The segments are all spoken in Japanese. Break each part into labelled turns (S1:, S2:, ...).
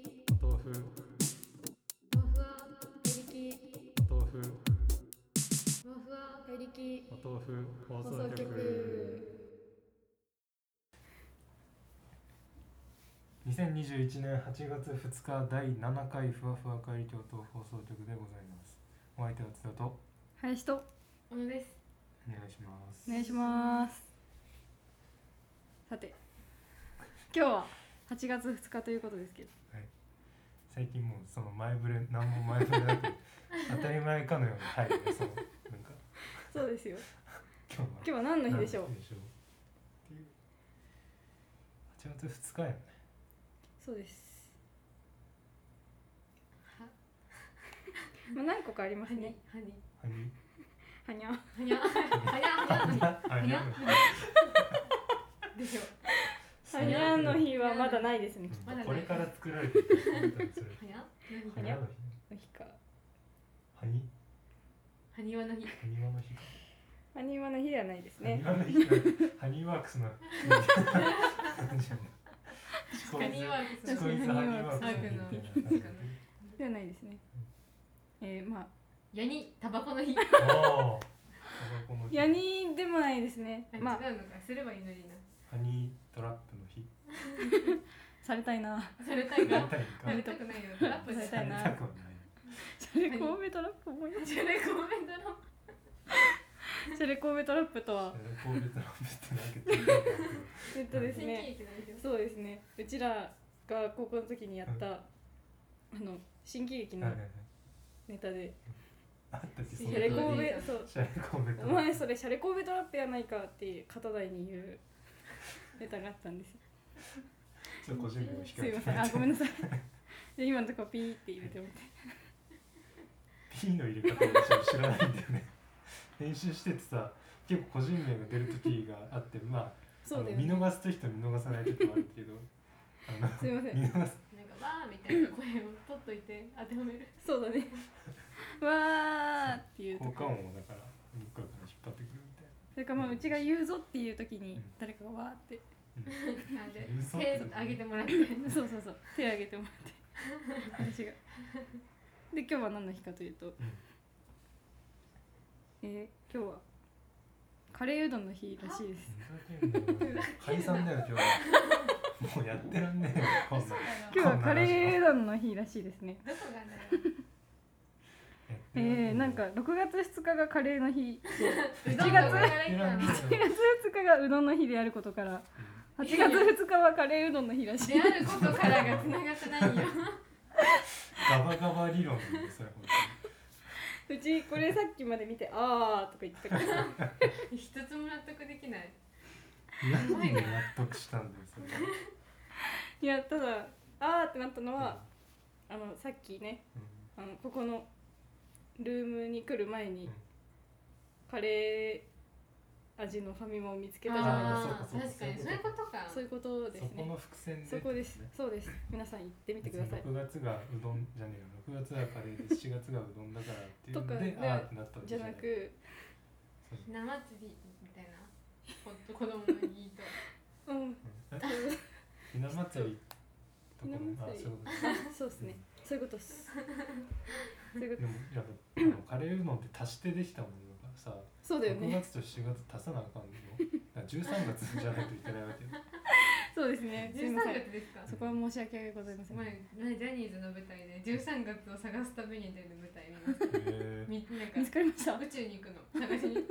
S1: 豆腐はペ
S2: 腐
S1: リキ
S2: お豆腐
S1: 豆腐はペリキ
S2: お豆腐放
S1: 放
S2: 送
S1: 送
S2: 局
S1: 局
S2: 2021年8月2日第7回ふわふわ会京都放送局でございますお相手は津田と
S3: 林と
S1: 小野です
S2: お願いします
S3: お願いしますさて今日は8月2日ということですけど
S2: はい、最近もうその前触れ何も前触れなく当たり前かのように入るねそのなんか
S3: そうですよ
S2: 今日
S3: 今日
S2: は
S3: は何の日でしょう
S2: 何の日っていう8月2日やね
S3: そうです、
S1: は
S3: まあ、何個かあります
S1: はに
S3: ね
S1: はに
S2: はに
S3: はにゃ
S1: はにゃはにゃはにゃ
S2: あれ
S1: でしょ
S3: はにゃの日はまだないですね
S1: まだね
S2: これから作られてるそれ
S1: はにゃ
S2: はにゃの日
S3: 日か
S2: はに
S1: はにわの日
S2: はにわの日か
S3: はにわの日ではないです
S2: ハニ
S3: ね
S2: ワの日なんかハニーワークスの
S1: はにわの
S2: チコイズハニーワークスの日みたいな感じで
S3: ではないですねえー、まあ
S1: やにタバコの日
S2: おータバコの日
S3: ヤニでもないですね
S1: あ違う
S3: まあ
S1: のかすればいいのにな
S2: ハニートラップの日
S3: されたいな
S1: されたい
S2: やり
S1: が
S2: たい
S1: され
S2: か
S1: たくないよトラップ
S3: され
S1: した
S3: たいな
S2: やりたくはない
S3: シャレコーベトラップ思い出
S1: じゃないコメントの
S3: シャレコーベトラップとは
S2: 神戸トラップってなんか聞いたことあるけど
S3: えっとです
S1: 新
S3: ね
S1: 喜劇の日
S3: そうですねうちらが高校の時にやった、
S2: うん
S3: あの新喜劇
S2: は
S3: の
S2: いはいはい
S3: ネタで
S2: あったっけ
S3: 「シ
S2: そん
S3: ャ
S2: な
S3: レコ
S1: ー
S3: ー
S1: ベ
S3: ベ」そう
S2: シャレ神戸
S3: 「
S2: ト
S3: お
S2: ラッ
S3: 前それシャレコーベトラップやないか」って片台に言うネタがあったんですよ
S2: プちょっと個人名を控
S3: すい
S2: え
S3: ま
S2: て
S3: せんあごめんなさい で今のとこピーって入れてもらって
S2: P の入れ方をちょっと知らないんだよね 練習しててさ結構個人名が出る時があってまあ
S3: そうだよ
S2: あの見
S3: ね
S2: 逃すときと見逃さないときもあるけどあの
S3: すいません
S2: 見逃す
S1: なんかわーみたいな声を取っといて当てはめ る
S3: そうだね わーっていう
S2: 効
S3: と
S2: 果
S3: こ
S2: 音をだから向こうから引っ張ってくるみたい
S3: それからまあうちが言うぞっていう時に
S2: うん
S3: 誰かがわーって
S2: な、
S1: あで手上げてもらって
S3: そうそうそう手挙げてもらって私がで今日は何の日かというと、えー、今日はカレーうどんの日らしいです
S2: うん、ふざけんなよ解散だよ今日はもうやってらんねえよこんな
S3: 今日はカレーうどんの日らしいですね
S1: どこがだよ
S3: えー、なんか6月2日がカレーの日
S1: 1月
S3: 1月
S1: から来たの
S3: 8月2日がうどんの日であることから8月2日はカレーうどんの日らし
S1: で
S3: い
S1: あることからが繋がってないよ
S2: ガバガバ理論なんでそれ本
S3: うちこれさっきまで見て「あー」とか言ってたから
S1: 一つも納得できない
S2: 当に何で納得したんだよそれ
S3: いやただ「あー」ってなったのはあのさっきね
S2: うん
S3: あのここのルームに来る前に
S2: うん
S3: カレー味のファミマを見つけたじゃない
S2: ー
S1: ああ確かにそういうことか
S3: ですかそういうことで
S2: そ
S3: す
S2: この
S3: ね
S2: 伏線で
S3: そこですそうです皆さん行ってみてください
S2: 6月がうどんじゃねえよ6月はカレーで7月がうどんだからっていうので
S3: とか
S2: ああーってなったわけ
S3: じゃなく
S2: そう
S1: ひな祭りみたいなほんと子供のいい と
S3: うん
S2: えひな祭りとかも
S3: ひな
S2: あ
S3: 祭り
S2: そういうことです
S3: あそうですねそういうことっすそういう
S2: で
S3: こと
S2: もやっぱあのカレーうどんって足してできたものだからさ
S3: そうだよ
S2: 6
S3: ね
S2: 月と7月足さなあかんのだから13月じゃないといけないわけ よ
S3: そうですねすい
S1: 13
S3: ません
S1: 月ですか
S3: そこは申し訳ございません
S1: 前前ジャニーズの舞台で13月を探すために出る舞台見ま した
S2: へえ
S1: みなんか
S3: 見つかりました
S1: 宇宙に行くの探 しに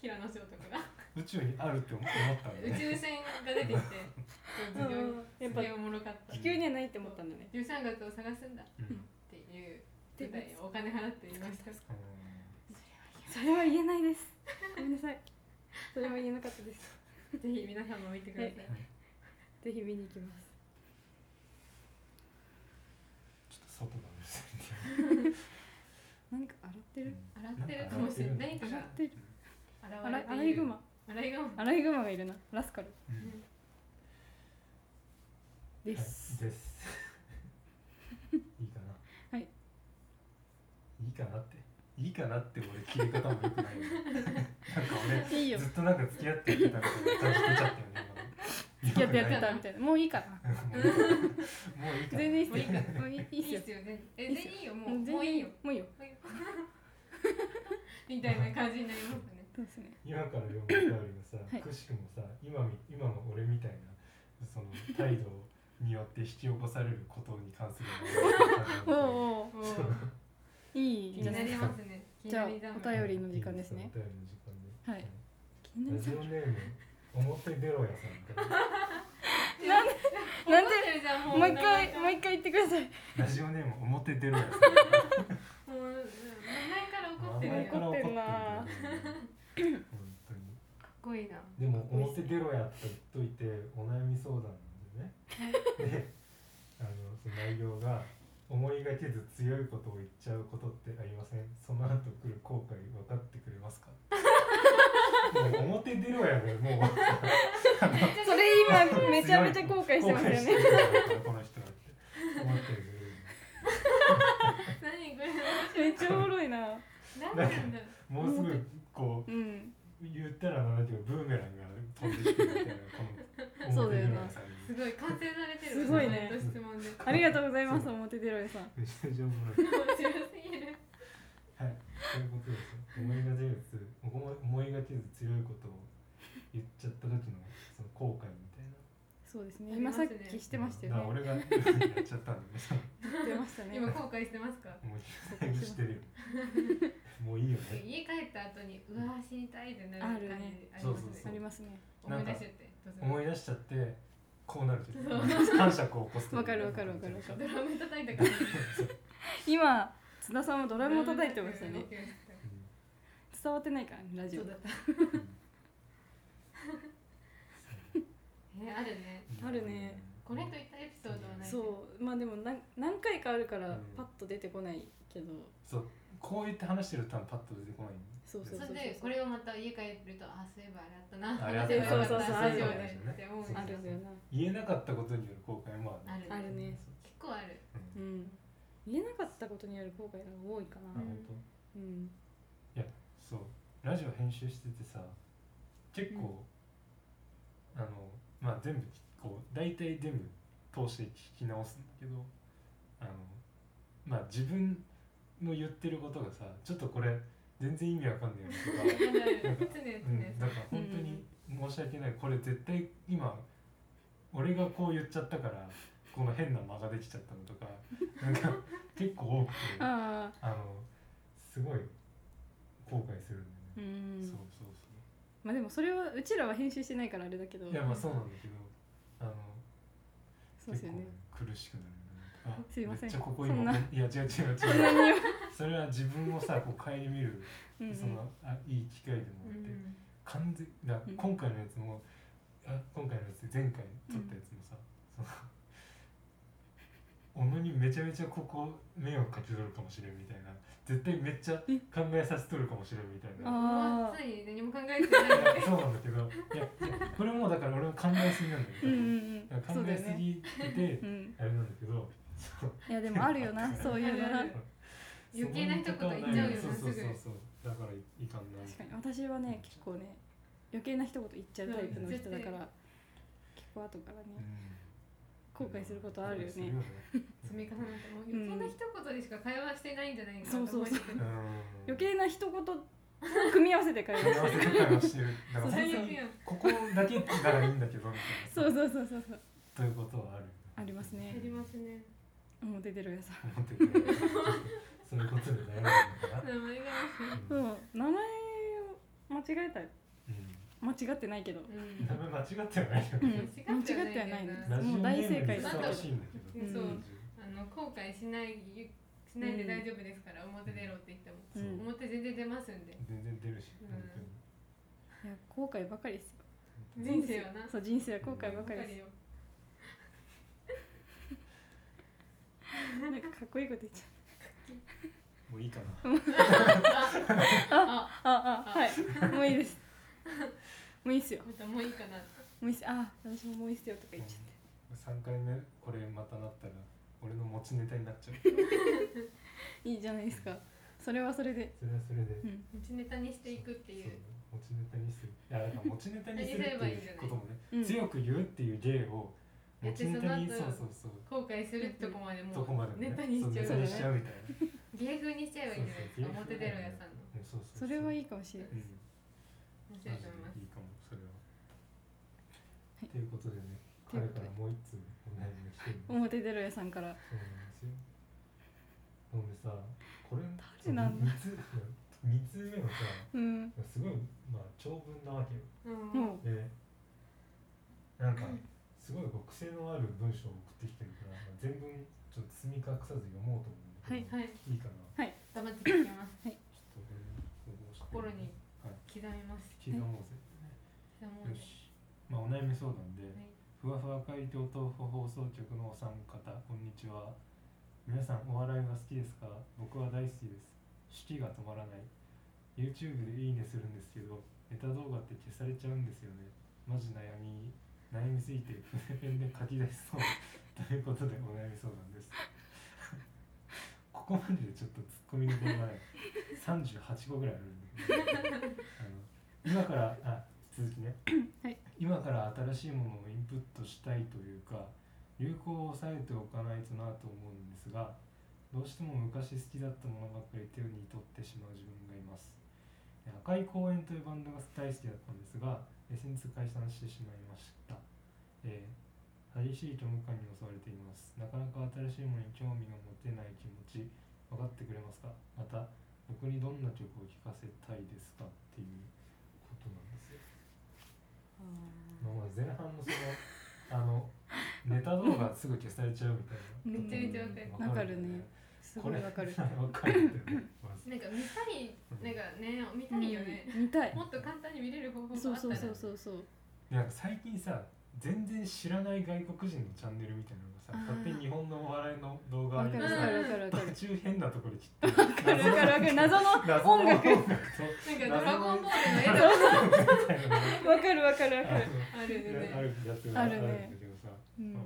S1: 平野翔とかが
S2: 宇宙にあるって思ったんだ
S1: 宇
S2: ね
S1: 宙船が 出てきて
S3: うん
S1: 授業
S3: や
S1: す
S3: っぱ
S1: げえおもろかった
S3: 地球にはないって思ったんだね
S1: 13月を探すんだっ
S2: うん
S1: ていう舞台をお金払っていま した
S2: うん
S3: それは言えないですごめんなさいそれは言えなかったです
S1: ぜひ皆さんも見てください。
S3: ぜひ見に行きます
S2: ちょっと外なんです
S3: 何か洗っ
S2: け
S3: て
S2: ど
S3: る
S1: 洗ってるかもしれない。何か
S2: 洗
S1: が
S3: 洗ってる
S1: 洗
S3: ア
S1: わ
S3: ラ
S1: れている。
S3: アライグ。マ
S1: アライグマ。
S3: アライグマがいるなラスカル
S2: うん
S3: で
S2: はい
S3: す、
S2: ですいいかな
S3: はい
S2: いいかなっていいかなって俺切り方も良くないよなんか俺
S3: いいよ
S2: ずっとなんか付き合ってやってたことを出し出ちゃったよね
S3: 付き合ってやって
S1: よくな
S3: た
S1: い
S3: みたいなもういいから
S2: もういいか
S3: 全然いいっす
S1: もういい
S3: よ
S1: から
S3: もうい
S1: い
S3: いいいっ
S1: い
S3: す
S1: っ
S3: よ
S1: すよねえ全然いいよもう
S3: 全然
S1: もういいよ
S3: もういいよ
S1: はいみたいな感じになりますね
S3: そうですね
S2: 今から読むお便りがさ、
S3: はい
S2: くしくもさ今み今の俺みたいなその態度によって引き起こされることに関する
S3: おうおう
S1: おー
S3: い
S1: 気
S3: い
S1: になり
S3: ね
S1: ますね気に
S3: じゃ
S1: な
S3: あ
S1: りだもん
S3: お便りの時間ですね
S2: お便りの時間で
S3: はい気にな
S2: ラ
S3: り
S2: ジ
S3: そう
S2: オネーム表出ろやさんから
S3: なんでな
S1: 思
S3: んで
S1: ってるじゃんも
S3: もう一回
S1: 名
S3: もう
S1: 前
S3: 一回言ってください
S2: ラジオネーム表出ろやさん
S1: もううん名前から怒って
S2: 名
S1: る
S2: 前
S1: よ
S2: か
S1: からっ
S2: 怒ってるんだよ
S3: 怒
S2: 本当に
S1: こいいな
S2: でも表出ろやって言っといてお悩み相談なんでねであのその内容が「思いがけず強いことを言っちゃうことってありませんその後来る後悔分かってくれますか? 」もう表出ろやでもう
S3: それ今 めちゃめちゃ後悔してます
S2: 後
S3: よね
S2: 悔してるからこの人はって思ってるけ
S1: 何これ
S3: めっちゃおもろいな
S1: 何なんだろう
S2: どもうすぐこ
S3: うん
S2: う言ったらなんだけどブーメランが飛んできてるみたいなこの
S3: そうだ
S2: 表
S3: よ
S2: 出
S3: な
S2: ろやさんに
S1: すごい完成されてる
S3: すごいね
S1: ちゃんと質問で
S3: ありがとうございます表出ろよさん
S2: めちゃめちゃおもろい
S1: 面白すぎる
S2: はい、そういうことですよ。思いがけず、思いがけず強いことを言っちゃった時のその後悔みたいな。
S3: そうです
S1: あ
S3: ね
S1: り
S3: 今
S1: ます
S3: さっ
S1: ね
S3: きしてましたよ
S2: だから
S3: ね
S2: 俺がやっちゃったんで、ね、
S3: してましたね
S1: 今後悔してますか
S2: もうだいぶしてるよ。もういいよね。
S1: 家帰った後にうわー死にたいってなる感じ
S3: あるね
S1: あります
S2: そうそうそう
S3: あ
S1: ね
S3: りますね
S1: 思い出しちゃってどうする
S2: 思い出しちゃって、こうなるじゃん。感触を起こすという。
S3: わかるわかるわかるわか
S1: ドラム叩いたから
S3: 今津田さんもドラムを叩いてましたね
S2: うん
S3: 伝わってないからねラジ
S1: そ
S3: オ
S1: うだった
S2: うん
S1: えあるね
S2: そう
S3: あるね
S1: これといったエピソードはない
S3: そうまあでも何何回かあるから
S2: うん
S3: パッと出てこないけど、
S2: そう、こう言って話してるとパッと出てこない。
S3: そうそう
S1: そ
S3: そう
S1: れでこれをまた家帰るとあそういえばあれあったな
S2: あれあった
S3: な
S1: そうそうそう
S3: そうそうそう
S1: ラジオでって思う
S2: そう
S3: あるんだよな
S2: 言えなかったことによる後悔もあ
S1: あ
S2: る。
S1: る
S3: あるね
S1: 結構ある
S2: う
S3: うんん言えなかったことによる後悔の方が多いか
S2: あ、
S3: な
S2: 本当。
S3: うん
S2: そうラジオ編集しててさ結構、あのまあ全部こう大体全部通して聞き直すんだけどあのまあ自分の言ってることがさちょっとこれ全然意味わかんないよね
S1: あるあ
S2: な
S1: る常
S2: んか
S1: 々
S2: とか、うん、だ
S1: ね
S2: から本当に申し訳ないこれ絶対今俺がこう言っちゃったからこの変な間ができちゃったのとかなんか結構多くてあ
S3: ああ
S2: のすごい後悔するんだよね。
S3: うん
S2: そうそうそ
S3: まあでもそれはうちらは編集してないからあれだけど
S2: ういやまあそうなんだけどあの
S3: そうで
S2: 結
S3: すよ
S2: 構
S3: ね
S2: ね苦しくなるよねあ
S3: すいませ
S2: め
S3: ん
S2: っちゃここ
S3: そんな
S2: 今いや違う違う
S3: そ
S2: 違
S3: んな
S2: う
S3: には
S2: それは自分をさこう顧みる
S3: うんうん
S2: そのあいい機会で
S1: う
S2: もあって、
S1: ん
S2: 完全だ
S3: うん
S2: 今回のやつもあ今回のやつ前回撮ったやつもさ、そのおのにめちゃめちゃここ迷惑かけとるかもしれんみたいな絶対めっちゃ考えさせとるかもしれんみたいな
S1: も
S3: あ
S1: う
S3: あ
S1: つい何も考えてない
S2: い やそうなんだけどいやいやこれもだから俺も考えすぎなんだけ
S3: う
S2: ど、
S3: んうん
S2: だ
S3: うん
S2: から考
S3: そうだ
S2: え
S3: よ
S2: す
S3: ね
S2: ぎてて
S3: うん
S2: あれなんだけどそう
S3: いやでもあるよ なそういうの
S1: あるあ
S3: な
S1: る余計な一言言っちゃうよな
S2: そそそう
S1: す
S2: そう
S1: ぐ
S2: そうだからいいかんな
S3: 確かに私はね結構ね余計な一言言っちゃうタイプの人だか
S1: うん
S3: ら結構後から
S2: う
S3: ね
S2: ん
S3: 後悔することあるよ
S2: 後悔す る
S3: ね
S1: 積み重なってもう余計な一言でしか会話してないんじゃないかなと思い
S2: うん
S3: 余計な一言組み合わせて会 話
S2: 組み合わせとかをしてるだから
S1: 最
S2: 本当
S1: 悪
S2: に
S1: やん
S2: ここだけならいいんだけどみたい
S3: そ
S2: な
S3: うそうそうそうそう
S2: ということはある
S3: ありますね
S1: ありますね
S3: 表出るやさん
S2: 思っててそういうことで悩んだのか
S1: 名前が
S2: な
S3: そううん名前を間違えた間違ってないけど
S1: うん
S2: 名前間違ってはないよ
S3: うん
S2: ね
S3: 間違ってはないね
S2: ラジオ
S3: もう
S2: ネ
S3: 大
S2: ー
S3: 正
S2: ムに
S3: 解
S2: ふ
S3: だ
S2: さ
S3: け
S2: わ
S3: ど
S2: しいんだけど
S1: そうあの後悔しないしないで大丈夫ですから、表出ろって言っても、
S2: そう
S3: うん
S1: 表全然出ますんで
S2: 全然出るし、
S1: うん
S2: 本当に
S3: いや後悔ばかりですよ
S1: 人生はな
S3: そう人生は後悔ばかり
S1: わか
S3: で
S1: る
S3: す
S1: よ
S3: なんかかっこいいこと言っちゃ
S2: もういいかな。
S1: あ
S3: うああはいもういいですもういいっすよ
S1: またもういいかな
S3: もういいっすあ私ももういいっすよとか言っちゃって
S2: 三回目これまたなったら俺の持ちネタになっちゃう。
S3: いいじゃないですかそれはそれで、
S2: それはそれで
S3: うん、
S1: 持ちネタにしていくっていう
S2: そう持ちネタにするいやだから持ちネタにする
S1: 何すれ
S2: って
S1: ばいいんじ
S2: い
S1: ゃない
S2: うこともね、
S3: うん、
S2: 強く言うっていう芸を
S1: やっ
S2: 持
S1: て
S2: ちネタに
S1: そ
S2: そ
S1: の後
S2: うそうそう
S1: 後悔するってとこまでも
S2: どこまでも
S1: う
S2: ね
S1: ネタにしちゃう
S2: そう
S3: よね
S2: ネタにしちゃうみたい
S1: 芸風
S2: な
S1: にしちゃえばいいんじゃないですか表出ろ屋さんの
S2: そうそううんそうそう
S3: それはい
S2: い、
S3: いかもしれない
S2: うん、
S1: 面白
S2: マ
S1: い
S2: ジ
S1: と
S2: で
S1: 思います
S2: いいかもそれは、とい
S3: い
S2: うことでね
S3: と
S2: 彼
S3: いうこ
S2: か
S3: とで
S2: らもう一つお悩みが来てるの
S3: 表出ろ屋さんから
S2: そうなんですよなんでさこれ
S3: 誰なんだ
S2: 3つ三つ目はさ
S3: うん
S2: すごいまあ長文なわけよ
S1: うん
S3: も
S2: でなんかすごいこう癖のある文章を送ってきてるから、まあ全文ちょっと積み隠さず読もうと思うんだけど、
S1: はい
S2: い、いかな
S1: 黙って聞きます
S2: ちょっと俺
S1: 心
S2: の
S1: に刻みます
S2: 刻もうぜ、
S1: 刻もう
S2: よ
S1: ね
S2: しまあお悩み相談で、
S1: はい
S2: ふわふわ海峡豆腐放送局のお三方こんにちは皆さんお笑いは好きですか僕は大好きです手記が止まらない YouTube でいいねするんですけどネタ動画って消されちゃうんですよねマジ悩み悩みすぎて筆ペンで書き出しそう ということでお悩み相談です ここまででちょっとツッコミの点がない38個ぐらいあるんであの今からあ続きね今から新しいものをインプットしたいというか流行を抑えておかないとなと思うんですがどうしても昔好きだったものばっかり手に取ってしまう自分がいますえ赤い公園というバンドが大好きだったんですがえ先日解散してしまいました、えー激しい虚無感に襲われていますなかなか新しいものに興味が持てない気持ち分かってくれますかまた僕にどんな曲を聴かせたいですかっていうことなんですよまあまあ前半のそのあのネタ動画すぐ消されちゃうみたいな
S3: うんめちゃ
S1: ち
S3: め
S1: ゃわかる
S2: わ
S3: すごいわか
S2: こ
S3: る
S2: れ わかるんだよねまず
S1: なんか見たいなんかね見たいよね
S3: うん見たい
S1: もっと簡単に見れる方法
S3: そ
S1: があ
S3: う
S1: った
S3: そう
S1: ら
S3: そうそうそう
S2: なんか最近さ全然知らない外国人のチャンネルみたいなのがさ
S3: あー
S2: 勝手に日本のお笑いの動画
S3: わ
S2: を
S3: かるわ
S2: さ
S3: かるわかるわかる
S2: 途中変なところで切って
S3: わかるわかる謎のわ
S2: 謎の
S3: 音楽
S2: 音楽と
S1: なんかドラゴンボールの絵とか
S2: みたいなのが
S3: かるわかるわ
S2: あ
S3: かる
S1: あるよ
S2: るあ
S1: ね
S2: るやつが
S3: あ
S2: あ
S3: る
S2: る
S3: ね
S2: んだけどさ
S3: うん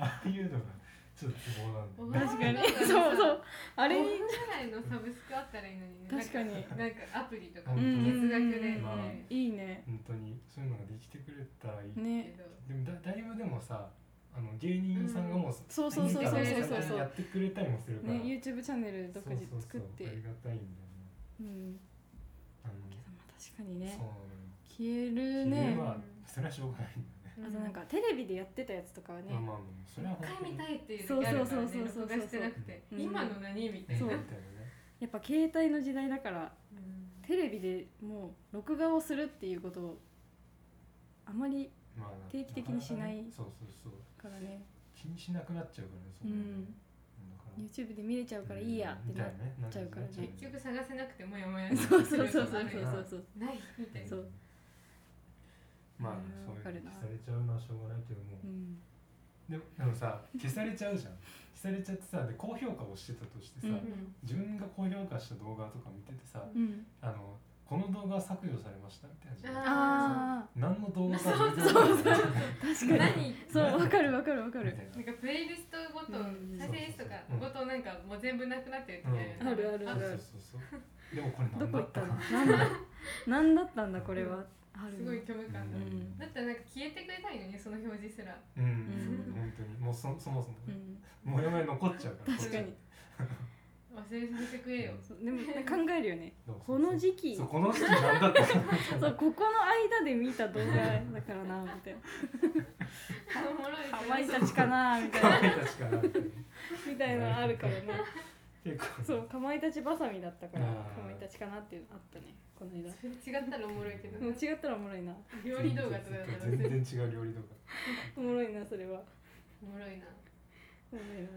S2: ああいうのがちょっと希望なんだよね
S3: 確かに
S1: うん
S3: そうそうあ
S1: あ
S3: れ
S1: れ
S3: に
S1: ぐらいのサブスクあったらいいのにね
S3: 確かに
S1: なんかアプリとか
S2: う
S1: 月
S2: ん
S1: 額で
S2: まあ
S1: ね
S3: いいね
S2: 本当にそういうのができてくれたらいい
S1: け
S3: ね
S1: ど
S2: でもだだいぶでもさあの芸人さんがもう、
S3: そうそうそうそうそう
S2: いい
S3: そ
S2: から
S3: うそ
S2: や
S3: う
S2: ってくれたりもするから、
S3: ね YouTube チャンネル独自
S2: そうそう
S3: 作っ
S2: そうあり
S3: て
S2: がたいんだよね
S3: うん
S2: あの
S3: けどまあ確かにね
S2: そう
S3: 消える
S2: なのよ
S3: ね
S2: 昼はそれはしょうがないんだよね
S3: あとなんかテレビでやってたやつとかはね
S2: まあまあまあそれは
S1: 一
S2: 本当
S1: 回
S2: に
S1: 見
S2: みた
S1: た
S2: い
S1: いっていうのがあるからね
S3: そうそうそうそうそう
S1: 録画してなくて
S3: うん
S1: 今の何みたい
S3: そ
S1: な
S3: う
S2: なね
S3: やっぱ携帯の時代だから
S1: うん
S3: テレビでもう録画をするっていうことをあまり
S2: まあなかなかね
S3: 定期的にしない
S2: そうそうそう
S3: からね
S2: 気にしなくなっちゃうからねそうこね
S3: ん
S2: だから
S3: YouTube で見れちゃうからいいやってな
S2: うんみたいねな
S3: っちゃうからね
S2: なっ
S1: 結局探せなくてもやもや
S3: そうそうそうそうそう
S2: ね
S3: そう
S1: ないみたいな
S3: そう
S2: まあそうい
S3: うん
S2: う
S3: わかるな
S2: 消されちゃうのはしょうがないけども、
S3: うん
S2: でもでもさ消されちゃうじゃん消されちゃってさで高評価をしてたとしてさ、
S3: うん
S1: うん
S2: 自分が高評価した動画とか見ててさ、
S3: うん
S2: あのこの動画削除されましたみたいな感じで
S3: あ
S2: 何の動画か全然わかんない
S3: あ確かに
S1: 何
S3: そうわかるわかるわか
S2: み
S3: る
S2: たいな
S1: なんかプレイリストごと
S3: うん
S1: 再生リストが
S2: うん
S1: ごとなんかもう全部なくなってる時るよね
S3: うんあるあるある
S2: そうそうそうでもこれ
S3: ど
S2: 何
S3: こ
S2: だ
S3: 行っ
S2: ったた
S3: の
S2: かな
S3: なんだなんだったんだこれはある
S1: すごい虚無感
S2: う
S1: だ
S2: ん
S1: だったらなんか消えてくれたいのにその表示すら
S2: うん、
S3: うん
S2: 本当にもうそそもそも
S3: う
S2: ね、
S3: ん
S2: もやもや残っちゃうから
S3: 確かに
S2: こっ
S1: 忘れさせてくれよ
S3: そうでも考えるよ ね
S2: ちはそう
S3: この時期
S2: そう
S3: そ
S2: こ
S3: う
S2: の時期何だったかな
S3: ここの間で見た動画だからなみたいな
S1: おもろい
S3: かまい
S1: そ
S3: たちかなみたい
S2: か
S3: な
S2: まいたちかなみたいな
S3: みたいなのあるからね
S2: 結構
S3: そうかまいたちバサミだったから
S2: あ
S3: か
S2: ー
S3: まいたちかなっていうのあったねこの間
S1: れ違ったらおもろいけど
S3: もう違ったらおもろいな
S1: 料理動画とかだったら
S2: 全然違う料理動画
S3: おもろいなそれは
S1: おもろいな
S3: おもろいない
S2: や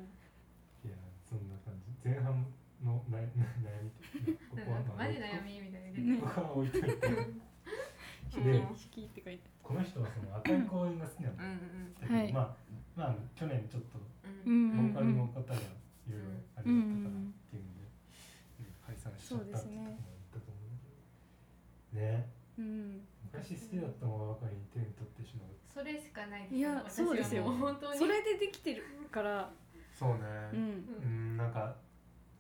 S2: そんな感じ前半のなな悩みっていうかここ
S1: な
S2: は
S1: んか
S2: まあ
S1: マジ悩みみたいな出て
S2: ここは置いといて
S3: 「引き」
S2: ね
S3: 引きって書いて
S2: この人はその赤い公園が好きなん
S1: う
S2: だ
S1: んう
S2: よ、
S1: ん
S2: だけど
S3: はい
S2: まあまあ去年ちょっと
S1: うん
S3: う
S2: ボー
S3: ん
S2: カルの方がいろいろあれだったからっていううん
S3: うん
S2: ので、ね解散しちゃったっていうのもあったと思うんだけどね
S3: うん
S2: 昔好きだったものばかりに手に取ってしまう
S1: それしかない
S3: いや
S1: 私は
S3: そうですよ
S1: も本当に
S3: それでできてるから
S2: そう
S3: う
S2: ね
S3: ん
S2: うんなんか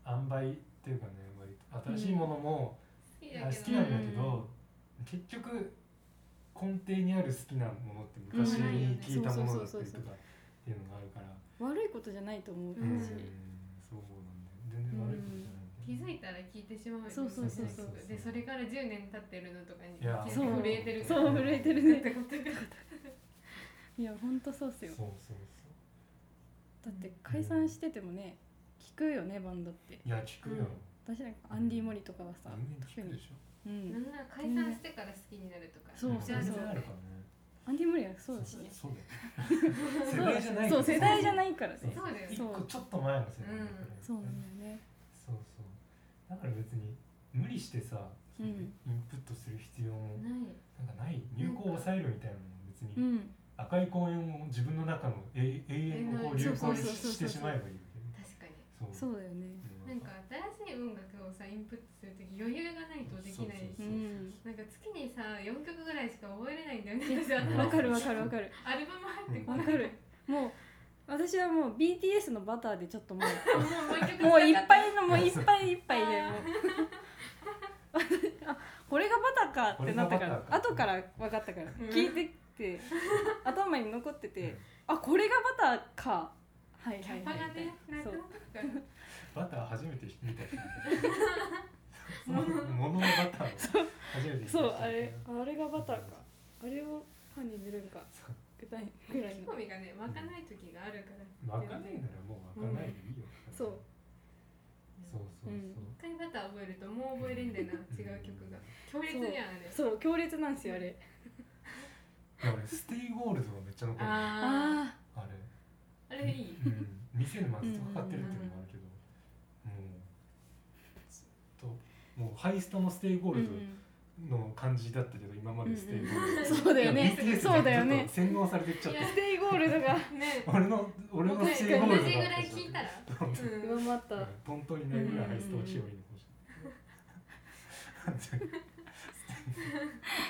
S2: 塩梅っていうかね割と新しいものも、
S1: 好き
S2: あ
S1: だ
S2: 好き
S1: け
S2: な
S1: ど
S2: んだけど、結局根底にある好きなものって昔
S3: うん
S2: に聞いたものだった
S3: そうそうそう
S2: り
S3: そ
S2: と
S3: う
S2: かっていうのがあるから、
S3: 悪いことじゃないと思うし、
S1: うん
S2: そうなんだよ全然悪いことじゃないんだよね
S1: 気づいたら聞いてしまうよね
S3: そうそうそう
S2: そう
S1: なんかでそれから10年経ってるのとかに
S2: いや
S1: 結構震えてる
S3: そう
S2: うん
S3: 震えてるねいやほんとそうっすよ
S2: そうそうそう
S3: だって解散しててもね聞くよねバンドって
S2: いや聞くよ、
S3: 私なんかアンディ・モリとかはさ
S2: 全然
S3: 特
S2: 聞くで
S3: に、
S2: しょ
S3: う、
S1: なんんなら解散してから好きになるとか
S3: そう
S2: 全然
S3: そうそう
S2: あるからね
S3: アンディ・モリはそうだしね
S2: そうだよ世代じゃない
S3: そう世代じゃないからね
S2: そう
S1: そうだよね
S2: 一個ちょっと前の世代だから、
S3: そうなんだよね
S2: そうそうだから別に無理してさ、
S3: うん
S2: インプットする必要も
S1: ない
S2: なんかない入稿を抑えるみたいなのも別
S3: う
S2: に、
S3: ん
S2: 赤い公園を自分の中の永永遠をこう
S1: 永
S2: 流
S1: 遠
S2: 行に
S3: そうそうそうそう
S2: してしまえばいいよね
S1: 確かに
S2: そう
S3: そうだよね
S1: なんか新しい音楽をさインプットするとき余裕がないとできない
S3: そう
S1: なんか月にさ4曲ぐらいしか覚えれないんだよね私
S2: うん
S1: ア
S3: わかるわかるわかる
S1: ルバム入ってこ
S3: わ
S1: ない
S3: かるもう私はもう BTS の「バター」でちょっとも
S1: も
S3: う
S1: う一曲
S3: もういっ
S1: 使っ
S3: ぱいのもういっぱいいっぱいでもうあこれがバターかってなったから
S2: これがバターか
S3: 後から分かったから
S1: うん
S3: 聞いてって頭に残っててあこれがバターかはい
S1: た
S3: は
S1: キ
S3: い
S1: ャパ
S3: は
S1: が
S3: いみたい
S1: ねな
S3: な
S1: く
S3: そ
S1: なったから
S2: バ
S3: う
S2: ター初めて見た人みたい なそのもののバターを初めて見た人
S3: そうあれあれがバターかあれをパンに塗るんか
S2: そう
S3: ぐらいぐらいの
S1: 興味がね湧かない時があるから
S2: わかんないならもうわかんないでいいよ、
S3: そう
S2: そうそうそう、
S3: うん
S1: 一回バター覚えるともう覚えれんだよな違う曲が強烈じゃんあれ
S3: そう強烈なんですよあれ
S2: いや俺ステイゴールドがめっちゃ残るあ
S1: あ
S3: あ
S2: れ
S1: ああれいい
S2: うん、店でまずかかってるっていうのもあるけど、もうずっともうハイスタのステイゴ
S3: あ
S2: ー
S3: うんう
S2: ル
S3: ん
S2: ドの感じだったけど、今までステイゴールド、
S3: そうだよね
S2: いや BTS
S3: そうだよ
S2: ちょ
S3: ね
S2: っと洗脳されてっちゃっ
S1: いや
S2: て
S3: ステイゴールドが
S1: ね
S2: 俺の俺の
S1: 同
S2: ス
S1: じ
S2: テイゴールド
S1: ぐ
S2: だ
S1: らい
S2: った
S1: 聞いたらうん
S3: 上 回った
S2: うんトントンになるぐらいハイスタをしおりのし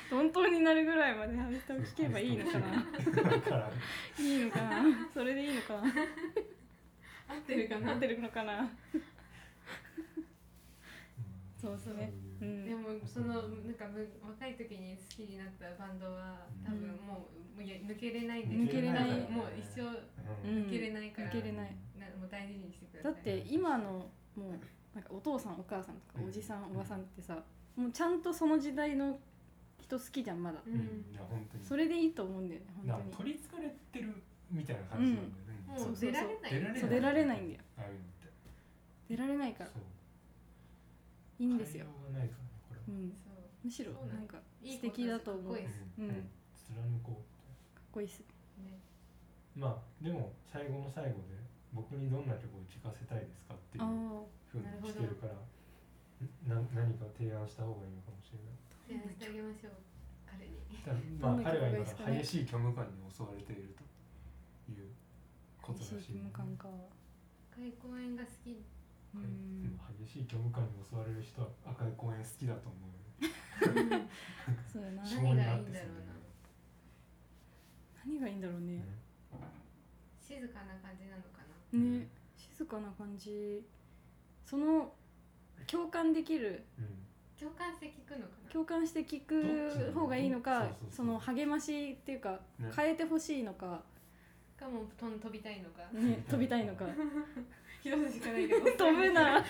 S3: 本当になるぐらいまでハミスタを聞けばいいのかな
S2: だから
S3: いいのかなそれでいいのかな
S1: 合ってるかな
S3: 合ってるのかなそうそうねう
S2: い
S3: ん
S1: でもそのなんかむ若い時に好きになったバンドは
S2: うん
S1: 多分もうもういや抜けれないんで
S2: 抜けれない
S1: もう一生
S2: うん
S3: うん
S1: 抜けれないから、
S3: 抜けれない
S1: なもう大事にしてくださ
S3: だ
S1: い
S3: って今のもうなんかお父さんお母さんとか
S2: うん
S3: おじさんおばさんってさもうちゃんとその時代の人好きじゃんまだ
S1: う
S2: うん
S1: ん、
S2: いや本当に
S3: それでいいと思うんだよね
S2: なんか
S3: 本当に
S2: 取りつかれてるみたいな感じなんだよね、
S1: も
S2: そう
S1: う出られない
S2: 出られない
S3: そう出られないんだよ
S2: ああいうのって
S3: 出られないから
S2: そう
S3: いいんですよ、
S2: 対応がないからねこれは
S3: うん、
S1: そう
S3: むしろ
S1: そうなん
S3: なんかか
S1: いい
S3: 素敵だと思う
S1: ことですかっ
S3: うん
S2: 貫こ
S3: っこいいっす
S1: こいいですね
S2: うまあでも最後の最後で僕にどんな曲を聴かせたいですかってい
S3: ああ
S2: うふうにしてるからな何か提案した方がいいのかもしれない
S1: 提案してあげましょう彼に
S2: ただまあ
S3: どんな
S2: 彼はい
S3: 曲がい
S2: 今
S3: ですかね
S2: 激しい虚無感に襲われているということらしい
S3: 石井君感か
S1: 開公演が好き
S3: う
S2: はい
S3: ん
S2: でも激しい虚無感に襲われる人は赤い公園好きだと思うよね
S3: そうやな
S1: 何
S2: 性にな
S1: がいい
S2: っ
S1: ん
S2: て
S1: だろうな
S3: 何がいいんだろうね
S1: 静かな感じなのかな
S2: うん
S3: ね静かな感じその共感できる
S2: そううん
S1: 共感して聞くのかな
S3: 共感して聞く方がいいのか
S2: どっちなのそうそうそう
S3: その励ましっていうか
S2: ね
S3: 変えてほしいのか、
S1: かもうとん飛びたいのか
S3: ね、飛びたいのか
S1: 一つしかないけ ど
S3: 飛ぶなら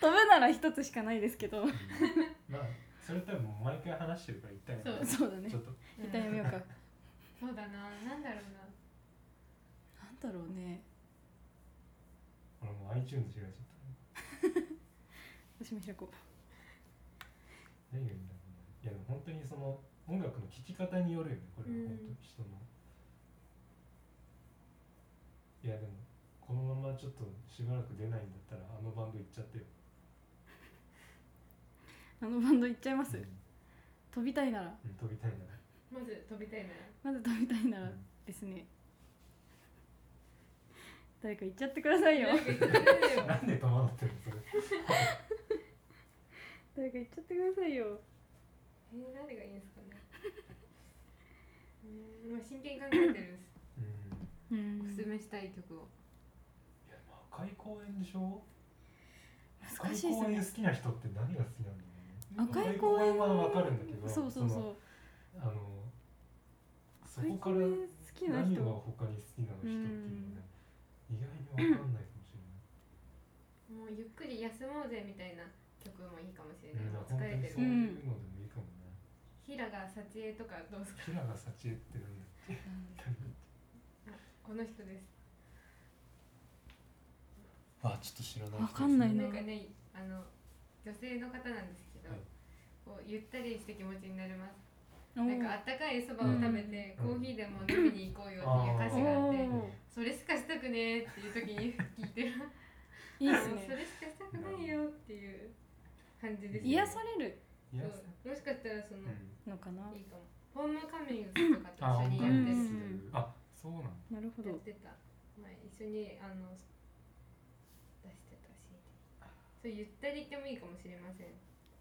S3: 飛ぶなら一つしかないですけど
S2: まあそれ多分もう毎回話してるから一体
S1: そう
S3: そうだね
S2: ちょっと
S1: うん
S3: 一旦やめようか
S1: そうだななんだろうな
S3: なんだろうね
S2: 俺もう iTunes 開いちゃった
S3: 私も開こ
S2: 何がいいんだろうねいやでも本当にその音楽の聴き方によるよねこれは
S1: うん
S2: 本当に人の、いやでもこのままちょっとしばらく出ないんだったらあのバンド行っちゃってよ、
S3: うあのバンド行っちゃいます、
S2: うん
S3: 飛びたいなら
S2: うん、飛びたいなら
S1: まず飛びたいなら
S3: まず飛びたいなら
S2: うん
S3: ですね誰か行っちゃってくださいよ
S1: なんか言ってくれ るよ
S2: なんで戸惑ってるのそれ
S3: 誰か行っちゃってくださいよ
S1: えー、誰がいいんですか ね。うーん、まあ真剣に考えてるんです。
S2: うん
S3: う
S1: お
S3: ん
S1: すすめしたい曲を。
S2: いやでも赤い公園でしょ赤い
S3: 難しいです
S2: 公園
S3: ね
S2: 好きな人って何が好きなんだろうね
S3: 赤い公園
S2: 赤はわかるんだけど
S3: そうそう
S2: そ
S3: そ
S2: の
S3: う
S2: あのそ
S3: 赤い
S2: こか
S3: 公
S2: ら
S3: 園好きな
S2: 何が
S3: 人
S2: 他に好きなの人っていうのね意外にわかんないかもしれない
S1: もうゆっくり休もうぜみたいな曲もいいかもしれ
S2: う
S1: ない
S2: ん、
S1: もう
S2: 本
S1: 疲
S2: 当
S1: れ
S2: に
S1: て
S2: そう
S1: る
S2: い
S3: ん
S2: うのでもいいかもね。
S1: 平賀幸恵とかどうですか
S2: 平賀幸恵ってなんだっけ
S1: この人です
S2: あ、ちょっと知らない人ですね。
S3: わかんない
S1: なんかねあの女性の方なんですけど、
S2: はい
S1: こうゆったりした気持ちになれます
S3: お
S1: なんかあっ
S3: ー
S1: たかいそばを食べて、コ
S2: うん
S1: ーヒーでも飲みに行こうよっていう歌詞があってそ
S3: おー
S1: れしかしたくねえっていう時に聞いてる
S3: いいです
S1: もうそ
S3: ね
S1: れしかしたくないよっていう感じです
S2: いや
S3: 癒される
S2: い
S1: うん
S2: や、
S1: もしかしたらその、
S2: うん。
S3: のかない
S1: いかもホームカミングとかと
S2: あ、本
S1: 一緒にやって
S2: 当にです
S1: る
S3: う、ん
S2: あ、そうなんだ。
S3: なるほど
S1: やってた前一緒にあの出してたしそうゆったりってもいいかもしれません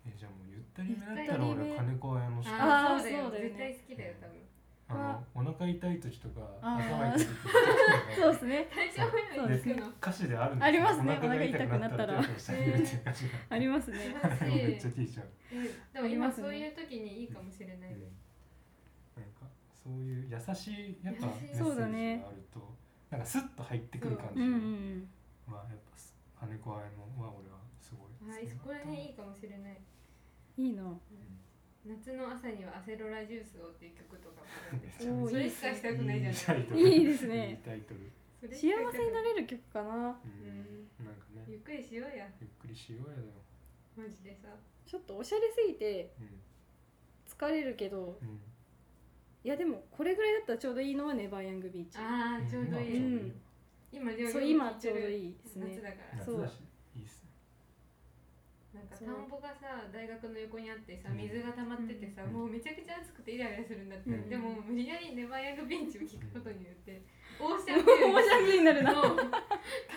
S2: え、じゃあもうゆったりめだったら俺
S3: ゆったり
S2: 金
S3: め
S2: 子綾乃しか。
S3: あー
S1: ーだよ
S3: そうだよ
S1: 絶
S3: ね
S1: 対好きだよ多分
S2: あの、お腹痛い時とか、
S3: あー
S2: 頭痛い時とか。
S3: そうですね
S1: 大丈夫よ
S3: そうですね
S1: 聞くの
S2: 歌詞であるんです
S3: ありますね
S2: お腹が痛くなったら
S3: お腹
S2: 手を下に入れて歌詞が
S3: あります ね
S1: 素 晴らし
S2: めっ
S1: い
S2: ちゃ T シャツ。
S1: でも今そういう時にいいかもしれないです
S2: うんなんかそういう優しいやっぱメ
S1: 優し
S2: ッ
S1: い
S2: セージがあると、なんかスッと入ってくる感
S3: う
S2: じ、
S3: んうん
S2: まあやっぱす金子あえもは俺はすごい
S1: はい
S2: 好き
S1: そ
S2: だった
S1: こら辺いいかもしれない
S3: うんいいな
S1: 夏の朝にはアセロラジュースをっていう曲とかもあるんです
S2: めちゃ
S3: お
S2: め
S3: ー
S1: そ
S3: いい
S1: れ
S3: で
S1: し
S3: す
S1: かし
S3: ね
S1: たくないじゃない
S2: タイトル
S3: いいですね
S2: いいタイトル、
S1: それ
S3: 幸
S1: し
S3: せ
S1: かし
S3: に
S1: たく
S3: なれる曲かな
S2: うん
S1: うん
S2: なんかね
S1: ゆっくりしようや
S2: ゆっくりしようやだよ、
S1: マジでさ
S3: ちょっとおしゃれすぎて
S2: うん
S3: 疲れるけど
S2: うん
S3: いやでもこれぐらいだったらちょうどいいのはネバーヤングビーチ
S1: ああちょうどいい、
S2: 今
S3: うん
S1: 今料理
S3: そう今ちょうどいいですね
S1: 夏だから
S2: 夏
S3: そう
S2: だしいいっすね
S1: なんか
S3: そ
S1: 田
S3: うん
S1: ぼがさ大学の横にあってさ
S2: うん
S1: 水が溜まっててさ、
S2: うん
S1: もうめちゃくちゃ暑くてイライラするんだって、
S2: うん
S1: でも無理やりネバーヤングビーチを聞くことによって、オーシャ
S3: 面
S1: ンビュー
S3: 白いになるな
S1: の田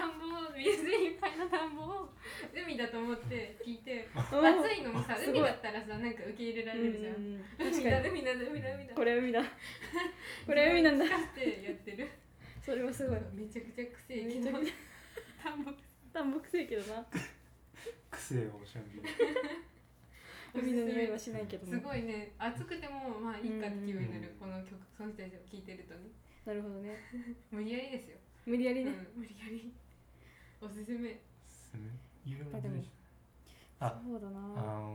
S1: んぼを水いっぱいの田んぼを海だと思って聞いて暑いのもさ
S3: すごい
S1: 海だったらさなんか受け入れられるじゃん、
S3: うん
S1: 海
S3: 確か
S1: だ
S3: に
S1: 海だ海だ海だ
S3: これは海だこれは海なんだ
S1: 聞かせてやってる
S3: それはすごい
S1: めちゃくちゃくせえけ
S3: めちゃ
S1: ど
S3: く
S1: 田んぼ
S3: 単木せえけどな
S2: 癖をおしゃべり
S3: 海の匂いはしないけど
S1: す
S3: も
S1: ごいね暑くてもまあいいかって気分になる
S2: うん
S1: この曲その人たちを聴いてるとね
S3: なるほどね
S1: 無理やりですよ、
S3: 無理や
S1: う
S3: り
S1: ん
S3: ね、
S1: 無理やりおすすめ
S2: すすめいろいろ
S3: あでも
S2: 出てき
S3: そ
S2: たあ
S3: うだな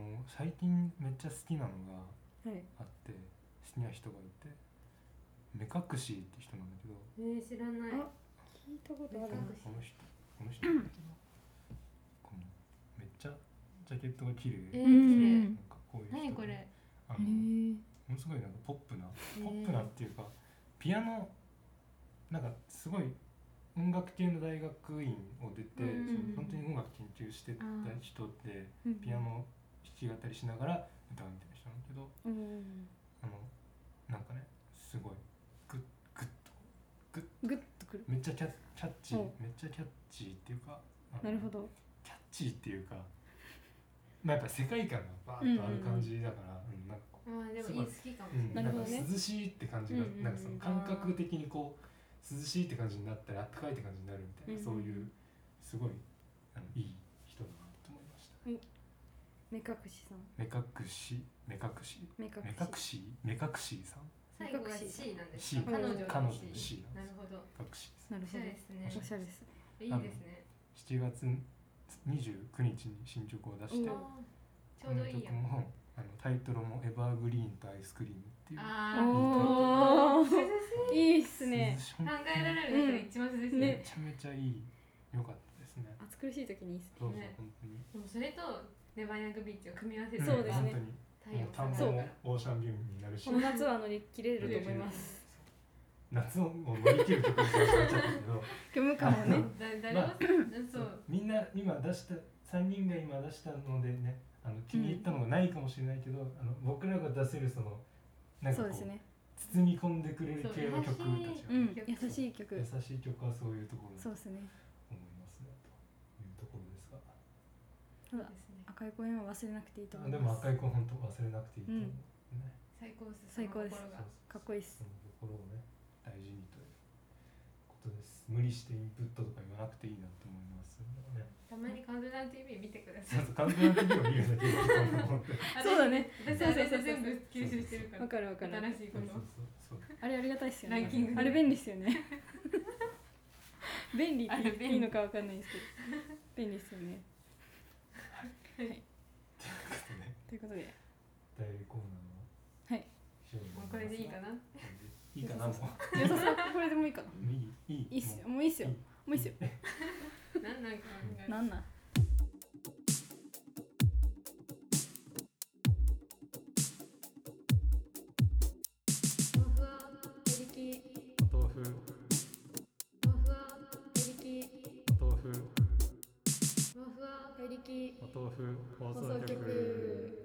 S2: あの最近めっちゃ好きなのが
S3: はい
S2: あって好きな人がいて目隠しって人なんだけど
S1: えー、知らない
S3: あ聞いたことあるな
S1: 目隠し
S2: この人この人このめっちゃジャケットが綺麗
S1: えー、
S3: う
S1: 綺
S2: なん
S3: ん
S2: かこういう人
S1: 麗何これ
S2: あの
S3: へ
S2: も
S3: え
S2: のすごいなんかポップな
S1: ー
S2: ポップなっていうかピアノなんかすごい音楽系の大学院を出て、
S1: うんうんうん
S2: その本当に音楽研究してた人ってピアノ弾き語りしながら歌うみたいな人なんだけど
S3: うん
S2: あのなんかねすごいグッグッと
S3: グッとくる
S2: めっちゃキャッキャッチー
S3: うん
S2: めっちゃキャッチーっていうかあの
S3: なるほど
S2: キャッチーっていうかまあやっぱ世界観がバーッとある感じだから、うんなんかこ
S1: あーでもいい好きかも
S2: う、うん
S1: しれ
S3: な
S1: ない、
S2: なん
S3: るほど
S2: か
S3: ね
S2: 涼しいって感じが、
S3: うんうんうん
S2: なんかその感覚的にこう涼しいって感じになったりあったかいって感じになるみたいな、
S3: うん
S2: そういうすごいあのいい人だなと思いました
S3: 目隠しさん
S2: 目隠し目隠し
S3: 目隠し
S2: 目隠し目隠しさん
S1: 最後が C なんですか
S2: C
S1: 彼女の C
S2: 彼女の C
S1: なるほど
S2: 目隠しです
S3: なる
S1: おし
S3: ほ
S1: ゃ
S3: ど
S1: れですね
S3: おしゃれです
S1: いいですね
S2: 7月29日に新曲を出して
S3: う
S1: あ
S3: わ
S1: ーちょうどいいや
S2: この曲もあのタイトルも「エバーグリーンとアイスクリーム」っていう
S1: あー
S3: お
S1: 涼
S3: ー
S1: しい
S3: いいっす
S2: 涼
S3: ね
S2: しい
S1: 考
S2: 本当
S1: え
S2: に
S1: られる中で一番涼しい、
S3: ね
S2: めちゃめちゃいい良かったですね
S3: 暑苦しい時にいいっすね
S2: どうぞ
S1: ね
S2: 本当に
S1: でもそれとネバーヤングビーチを組み合わせ
S2: ん
S1: て
S3: そうですね
S2: 本当にもう田ん
S1: 太
S2: ぼ
S1: 陽
S2: もオーシャンビューになるし
S3: この夏は乗り切れると思います
S2: 夏をもう乗り切る曲になっちゃったけど
S3: 虚無感をね
S1: だ誰も
S2: まあ
S1: そう
S2: みんな今出した3人が今出したのでねあの気に入ったのがないかもしれないけど、あの僕らが出せるそのなんか
S3: そう
S2: こう
S3: ですね
S2: 包み込んでくれる系の曲たちがね、
S3: うん優しい曲
S2: 優しい曲はそういうところだと
S3: そうですね
S2: 思いますねというところですが
S3: ただ
S1: ですね
S3: 赤い公園は忘れなくていいと思
S2: あで
S3: い
S2: も
S3: ます
S2: 赤い子本当忘れなくていいと思う、ね
S1: 最高です
S3: 最高です
S1: その
S2: そう
S1: 心が
S2: そうそう
S3: かっこいいっす
S2: その心をね大事にというこトです無理してインプットとか言わなくていいなと思いますね
S1: たまにカウントダウン TV 見てくだ
S2: そ
S1: さ
S2: う
S1: い
S2: そう完全な時を見るだけでいいと思って
S1: あれ
S3: そうだね
S1: 私あれで全部吸収してるか
S3: わ
S1: ら
S3: かるわかる
S1: 新しいこ
S2: そう
S1: と
S2: そうそう
S3: あれありがたいっすよ
S1: ランキン
S3: ね
S1: グ
S3: あれ便利っすよね 便利って
S1: あれ便
S3: 言っ
S1: 利
S3: ていいのかわかんないですけど便利っすよね
S2: そうね
S3: ということで
S2: 大コーナーは
S3: はい
S2: 非常に
S1: もうこれでいいかな
S2: これでいいかなも
S3: 良さそうこれでもいいかな
S2: ういいいい
S3: いいっす
S2: も
S3: よもういいっすよ
S2: いい
S3: もういいっすよ
S1: なんなんか考え
S3: なんなん
S1: ふわふわペリキ
S2: うお豆腐
S1: ふわふわペリキ
S2: お豆腐
S1: ふわふわペリキ
S2: お豆腐放
S1: 放送局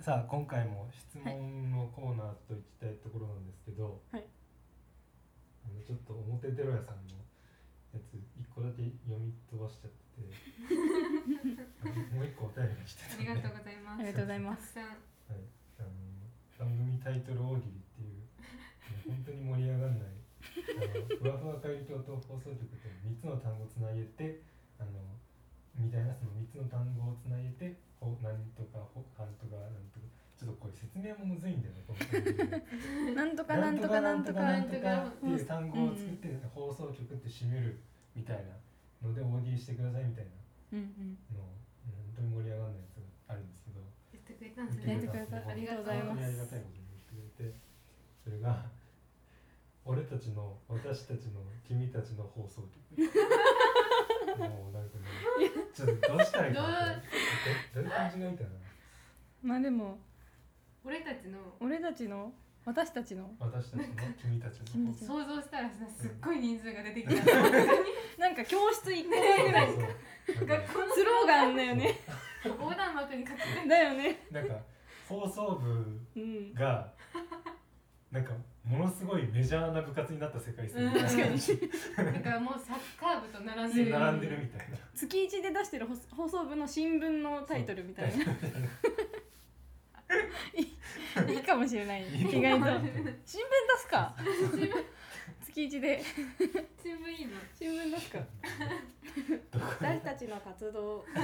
S2: さあ今回も質問のコーナーといきたいところなんですけど、
S3: はい
S2: あのちょっと表寺屋さんのやつ一個だけ読み飛ばしちゃって あのもう一個お便りして
S1: あ
S2: たん
S1: り
S2: で
S1: がとうございま
S3: ありが
S1: す
S3: とうござい
S1: た
S3: ま
S1: く
S3: す
S1: さん
S2: はい、あの番組タイトル大喜利っていうもう本当に盛り上がらないあのふわふわ歌謡と放送局って3つの単語をつなげてあのみたいなその3つの単語をつなげてほ何とかほ半とかなんとかちょっとこれ説明もむずいんだよねこの番組ね
S3: なんとかなんとかなんとか
S2: な
S3: なんん
S2: と
S3: と
S2: か
S3: か
S2: なんとかっていう単語を作って、放送局って締めるみたいなので大喜利してくださいみたいな
S3: うんうん
S2: のを本当に盛り上がらないやつがあるんですけど。
S1: 言ってくれたんです
S3: やっ
S1: ね
S3: てくれたありがとうござい
S2: 本
S3: ま
S2: 当にありが
S3: す
S2: たいことに言ってくれてそれが俺たちの私たちの君たちの放送局もうなんかねちょっとどうしたらいいかなどどういう感じがいいかな
S3: まあでも
S1: 俺たちの
S3: 俺たちの私たちの
S2: 私たちの君たちの放送
S1: 想像したらさすっごい人数が出てきた本当に
S3: なんか教室行く
S2: 局
S3: ぐらい
S2: そうなんか
S1: 学校
S3: スローガンだよ ね
S1: 横横断幕に書く
S3: だよね
S2: なんか放送部
S3: うん
S2: がなんかものすごいメジャーな部活になった世界線
S1: うん
S2: みたいな
S1: 確か
S3: に
S1: なんかもうサッカー部と並んでる
S2: 並んでるみたいな
S3: 月一で出してる放放送部の新聞のタイトルみたいないいかもしれない意 外と新聞出すか月一で
S1: 新聞いいの
S3: 新聞出すか私たちの活動
S1: 今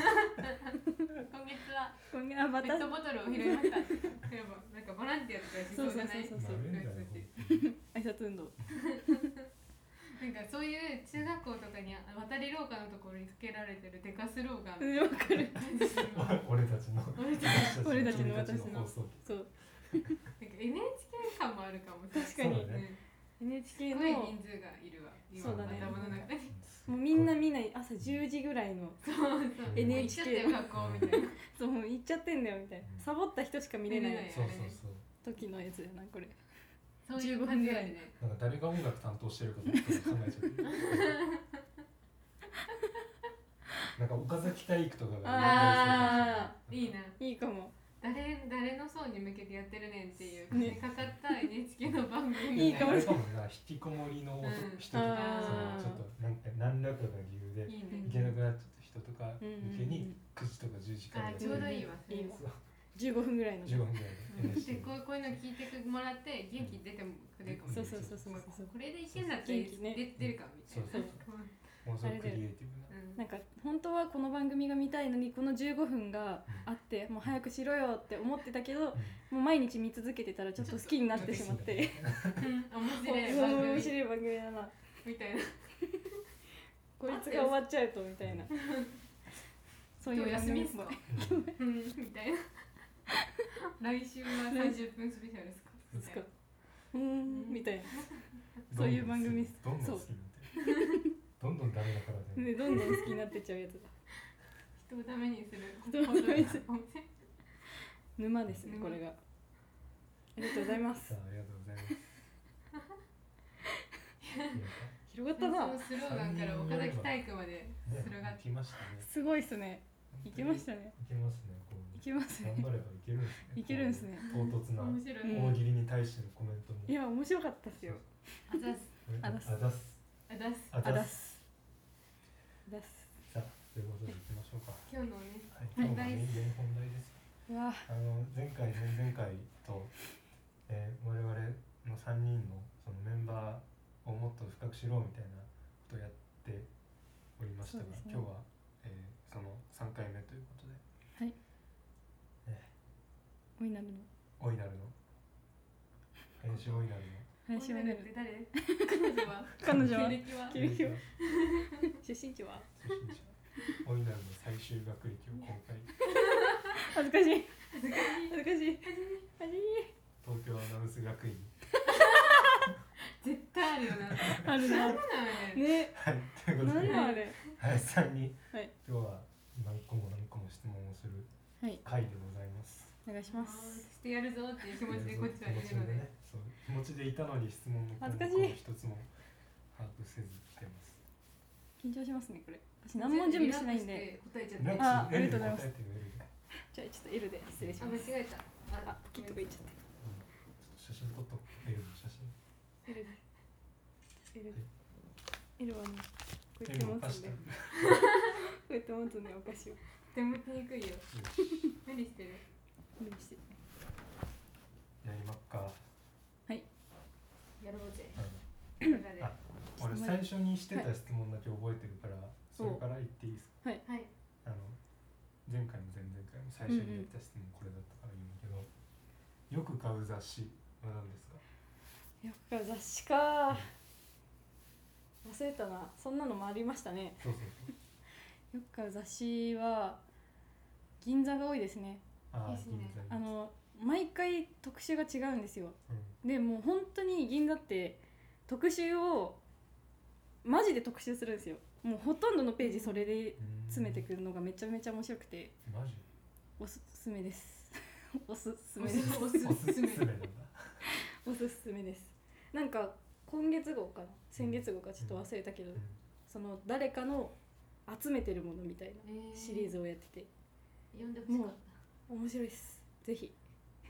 S1: 月は
S3: こんなま
S1: ペ
S3: た
S1: ットボトルを拾いましたやっぱなんかボランティアとかしそうじゃない
S3: そうそうそう
S2: なめんだよ
S3: 挨拶運動
S1: なんかそういう中学校とかに渡り廊下のところにつけられてるデカスローガ
S3: う
S1: ン
S3: んわかる
S1: 感じするわ
S2: 俺たちの
S1: 俺たち
S3: 俺たちの私の
S2: 君たち放送
S3: そう
S1: なんか NHK 感もあるかも
S3: 確かに
S2: そうだね
S3: NHK
S1: す
S3: の
S1: ごい
S3: も
S1: 人数がいるわ今
S3: そうだね
S1: 頭の中に
S3: うみんな見ない朝10時ぐらいの
S1: そうそう
S2: そう
S3: NHK
S1: 行っちゃったよ学校みたいな
S3: そうもう行っちゃってんだよみたいなサボった人しか見れな
S1: 見れない
S3: い
S2: そうそうそう
S3: 時のやつだなこれ
S1: そういう感じだよね
S2: なんか誰が音楽担当してるかとか考えちゃってなんか岡崎体育とかが
S3: あ
S2: ー
S1: いいない
S3: いかも
S1: 誰誰の層に向けてやってるねんっていう金
S3: ね
S1: かかった NHK の番組みた
S3: いいかも
S2: あれ
S3: し
S2: かもな引きこもりの人と
S3: う
S2: か
S3: んあー
S2: そのちょっとなんか何らかの理由で
S1: いい
S2: 行け
S1: ね
S2: なくなっちゃった人とか
S3: うんうん
S2: 向けに9時とか10時から
S1: あ
S2: やって
S1: ち
S2: る
S1: ょうどいいわ
S3: いいわ
S2: そう
S3: 15分ぐらいの
S2: 15分ぐらい
S1: で
S2: で NHK
S1: こうこういうの聞いてもらって元気出てもくれるかもし
S3: そ
S1: れ
S3: う
S1: ない
S3: そうそうそうそう
S1: これでいけんだったら
S3: 元気ね
S1: 出出るかみたいな
S2: そう
S3: そう
S2: ものすごくクリエイティブな
S1: うん
S3: なんか本当はこの番組が見たいのにこの15分があってもう早くしろよって思ってたけどもう毎日見続けてたらちょっと好きになってしまって
S1: うん面白い番組
S3: 面白い番組だな
S1: みたいな
S3: こいつが終わっちゃうとみた いなそうい
S1: 今
S3: う
S1: 日
S3: 番
S1: 休み
S3: 組
S1: っすか
S2: うん
S1: うんみたいな来週は30分スペシャルですか
S3: で
S1: み
S3: す
S1: たい
S3: か
S1: な
S3: うーんみたいなそういう番組です
S2: どんどん好きになってるどんどんダメだからね
S3: でどんどん好きになってっちゃうやつだ
S1: 人をダメにする
S3: 人をダメにする
S1: 本当だ
S3: 沼ですねこれがありがとうございます
S2: さあありがとうございます
S3: 広がったな
S1: そのスローガンから岡崎体育まで
S2: ね
S1: 広がって
S2: 来ましたね
S3: すごいっすねいけましたね
S2: いけますねこ
S3: いうけます
S2: 頑
S3: ね
S2: 張ればいけるんですね
S3: いけるんですね
S2: 唐突な
S1: 面白い、
S3: うん
S2: 大喜利に対してのコメントも
S3: いや面白かったっすよ
S1: あざっす
S2: あ
S3: あ
S2: だ
S3: だ
S2: す
S3: す
S2: あだす
S1: あざっす
S2: あだ
S3: あだ
S2: す
S3: す
S2: さ
S3: あだす
S2: あということでいきましょうか
S1: 今日のね
S2: はい今日のメイン本題です
S3: う
S2: あ
S3: わ
S2: の前回前々回と、えー我々の3人のそのメンバーをもっと深く知ろうみたいなことをやっておりましたが、
S3: そうですね
S2: 今日は、えーその3回目ということで
S3: おいなるの
S2: オイナルの編集オイナルの
S3: 林おいな
S1: って
S3: る
S1: 誰彼女は
S3: 彼女は
S1: 経歴は
S3: 経歴は
S2: 編集
S3: 出身地は
S2: 出身者オイナルの最終学歴を今回
S3: 恥ずかしい恥ずかしい恥ずかしい
S2: 東京アナウンス学院に
S1: 絶対あるよな
S3: ある
S1: な
S3: な
S1: な
S3: ん
S1: のね
S3: ね
S2: はいというこ
S3: 何
S2: とで
S3: だあれ
S2: 林さんに、
S3: はい
S2: 今日は何個も何個も質問をする
S3: はい
S2: 回でございます
S3: お願いし
S1: あ
S3: ま
S1: ー
S3: す
S1: してやるぞっていう気持ちでこっちはいる
S2: 気持
S1: の
S2: ちで
S1: で
S2: ねそう気持ちでいたのに質問の項
S3: 恥ず
S2: 目
S3: かし
S2: を
S3: い
S2: 一つも把握せず来てます
S3: 緊張しますねこれ私何も準備しないんで
S1: リラックスして答え
S2: リラッ
S1: ちゃった
S2: クス
S3: あありがとうございま
S2: 答
S3: す
S2: えてくれるね
S3: じゃあちょっと L で失礼し
S1: あ
S3: ま
S1: 間
S3: す
S1: 違えた
S3: あポキッとかいっちゃ
S2: ちょ
S3: っ
S2: っと写真撮っとこうエルの写真
S3: た L だ L だ L はねこうやっ
S2: エ
S3: て
S2: ルの
S3: 持
S2: お菓
S3: つ
S2: 子
S3: ん
S2: と
S3: でこうやって持つんでお菓子を
S1: 手持ちにくいよ
S2: よし
S1: 無理してる
S3: 無理して
S2: やりまっか
S1: やろうぜ
S2: あの
S1: みんなで
S2: あ
S1: は
S2: 俺
S3: 質問
S2: 最初にしてた質問だけ覚えてるから、それから言っていいですか
S1: い
S2: あの前回も前々回も最初に言った質問これだったから言うんだけど、よく買う雑誌は何ですか
S3: よくか雑誌か忘れたなそんなのもありましたね
S2: そうそうそう
S3: よく買う雑誌は銀座が多いですね
S2: ああ
S1: ですね
S2: 銀座に
S3: あの毎回特集が違うんですよ
S2: うん
S3: でもう本当に銀座って特集をマジで特集するんですよもうほとんどのページそれで
S2: うん
S3: 詰めてくるのがめちゃめちゃ面白くて
S2: マジ
S3: おすすめです おす
S1: お
S3: すめです
S1: す
S2: おすす
S1: す
S2: め
S1: め
S2: なんだ
S3: おすすめですなんか今月号かな先月号かちょっと忘れたけど、
S2: うん
S3: その誰かの集めてるものみたいな
S1: え
S3: シリーズをやってて
S1: 読んでほしかっ
S3: 面白いですぜひ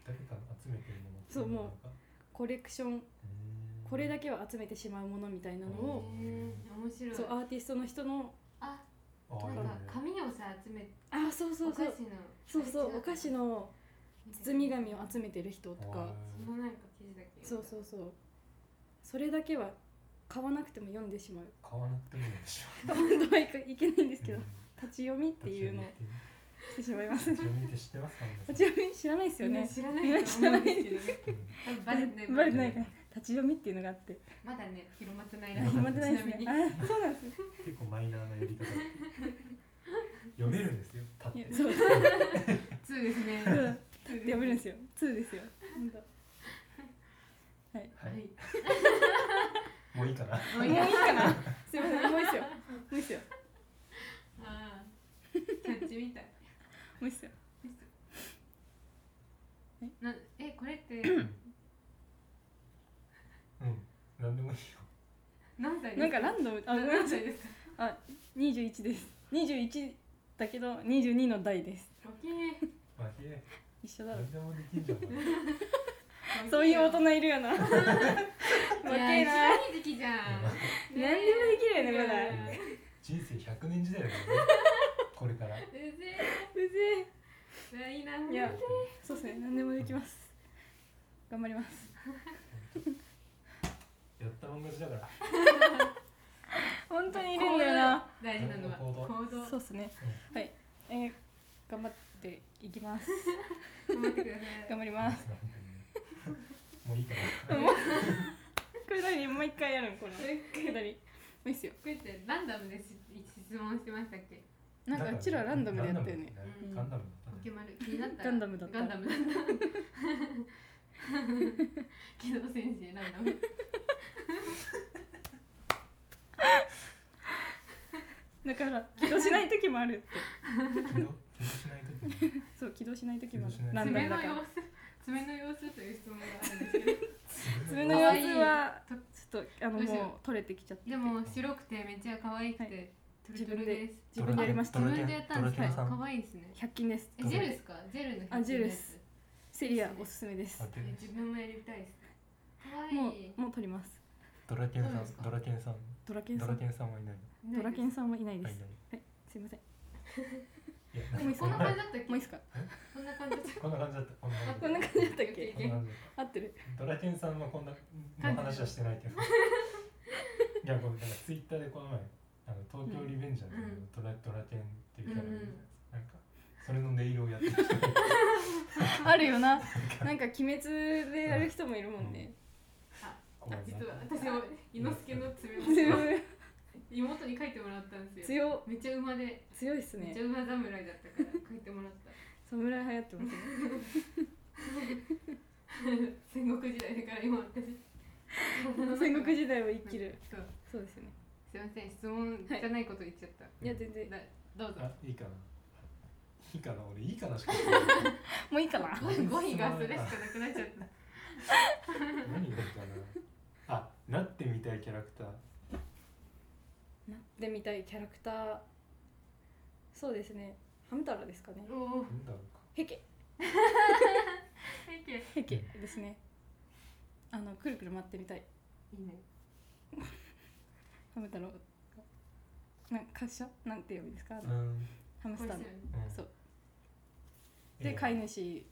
S2: 誰かの集めてるものってい
S3: そうもう
S2: なんか
S3: コレクション
S2: うーん
S3: これだけは集めてしまうものみたいなの
S1: た
S2: う
S1: へ
S2: ん
S3: を
S1: え面白い
S3: そうアーティストの人の
S1: あ
S2: ああ
S1: ないん
S2: い
S1: か
S2: ね
S1: 紙をさ集め
S3: ああそうそ
S1: お
S3: うそ
S1: 菓
S3: う
S1: 子の
S3: そうそうお菓子の包み紙を集
S1: め
S3: めてる人とか
S1: そのなんか記事だけ
S3: そうそうそうそれだけは買わなくても読んでしまう
S2: 買わなくてもいいでしょ
S3: 本当はいかいけないんですけど
S2: うん
S3: 立ち読みっていうのをしてしまいます
S2: 立
S3: 立
S2: ち読みって知ってますか皆さん
S3: ち読み知らないですよね
S1: 知らないと思 うんですけどね
S2: う
S1: 多
S2: ん
S1: 分バレてない
S3: バレてないから立ち読みっていうのがあって
S1: まだね広まってないらしい
S3: 始まってないです
S1: ち
S3: ね
S1: なみに
S3: あーそうなんですね
S2: 結構マイナーなやり方読めるんです よ立
S3: い
S2: っ
S3: や
S2: て
S3: そう
S1: そうですね
S3: そうだ
S1: そうですね
S3: やめるんですよ。2ですよ。本当
S2: は
S1: はいい
S2: もういいかな
S1: もういい
S3: もう
S1: や
S3: いいかな。すいません。もういいっすよ。もういいっすよ。
S1: あーキャッチみたい
S3: もういいっすよ。
S1: なえこれって
S2: うん何でもいいよ
S1: 何歳です
S3: なんかランドムあごめんな
S1: 何
S3: さ
S1: 歳
S3: い。
S1: ですか
S3: あ二十一です。二十一だけど二十二の代です。
S1: ロケー
S2: マジで
S3: 一緒だろ
S2: 何。でもできんじゃんお前
S3: そういう大人いるよな。若
S1: いや
S3: いな。
S1: 一緒に時期じゃん
S3: 何でもできるよねまだ
S1: ね
S2: 人生100年時代だからねこれから
S1: えうぜ
S3: うぜ
S1: えうわいいな
S3: え。いや、そうですね。何でもできます。頑張ります。
S2: やったもん勝ちだから
S3: 本当にいるんだよな。
S1: 大事なのは
S2: 行
S1: 行
S2: 動
S1: 動
S3: そうですね。はい。えー、頑張っていき ます。
S1: 頑張ってください
S3: 頑張り ます。
S2: もういいかな
S3: これ何もう一回やるんこの
S1: もう一回
S3: くだりもういいっすよ
S1: これってランダムでし質問してましたっけ
S3: なんかうちらランダムでやったよね
S1: うん
S2: ガンダムだ
S1: ポ
S2: った
S1: ケ
S2: ね
S1: マル気になったら
S3: ガンダムだった
S1: ガンダムだった機動戦士ランダム
S3: だから起動しない時もあるって
S2: 起動起動しない時に
S3: そう起動しない時もある
S2: 起動しな
S3: ラ
S2: い
S1: 爪
S3: ンダムだ
S1: の
S3: か
S1: 様子
S3: ら
S1: 爪の様子という質問があるんですけど
S3: 爪の
S1: の
S3: 様
S1: 様
S3: 子
S1: 子
S3: は
S1: は
S3: ちょっとあ
S1: ど
S3: の
S1: うしよう
S3: もう取れてきちゃって
S1: でも白くてめっちゃ可愛く
S3: は
S1: てトルトルです
S3: 自分でやりました
S2: ド
S1: 自分
S2: ラケン
S1: でやったんです
S2: ドラケ
S1: か
S2: ンさん
S1: 可愛いですね
S3: 100均です
S1: えジェルですかジェルの
S3: あジェルで
S1: です
S3: セリアおすすめです
S2: あで
S1: 自分もやりたいです可愛い
S3: もうもう取ります
S2: ドラケンさ
S1: どうです
S2: ん
S1: か
S2: ドラケンさん
S3: ドラケンさ
S2: ドラ
S3: ん
S2: ケンさんはいない
S3: ドラケンさんはいない
S2: の
S3: で
S2: はい
S3: す
S2: ない
S3: すいません
S2: いや
S3: もういいっす
S1: こ
S3: か
S1: ん
S3: も
S1: な感じだったっけ
S3: ういいっすか
S1: こんな感じだった
S2: こんな感じだったこんな感じだった
S3: こんな感じだったっ
S1: オッケ
S3: け
S1: ー
S2: こんな感じだっ
S3: 合ってる
S2: たドラケンさんのこんなの話はしてないけどやこれなんかツイッターでこの前あの東京リベンジャーズの
S1: うん
S2: トラトラケンっていうキャラ
S1: うんうん
S2: いるじゃないですかなんかそれの音色をやってきて
S3: あるよななんか鬼滅でやる人もいるもんね、
S2: ごめ
S1: あ
S2: んな
S1: 実は私も伊之助の爪を
S3: 強い
S1: 妹に書いてもらったんですよ
S3: 強
S1: めっちゃ馬で
S3: 強いっす
S1: めっ
S3: ね
S1: ちゃ馬侍だったから書いてもらった
S3: 侍流行ってますね
S1: 戦国時代だから今私
S3: 戦国
S1: 時
S3: 時代を生きる
S1: そう
S3: そうですね
S1: すいません質問じゃないこと言っちゃった、
S3: いや全然
S1: だどうぞ
S2: あいいかないいかな俺いいかなしか言ってない
S3: もういいかな
S1: 語彙語彙がそれしかなくなっちゃ った
S2: 何がいいかなあなってみたいキャラクター
S3: なってみたいキャラクターそうですねハム太郎ですかね
S1: おお
S2: なんだろうか
S3: ヘケ
S1: 背景いい
S3: ヘケですねあのくるくる回ってみたい
S1: ね
S3: ハム太郎なんか滑車なんて呼ぶんですか、
S2: うん
S3: ハム
S1: こ
S3: ス
S1: れ
S3: ター
S1: さ
S3: の
S2: うん
S3: そうで飼い主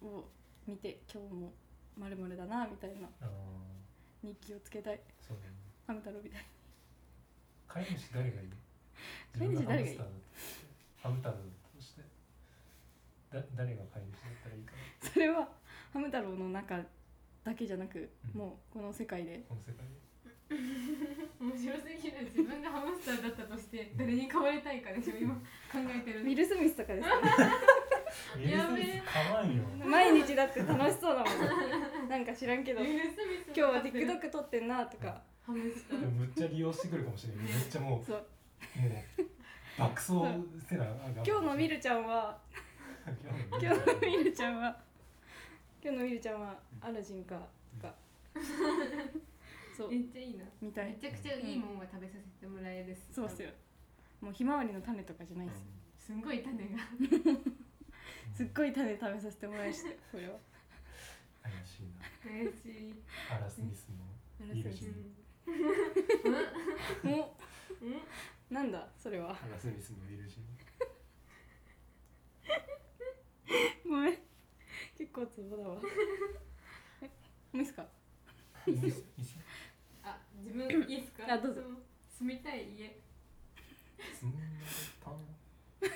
S2: うん
S3: を見て今日もまるまるだなみたいな
S2: あのー
S3: 日記をつけたい
S2: そうだね
S3: ハム太郎みたい
S2: 飼い主誰がいい
S3: 飼い主誰がい
S2: 自
S3: い
S2: 分ハムスターだとハムタロウとしてだ誰が飼い主だったらいいかな
S3: それはハム太郎の中だけじゃなく、
S2: うん
S3: もうこの世界で
S2: この世界で
S1: 面白すぎる自分がハムスターだったとして誰に飼われたいかでしょ今考えてる
S3: ウィル・スミスとかで すかね
S2: ウィルスミスかわんよ
S3: 毎日だって楽しそうだもんなんか知らんけど
S1: ウィ
S3: 今
S1: ルスミス
S3: 日は TikTok 撮ってんなとか
S1: ハムスタ
S2: で
S1: ー
S2: もむっちゃ利用してくるかもしれないめっちゃもうも
S3: そう
S2: う爆走せな今
S3: 今日のミ
S2: る
S3: ルちゃんは
S2: 今
S3: 今日のミルちゃんは今日のミルちゃんはアラジンかと かそう
S1: めっちゃいいな
S3: みた
S1: め
S3: い
S1: ちゃくちゃいいもんは食べさせてもらえるし
S3: そうっすよもうひまわりの種とかじゃないです
S1: すんごい種が
S3: すっごい種食べさせてもらいしたこれは
S2: 怪しいな
S1: 嬉しい
S2: アラスミスのいいです
S1: う
S2: ね
S1: ん
S3: も
S1: うん
S3: うなんだそれは
S2: アラスミスのウィルジン
S3: ごめん結構ツボだわえもういいっすか
S2: いいっすいいっす
S1: あ、自分いいですか。
S3: あどうぞ。
S1: 住みたい家。
S2: そんなパンち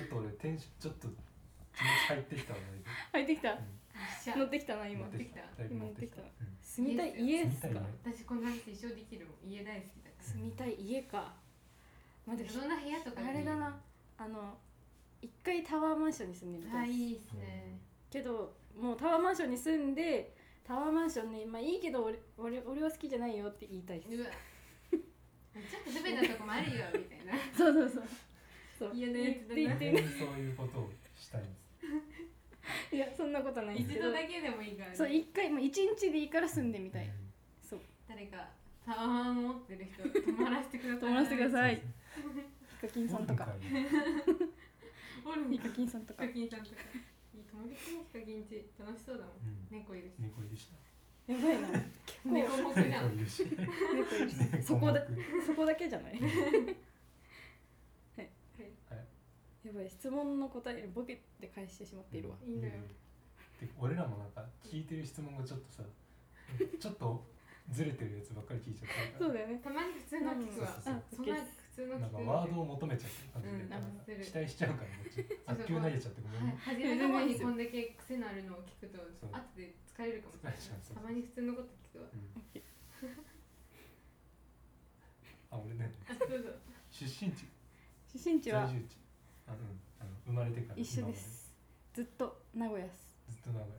S2: ょっと俺テンションちょっと気持ち入ってきたわ
S3: 入ってきた
S1: じゃ
S3: 乗ってきたな今
S2: 今
S1: てきた
S2: だいぶ持ってきた
S3: 今
S2: うん
S3: 住みたい家っすか
S2: 住みたいね
S1: 私この話一生できるもん。家大好きだか
S3: 住みたい家かまあで
S1: ら。
S3: も
S1: いろんな部屋とか
S3: あれだなあの一回タワーマンションに住んでみた
S1: あ、
S3: いです
S1: いいですね。
S3: けどもうタワーマンションに住んでタワーマンションねまあいいけど俺俺俺は好きじゃないよって言いたいです
S1: うわ。ちょっと不便なとこもあるよみたい な。
S3: そうそうそうそう
S1: 嫌なやつだな
S3: 言って
S2: 全然
S3: 言っ
S2: そういうことをしたいんです
S3: ていやそんなことない
S1: 一
S3: けど
S1: 度だけでもいいからね。
S3: そう一回もう一日でいいから住んでみたい
S2: うん
S3: そう
S1: 誰かタワマン持ってる人泊まらせてください。
S3: 泊まらせてくだ
S2: そう
S3: さい
S2: ですね
S3: ヒカキンさんとか
S1: お
S2: 本会
S1: るん
S3: ヒ
S1: か
S3: カキンさんと
S1: ヒ
S3: か
S1: カキンさんとか。いい友達ねヒカキンち楽しそうだもん。
S2: うん
S1: 猫いる し。
S2: 猫いるし
S3: やばいな結
S1: 猫も
S2: な
S1: くじゃん。
S2: 猫いるし
S3: 構猫いるし
S2: 猫
S3: そこだ
S2: も来る
S3: そこだけじゃない
S1: はい
S3: やばい質問の答えボケって返してしまっているわ
S1: いいんだよ
S2: で俺らもなんか聞いてる質問がちょっとさちょっとずれてるやつばっかり聞いちゃって
S3: そう
S2: る
S3: だよね
S1: たまに普通の聞くわ。
S2: そうそう
S1: そんな普通の
S2: か
S1: 聞く
S2: らなんかワードを求めちゃってる
S1: うん
S2: 感
S1: あ
S2: じ
S1: 知っ
S2: で
S1: てる
S2: 期待しちゃうからこっちあっきゅう投げちゃってごめん
S1: はい
S2: ね、
S1: 初めの方にこんだけ癖のあるのを聞くと
S2: そう
S1: 後で疲れるかもしれない
S2: 疲れちゃうそう
S1: たまに普通のこと聞くわ
S2: うんあ俺ね
S1: あどうぞ
S2: 出身地
S3: 出身地
S2: 在
S3: は
S2: 住地あうんあの生まれてから
S3: 一緒
S2: 今ま
S3: で
S2: です
S3: ずっと名古屋っす
S2: ずっと名古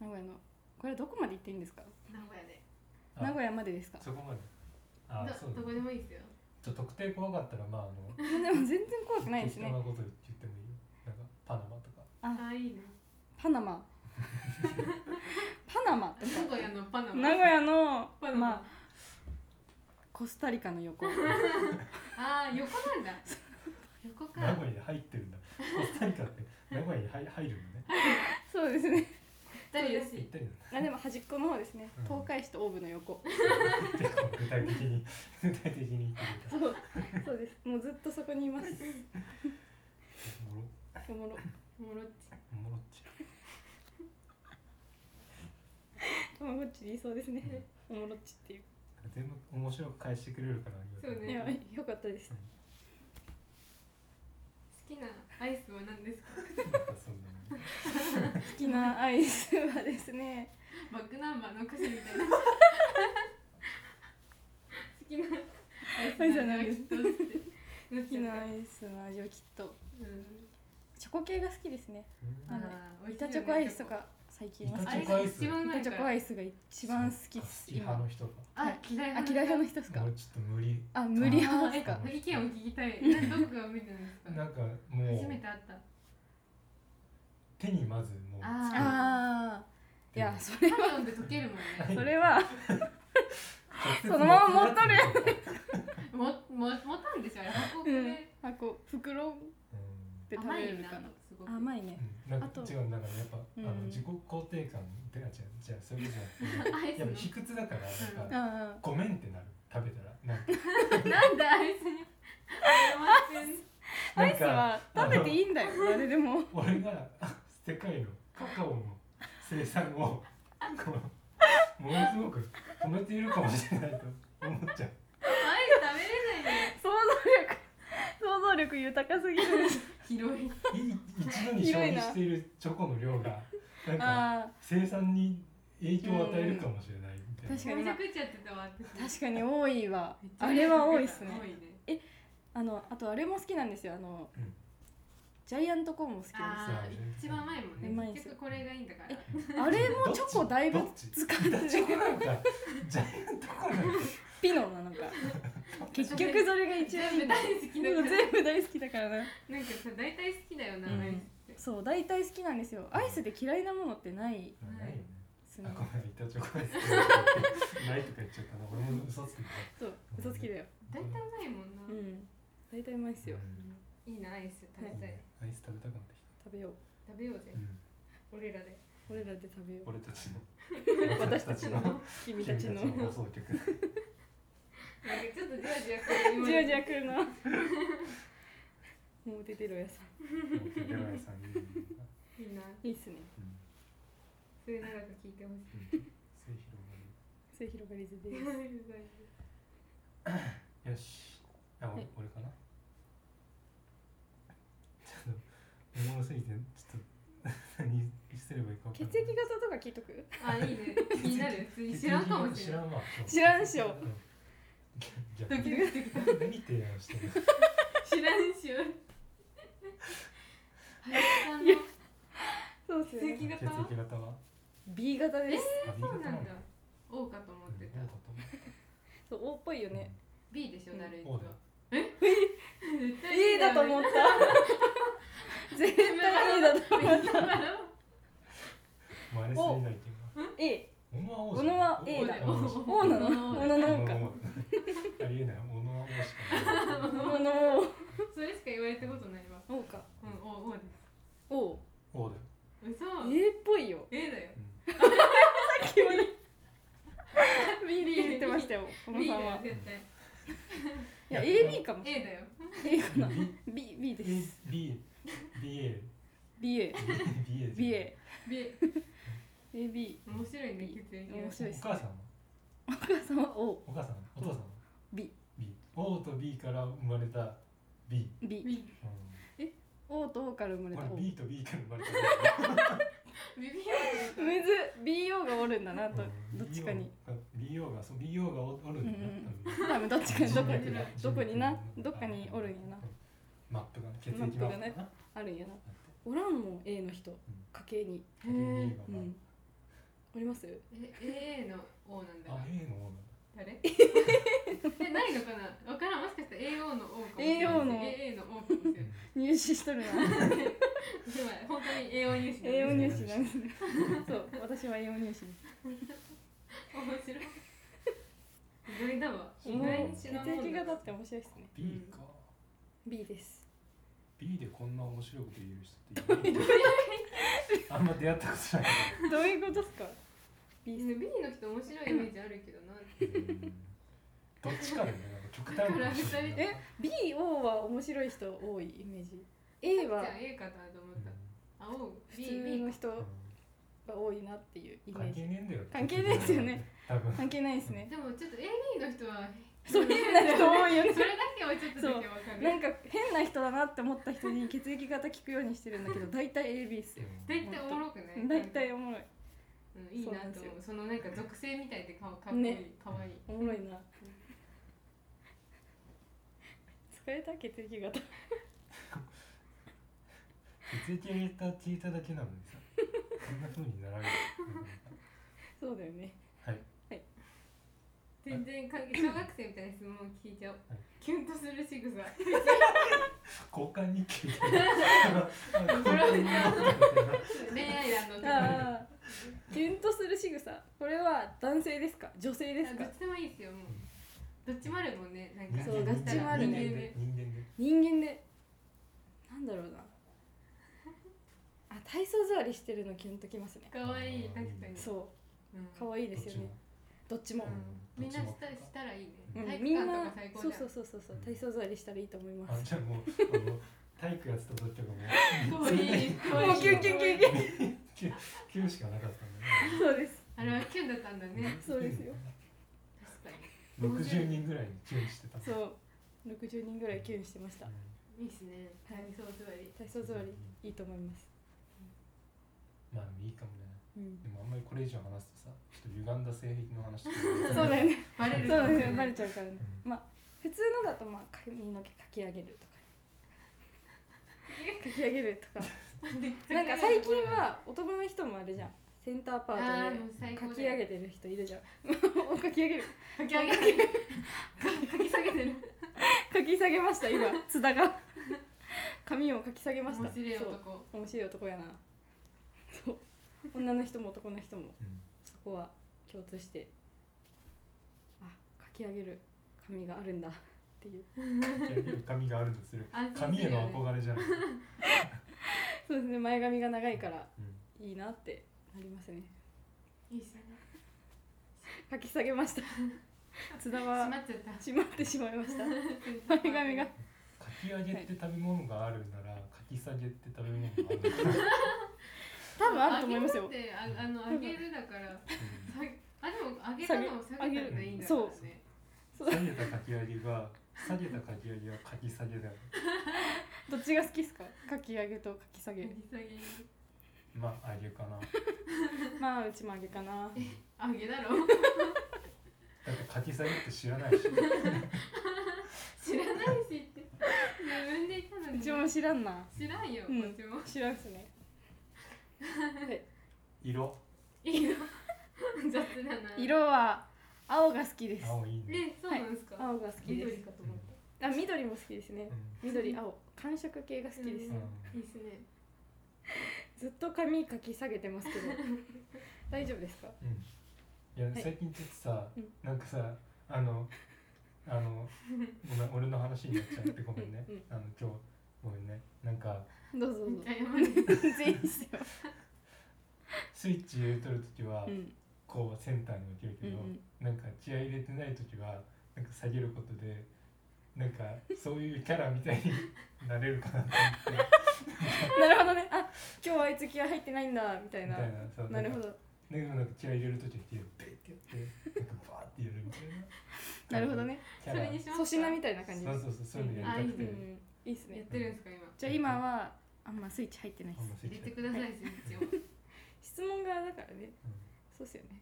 S3: 名古屋のこれどこまで行っていいんですか
S1: 名古屋で
S2: あ
S3: 名古屋までですか
S2: 屋そこまであ
S1: ど
S2: そうだ
S1: どこでもいいですよ
S2: ちょっと特定怖かったらまああの
S3: でも全然怖くないです
S2: 適
S3: ね
S2: 当なこと言ってもいいよなんかパナマとか
S3: あ
S1: あいいな
S3: パナマパナマと
S1: 名
S3: か
S1: 古屋のパナマ
S3: 名古屋の
S1: パナマ、
S3: まあコスタリカの横
S1: ああ横なんだ横か
S2: 名古屋に入ってるんだコスタリカって名古屋に入入るんだね
S3: そうですね
S1: 二人だ
S2: ぴっ
S1: した
S2: りなんだ
S3: あでも端っこの方ですね
S2: うん
S3: 東海市と大部の横
S2: 結構具体的に具体的に言ってみた
S3: そうそうですもうずっとそこにいます
S2: おもろ
S3: おもろ
S1: もろっち
S2: おもろっち
S3: たまごっちでいそうですね
S2: うん
S3: おもろっちっていう
S2: うん全部面白く返してくれるからありがたい
S1: そう
S3: い
S1: ね
S3: やよかったです
S1: 好きなアイスは何ですか
S2: うんなんかそんなの
S3: 好きなアイスはですね
S1: バックナンバーの歌詞み たいな好きなアイスの味はきっとって好
S3: 好きなアイスの味はきっと
S1: うん
S3: チョコ系が好きですね
S2: うん
S3: あの
S1: あー
S3: 板チョコアイスとか最近います
S2: 板チョコ
S1: あれが一番うま
S3: 板
S1: い
S3: チ
S1: か
S3: ョコ
S1: ら
S3: アイスが一番好きです
S2: 好き派
S3: 今
S2: の人が
S1: あ嫌い
S3: あ嫌い派の
S1: 人
S3: 人ですか
S2: 俺ちょっと無理
S3: あ無理派
S1: あ
S3: ですか
S1: え意見を聞きた いなどこが見てるんですか
S2: なんかもう
S1: 初めて会った
S2: 手にまずもう
S1: あー
S3: ああいや
S2: 手に
S3: それ
S1: パンで溶けるもんね
S3: それは
S2: 直接
S3: そのまま持っとる
S2: やつとか
S1: もも持たんでしょあれ箱
S3: う
S1: で、
S3: んあこう袋で食
S1: 甘
S3: べ
S1: い
S3: れ
S1: よ
S3: る
S1: な
S3: かな
S1: すごく
S3: 甘いね
S2: うんうんなんか
S3: あと
S2: 違うなんかやっぱあの
S3: うん
S2: 自己肯定感であじゃあじゃあそういうことじゃなくて
S1: アイス
S2: や
S1: の
S2: っぱ卑屈だからなん
S3: う
S2: か
S3: んうん
S2: ごめんってなる食べたらなんか
S1: なんでアイスに謝ってんの
S3: ア
S2: な
S3: イ
S2: ん
S3: ス
S2: か
S3: は食べていいんだよ誰でも
S2: 俺が世界のカカオの生産をこうものすごく止めているかもしれないと思っちゃ
S1: ア
S2: う
S1: イス食べれないよ
S3: 想像力想像力豊かすぎる
S1: 広い
S2: い一度に消費しているチョコの量がなんか
S3: あ
S2: 生産に影響を与えるかもしれないみたいな
S3: 確か
S1: め
S3: に
S1: ちゃ
S3: な
S1: くちゃってたわ私
S3: 確かに多いわ
S1: めっちゃ
S3: あれは多いっす
S1: 多い
S3: ね
S1: ね
S3: あのあとあれも好きなんですよあの、
S2: うん
S3: ジャイアントコーンも好きですあ
S1: あー一番甘いもんね
S3: うまいんす
S1: 結
S3: よ
S1: 局これがいいんだから
S3: れもチョコだいぶ
S2: どっち
S3: 使っ
S2: 板チョ
S3: て
S2: コ
S3: る
S2: なんかジャイアントコーンなんか
S3: ピノなの か結局それが一番い
S1: 全
S3: い
S1: 部
S3: の
S1: 大好 きだ
S3: 全
S1: から
S3: 部大好きだからな
S1: なんかさ大体好きだよな
S2: うん
S1: アイスって
S3: そう大体好きなんですよアイスで嫌いなものってないで
S2: ないよね
S3: す
S2: あ
S3: ね
S2: ごめん板チョコですないとか言っちゃったな俺も嘘つきだ
S3: そう嘘つきだよ
S1: 大体うまいもんな
S3: う、ん大体うまいっすよ
S1: いいなアイス食べ
S2: うんいい
S1: たい
S2: ねアイス食べたくなってき
S3: 食べよう
S1: 食べようぜ
S2: た、うん
S1: 俺らで
S3: 俺らで食べよう
S2: 俺たちの
S3: 私たちの君
S2: 君
S3: た
S2: た
S3: ち
S2: ち
S3: の
S2: の放送局
S1: なんかちょっとじわじわこう今
S3: じわじわ来るな もう出てるおやさ
S2: 手寺屋さんに、
S1: いいなん
S3: いいっすね
S2: うん
S1: それ長く聞いてほしい
S2: うん、末広が
S3: 末広がりずで
S1: あり
S3: す
S1: がとうござい
S2: りよしあ俺,、
S3: はい
S2: 俺かなちょっとおもろすぎてちょっと何すればいいか分
S3: 血
S2: かん
S3: 液
S2: ない
S3: 型とか聞いと く
S1: ますあいいね気になる普通に知らんかもしれない
S2: い
S3: 知らんっしょ
S2: 逆に何提案してる
S1: 知らんしよ林さんの
S3: そうです
S1: 血
S3: ね
S1: 液
S2: 血液
S1: 型
S2: 型は
S3: B 型です
S2: あ
S1: そうなんだ
S2: B 型の
S1: 王かと思ってた
S2: うんどうかと思う
S3: そうおっぽいよね
S1: B でしょだるい
S2: O だ
S1: 絶
S3: A だと思った絶対 A だと思った
S1: だ
S2: もうあれすぎないっていうか
S3: た A
S2: 小野は O
S3: 小野は A だ O なの
S1: おの
S3: もの
S2: 小
S3: の
S2: 野
S3: か
S2: は O
S3: も
S2: ありえない小野は O しかない
S3: のの
S1: それしか言われたことないわ
S3: O か
S1: うん王王です
S3: O
S2: O だよ、
S1: 嘘
S3: A っぽいよ
S1: A だよ
S2: うん
S3: 急に B で言ってましたよこの
S1: B だ
S3: さん
S1: よ
S3: は
S1: 絶対
S3: いや AB かも
S1: A だよ
S3: A かな
S2: B
S3: B B です
S2: B BA BA
S3: BA BA
S1: B
S3: AB
S1: 面白いね血液
S3: 面白い
S2: お母さんは
S3: お母さんは O
S2: お母さんはお父さんは
S3: B
S2: B O と B から生まれた B、
S3: B
S1: B
S2: うん
S3: O と O から生まれ
S2: こ
S3: た
S2: れ
S3: O
S2: B と B から生まれた
S1: ビビ
S3: むず BO がおるんだなとどっちかに
S2: BO が BO がそう BO がおおるんだな、
S3: うん多分どっちかにどこにどこになどっかにおるんやな
S2: マップがね血液マ
S3: マップがね
S2: ップがね
S3: あるんやなおらんもん A の人家計に
S2: へえ
S3: う、んおります
S1: え A の王なんだ
S2: あ A の方
S1: 誰えないのかなわからんもしかしたら AO の王かもしれない
S3: AO の
S1: AA の王かもしれない
S3: 入試しと るな
S1: でも本当に AO 入試だ
S3: A4
S2: AO
S3: 入試なんですね そう私は A4 入試です
S1: 面白い意外だわ
S3: お
S1: 意
S3: もろ
S1: 外
S3: い
S1: に
S3: 血
S1: 知らんもん
S3: 液
S1: だ
S3: 型って面白いですね
S2: B か、
S3: B です
S2: B でこんな面白いこと言える人っていないあんま出会ったことない
S3: どういうことですか
S1: B
S3: B
S1: の人面白いイメージあるけどな
S2: うんどっちかだよねなんか極端かもしれない
S3: え BO は面白い人多いイメージ A は
S1: じゃあ A かなと思っ
S2: うん
S1: たあ O
S3: 普
S1: B
S3: 通
S1: B
S3: の
S1: か
S3: 人が多いなっていうイメ
S2: 関
S3: ー
S2: 係
S3: ジ
S2: ねえんだよ
S3: 関係ねえですよね
S2: 多分
S3: 関係ない ですね
S1: でもちょっと AD の人は
S3: そう変な人多い よ ね
S1: それだけはちょっとだけわかんな
S3: ないんか変な人だなって思った人に血液型聞くようにしてるんだけど大体 AB っすよ
S1: 大体おもろくない
S3: 大体おもろい
S1: うんいいなと
S3: そうなん
S1: 思
S3: で
S1: うそのなんか属性みたいでかかっこいい、
S3: ね
S1: かわいい
S3: おもろいな疲れた血液型
S2: 血液型聞いただけなのにさこんな風に並べる
S3: そうだよね
S2: はい
S1: 全然関係小学生みたいな質問聞いちゃおう、
S2: はい
S1: キュンとする仕草
S2: 交換日記みたいな交
S1: これ
S2: 換日記みたいな
S1: 恋愛談の時
S3: ああキュンとする仕草これは男性ですか女性です
S1: ど
S3: か
S1: っちでもいいですよもうどっちもあるもんねなんか
S3: そうどっちもある
S1: 人
S3: ね
S1: 間で
S2: 人間で
S3: 人間でなんだろうなあ体操座りしてるのキュンときますね
S1: かわいい確かに、
S3: そう
S1: ん、
S3: う可愛いですよねどっちも
S1: う、ん、みんなした
S2: どっちも
S1: したらいいね、
S2: うん
S3: うん
S1: 体
S3: み
S1: 育
S3: ん
S1: 館と
S3: な
S1: か最高じ
S3: そ
S1: ゃ
S3: うんそうそうそうそう体操座りしたらいいと思いま
S2: あ
S3: す
S2: じゃあもうあの体育やってた時とかも
S1: かわいいかわいい
S3: もうキュンキュンキュンキュン
S2: キュンキュンしかなかったんだ
S3: そうです
S1: あれはキュンだったんだ
S2: ね
S1: ね
S3: そうですよ
S1: 確か
S2: 六十人ぐらいにキュンしてた
S3: そう60人ぐらいキュンしてました
S2: うん
S1: にいいっすね
S3: はい
S1: 体操座り
S3: 体操座りいいと思います
S2: まあでもいいかもね
S3: うん
S2: でもあんまりこれ以上話すとさちょっと歪んだ性癖の話とか
S3: そうだよね
S1: バレ
S3: そう
S1: る
S3: だ
S1: かもしれ
S3: よね
S1: な
S3: バ
S1: い
S3: レちゃうからねまあ普通のだとまあ髪の毛かき上げるとかかき上げるとか なんか最近は男の人もあれじゃんセンターパ
S1: あ
S3: ー
S1: ー
S3: ト
S1: もう最
S3: で
S1: 高
S3: か
S1: だよ
S3: き上げてる人いるじゃんお かき上げる
S1: かき上げてるかき下げてる
S3: かき下げました今津田が髪をかき下げま
S1: 面
S3: した
S1: 白い
S3: そう
S1: 男
S3: 面白い男やなそう女の人も男の人も
S2: うん
S3: そこは共通してあかき上げる髪があるんだっていう
S2: キュンキュン髪があるとする
S1: 安心
S2: 髪
S1: す
S2: へ
S1: るよ
S2: の
S1: ね
S2: 憧れじゃない
S3: そうですね前髪が長いから
S2: うん
S3: いいなってなりますね
S1: いいっすね
S3: かき下げました 津田
S1: 閉
S3: は
S1: まっちゃった
S3: 閉まってしまいました前髪が
S2: かき揚げって食べ物があるなら、かき下げって食べ物がある から、うん
S3: 多分あると思います
S1: あ
S3: よ
S1: げるってああの
S3: 分
S1: あげるだからさあでもあげたのも下げたのがいいんだ
S3: そう
S1: からね
S2: 下げたかき揚げが下げたかき揚げはかき下げだよ
S3: どっちが好きですかかき上げとかき下
S1: か
S3: げ
S1: き下げ
S2: まあ揚げかなだ
S3: まあうちも上げかな
S1: あげだろ
S2: ってかき下げって知らないし
S1: 知らないしって自分で言ったの
S3: う
S1: に
S3: ちも知らんな
S1: 知らんよ
S3: うん
S1: こっちも
S3: 知らん っすね
S2: 色
S1: いいの雑だな
S3: 色は青が好きです
S2: 青いいね、
S1: ねそうなんですか
S3: 青が好きで
S1: 緑
S3: す
S1: かと思った
S3: あ緑も好きですね
S2: う
S3: 緑青寒色系が好きです
S2: んうん
S1: いいっすね
S3: ずっと髪かき下げてます けど大丈夫ですか
S2: うん、いや、
S3: はい
S2: 最近ちょっとさ
S3: うん
S2: なんかさあのあのごめん俺の話になっちゃってごめんね
S3: うんうん
S2: あの今日ごめんねなんか
S3: どうぞど
S1: め
S3: う
S1: っ
S3: ぞ
S1: ちゃ山です
S3: 全員ですよ
S2: スイッチ入れとる時は、
S3: うん
S2: こうセンターに置ける
S3: う
S2: け
S3: んう
S2: ど、
S3: ん
S2: なんか気合い入れてない時はなんか下げることでなんかそういうキャラみたいになれるかなと思って
S3: なるほどねあ今日はあいつ気合入ってないんだみたい
S2: み
S3: な
S2: たいなそう
S3: なるほ
S2: ど
S3: ど
S2: でもなんか気合い入れる時ってペッてやってなんかバーってやるみたいな
S3: なるほどね
S2: キ
S1: そ
S2: ャラ
S1: れにしま
S3: 粗
S1: す
S3: 品
S1: か
S3: みたいな感じ
S2: そ
S3: で
S2: う
S3: す
S2: そうそうそういうのやりたくて、
S3: うんいいっす
S1: やっ
S3: ね
S1: てるんですか今
S3: じゃあ今はあんまスイッチ入ってないで
S2: あんますスイッ
S1: 入
S2: チ
S1: れてくださいスイッチを好
S3: 質問がだからね
S2: うん
S3: そうっすよね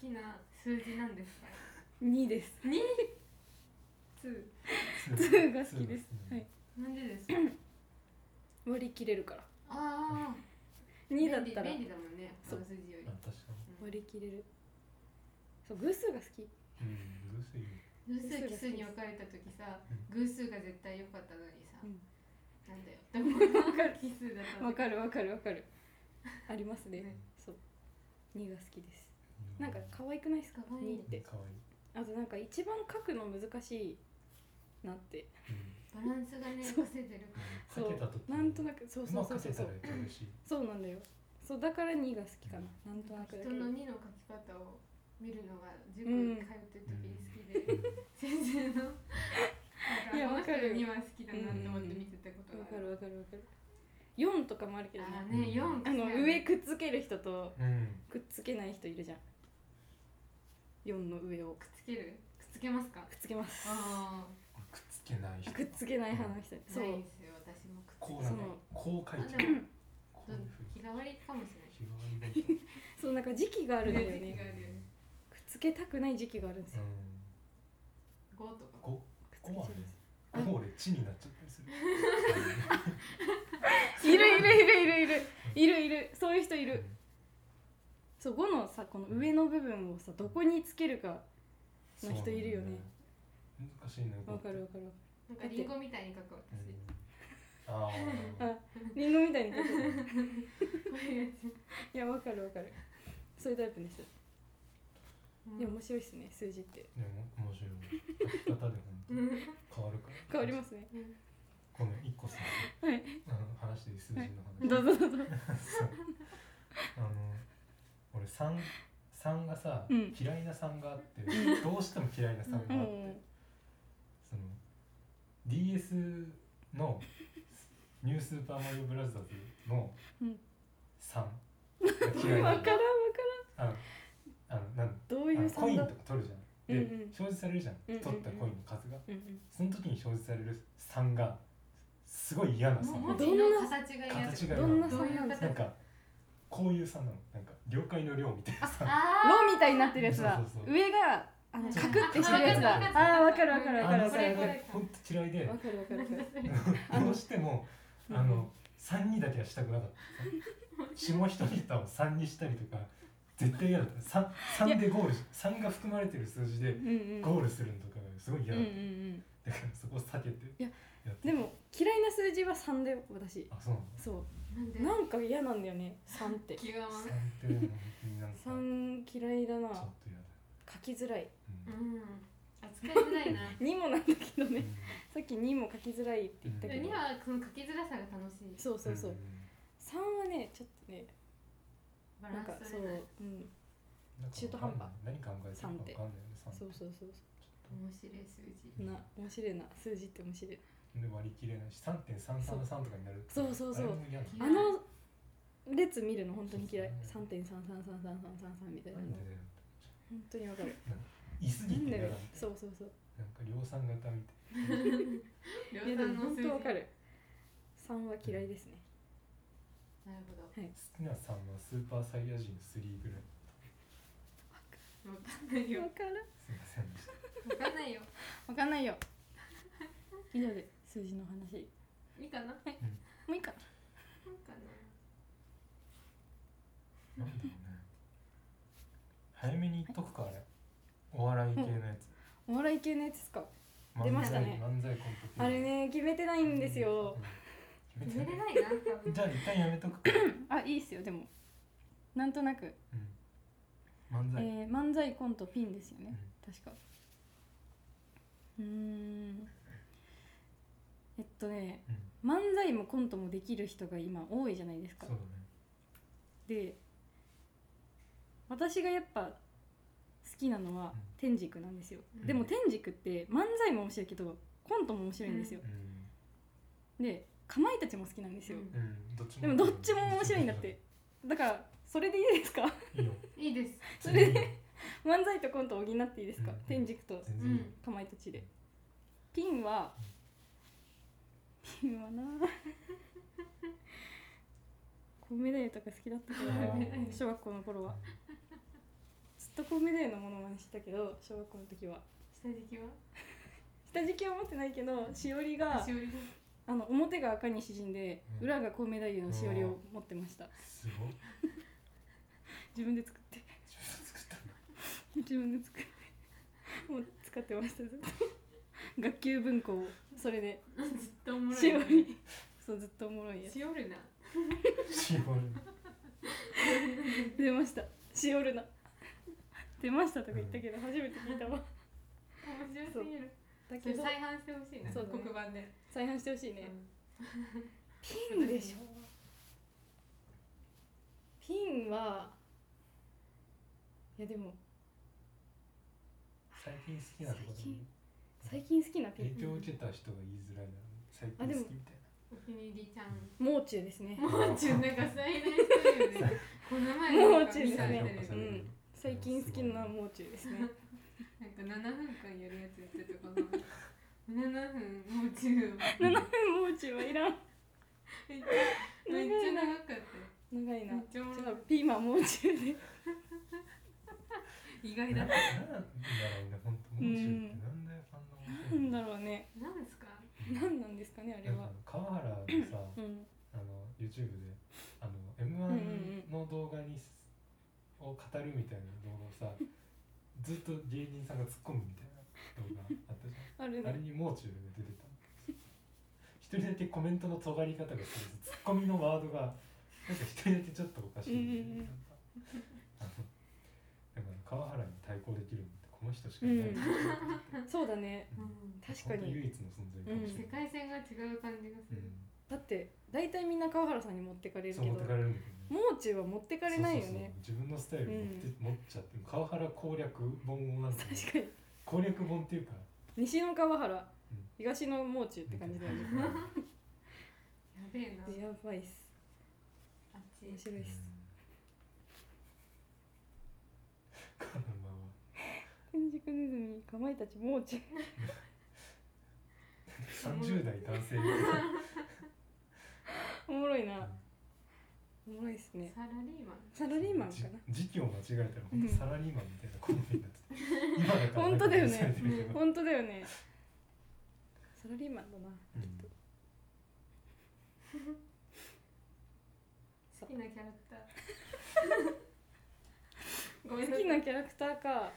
S1: きな数字なんですか
S3: 2です
S1: 2
S2: そう
S3: 2が好き
S2: そう
S3: で
S2: ですす
S3: は
S2: ね
S3: い
S1: なんで ですか
S3: 割り切れるから
S1: ああ
S3: 2だったら
S1: 便利便利だもんねこの数字より
S2: あ確か
S3: 割り切れるそう偶数が好き
S2: にうんどうせいい
S1: 偶数奇数に分かれた時さ
S2: う
S1: 偶数が絶対良かったのにさ
S3: うん
S1: なんだよでも
S3: わかる
S1: 奇数だった
S3: わ
S1: の
S3: かるわかるわかるありますね
S1: ね
S3: そう2が好きですなんか可愛くないですか
S1: 可愛い
S3: 2って
S2: かわいい、
S3: あとなんか一番書くの難しいなって
S2: うん
S1: バランスがね稼いでるか
S3: そう
S2: かけた時
S3: なんと
S2: な
S3: なくそう
S2: ま
S3: そ
S2: あ
S3: うそ
S2: かけ
S3: うそう
S2: た
S3: そう
S2: ら嬉しい
S3: そうなんだよそうだから2が好きかななんとな
S1: ら
S3: くだけ
S1: 人
S3: ど
S1: の2の書き方を見るのが塾に通ってる時に好きで、先生の
S3: いや
S1: なん
S3: わ
S1: かこ
S3: か
S1: の
S3: る
S1: 人には好きだなって思って見てたこと
S3: わ
S1: が
S3: かるわかるわかる4とかもあるけどね
S1: あーね
S2: うん
S1: 4
S3: あの上くっつける人と
S2: うん
S3: くっつけない人いるじゃん4の上を
S1: くっつけるくっつけますか
S3: くっつけます
S1: あ
S2: 俺くっつけない人
S3: くっつけない派の人
S1: あ
S3: そ
S1: な
S3: う
S1: いですよ私もくっつ
S2: こうなの
S3: そう
S2: こう書い
S1: あ
S2: て
S1: で
S2: る
S1: も
S2: こう
S1: ど
S2: いうふう
S1: 日替わりかもしれない
S2: に日替わりで
S3: そうなんか時期があるんだよ
S1: 時期があ
S3: ね
S1: るよね
S3: くっつけたくない時期があるんです
S2: う
S3: よ
S2: ん
S1: 5とか
S2: こ
S3: くっつけ
S2: こは
S3: ちゃう
S2: ね
S3: んです
S2: こう俺地になっちゃったりする
S3: いるいるいるいるいるいるいるそういう人いるそう5のさこの上の部分をさどこにつけるか
S2: うん
S3: の人いるよ
S2: そう
S3: ね
S2: なんだよね難しいね
S3: わかるわかる
S1: なんかリンゴみたいに書く
S2: う
S1: 私
S2: んあ
S3: あ
S2: あ
S3: リンゴみたいに書く
S1: こういうや
S3: いやわかるわかるそういうタイプの人
S1: つ
S3: でも面白いですね数字って
S2: でも面白い書き方で本当
S1: う
S2: に
S1: ん
S2: 変わるから
S3: 変わりますね
S2: ごめん一個さ
S3: はい
S2: あの話で数字の話
S3: どうぞどうぞ
S2: そうあの俺三三がさ、
S3: うん
S2: 嫌いな三があってどうしても嫌いな三があって、
S3: うん
S2: その DS の「ニュースーパーマリオブラザーズ」の
S3: うん
S2: 三が嫌いな
S3: わ
S2: の
S3: からんわからん
S2: あのあのなん
S3: どう
S2: あ
S3: い
S2: の
S3: う
S2: コイ
S3: 三
S2: ンと
S3: だ
S2: か取るじゃんで、
S3: うんうん
S2: 表示されるじゃん取ったコインの数が、
S3: うんうん
S2: その時に表示される三がすごい嫌な
S1: もう文
S2: 三な
S1: 字の形が嫌
S2: 形が
S3: ど
S2: 嫌
S3: ん
S2: な
S3: な
S2: の
S3: 三なんですか
S2: なんかこういう三なのなんか了解の量みたいなさ
S1: あ
S3: ロみたいになってるやつだ
S2: そうそうそう
S3: 上があの
S1: うん
S3: カクってしてるやつだ
S2: あ
S3: あーわかるわかるわか
S2: あ
S3: る
S2: の
S3: わ
S2: さ
S3: か
S1: こ
S3: る
S1: れ
S3: わ
S1: こ
S3: かる
S1: れ
S2: ほんと嫌いで
S3: わかるわかるわかるあの
S2: どうしても
S3: うん
S2: あの3にだけはしたくなかった下一桁を3にしたりとか絶対嫌だった 3, 3でゴールし3が含まれてる数字で
S3: うんうん
S2: ゴールするのとかがすごい嫌
S3: うんう
S2: だ
S3: んう
S2: っ
S3: ん
S2: ただからそこを避けて
S3: いや
S2: って
S3: でも嫌いな数字は3だよ私
S2: あそうなの
S3: そ
S1: なんで
S3: うなんか嫌なんだよね3って
S1: 気が回る
S2: 3ってでも本当になんかちょっ
S3: 3嫌いだな
S2: と嫌だ
S3: 書きづらい
S2: うん
S1: うん扱いづらいな
S3: 2もなんだけど
S2: う
S3: ね
S2: ん
S3: さっき2も書きづらいって言った
S1: で
S3: け
S1: も
S3: ど
S1: 2はその書きづらさが楽しい
S3: そうそうそう
S2: うん
S3: 3はねちょっとね
S1: バ
S3: な
S1: ラ
S3: ん
S1: ン
S3: か
S1: ス
S3: そ
S1: 取
S3: う
S1: れない
S3: うん
S2: なんか
S3: 中途半端
S2: 何考えてるか分かんないよね三
S3: そうそうそう
S1: 面白い数字
S3: そうな面白いな数字って面白い
S2: で割り切れないし3.333とかになる
S3: そうそうそう
S2: あれも嫌なの
S3: あの列見るの本当に嫌い
S2: そ
S3: 3.33333333みたいな
S2: なんでだよ
S3: 本当にわかる
S2: 言い過ぎ
S3: なん
S2: て
S3: だ
S2: 嫌だ
S3: よ
S2: なんか
S3: そうそうそう
S2: 量産型みたい
S1: 量
S3: いやで
S1: 産
S3: も
S1: の数
S3: 本
S1: 字
S3: 当
S1: な
S3: わ
S1: る
S3: かる3は嫌いですね
S1: ほど
S2: 好きなさんはスーパーサイヤ人3ぐらい
S1: わかんないよ
S3: わからん
S2: すいませんでした
S1: わかんないよ
S3: わかんないよ以上で数字の話
S1: いいかななんか
S3: もういいか
S1: な
S2: なんだろうね早めに言っとくかあれお笑い系のやつ
S3: お笑い系のやつですか出ま
S2: 漫
S3: した
S2: 才
S3: ね
S2: 漫才コント
S3: あれね決めてないんですよ
S2: うん決
S1: 寝
S2: め
S1: れ
S2: て
S1: ないな多分
S2: じゃあ一旦やめとくか
S3: あいいっすよでもなんとなく、
S2: うん漫才
S3: えー漫才コントピンですよね
S2: う
S3: 確かうーんえっとね
S2: うん
S3: 漫才もコントもできる人が今多いじゃないですか
S2: そうだね
S3: で私がやっぱ好きなのは
S2: うん
S3: 天竺なんですよ、
S1: うん
S3: でも天竺って漫才も面白いけどコントも面白いんですよ、
S2: うん
S3: でかまいたちも好きなんですよ、
S1: うん
S2: うんどっち
S3: でもどっちも面白いんだってだからそれでいいですか
S2: いいよ
S1: いいです
S3: それ
S2: 全然いいよ
S3: 漫才とコントを補っていいですか、
S2: うん
S3: 天竺と
S2: 全然いいよ
S3: かまいたちでピンはピンはなコウメ太夫とか好きだったから
S2: あー
S3: 小学校の頃はずっとコウメ太夫のものまねしてたけど小学校の時は
S1: 下敷きは
S3: 下敷きは持ってないけどしおりが
S1: しおりが
S3: あの表が赤西陣で
S2: うん
S3: 裏がコウメ太夫のしおりを持ってました
S2: すごい
S3: 自分で作って
S2: 自分で作ったの
S3: 自分で作ってもう使ってま したずっと学級文庫をそれで
S1: ずっとおもろい
S3: しおりそうずっとおもろいやつ
S1: しおるな
S2: しおる
S3: 出ましたしおるな出ましたとか言ったけど初めて聞いたわ
S1: 面白すぎる
S3: だ
S1: そ
S3: け
S1: れ
S3: ど
S1: 再販してほしいな
S3: そうだね
S1: 黒板で
S3: 再販してほしいねピ
S1: うん
S3: ンでしょピンはいやでも
S2: 最近好きなとこでも
S3: 最近好きなピ
S2: 影
S3: ン
S2: 響を受けた人が言いづらいな最
S3: あ
S2: 近
S3: で
S2: 好
S3: も
S2: きみたい
S1: お気に入りちゃん
S3: もう中ですね
S1: もう中なんか最大一人よねこの前なんか見た
S3: もう中
S1: テレ
S3: で
S1: ビ
S3: すねうん最近好きなのはもう中です ね
S1: なんか7分間やるやつやってたかな7分もう中
S3: 7分もう中はいらん
S1: めっちゃめっちゃ長かったよ
S3: 長いな
S1: めっちゃ
S3: ちょ
S1: 面
S3: っ
S1: 白
S3: と
S1: い
S3: ピーマンもう中で
S1: 意外
S2: な
S1: だ
S2: な
S1: っ
S2: ん
S1: た
S2: だろうね本当もう中ってなんであんな面白い
S3: なんだろうね
S1: 何ですか
S3: 何なんですかねあれ
S2: なんか
S3: は
S2: あの川原のさ
S3: うん
S2: あの YouTube であの
S3: うん
S2: M1 の動画にすを語るみたいな動画をさずっと芸人さんが突っ込むみたいな動画あったじゃ
S3: ある
S2: んあれ
S3: ね
S2: にもう中で出てた一人だけコメントの尖り方が違うツッコミのワードがなんか一人だけちょっとおかしい
S3: うんうんう
S2: な
S3: ん
S2: んかあのなんか川原に対抗できるのってこの人しかいないみたいな
S3: そうだね
S1: うん
S3: 確
S2: 本
S3: か
S2: 当
S3: に
S2: 唯一の存在かもし
S1: 世
S2: れない、
S1: 界線が違う感じがす
S2: うん
S1: る
S3: だって大体みんな川原さんに持ってかれる
S2: そう
S3: け
S2: 持
S3: ど
S2: ってかれるんだよね
S3: もう中は持ってかれないよね
S2: そうそうそう自分のスタイル持って、持っちゃって川原攻略本をなんか
S3: 確かに
S2: 攻略本っていうか
S3: 西の川原
S2: うん
S3: 東のもう中って感じだよね
S1: やべえな
S3: やばいっす
S1: あっち
S3: 面白いっす
S2: カナマは
S3: 天竺ネズミかまいたちもう中
S2: 30代男性が
S3: おもろいなおもろいっすね
S1: サラリーマン
S3: サラリーマンかな
S2: じ時期を間違えたら本
S3: うん
S2: 当サラリーマンみたいな好みになってた今だ から
S3: 本当だよね
S2: なんか許されてるけど
S3: 本当だよねサラリーマンだな
S2: うん
S1: 好きなキャラクターごめん
S3: 好
S1: なさ
S3: き
S1: い
S3: なキャラクターか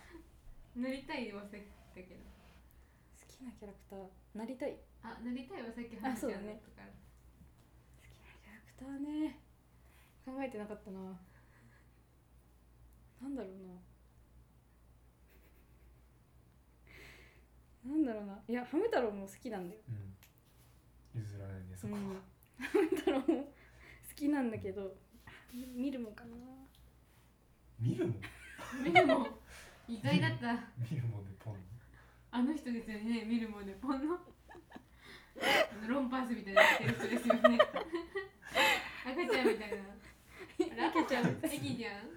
S1: 塗りたいはさっきだけど
S3: 好きなキャラクターなりたい好
S1: あ塗りたいはさっき
S3: あ
S1: 話
S3: そ
S1: し
S3: う
S1: たの
S3: だね
S1: とか
S3: きなキャラクターね考えてなかったななんだろうななんだろうないやハム太郎も好きなんだよ
S2: うん譲らないねそこ
S3: う
S2: は、
S3: ん、ハム太郎も好きなんだけど見るもんかな
S2: 見るもん
S1: 見るも意外だった
S2: 見るもんでポン
S1: あの人ですよね見るもんでポンのロンパースみたいなの着てる人ですよ ね赤ちゃんみたい な赤ちゃん駅じゃん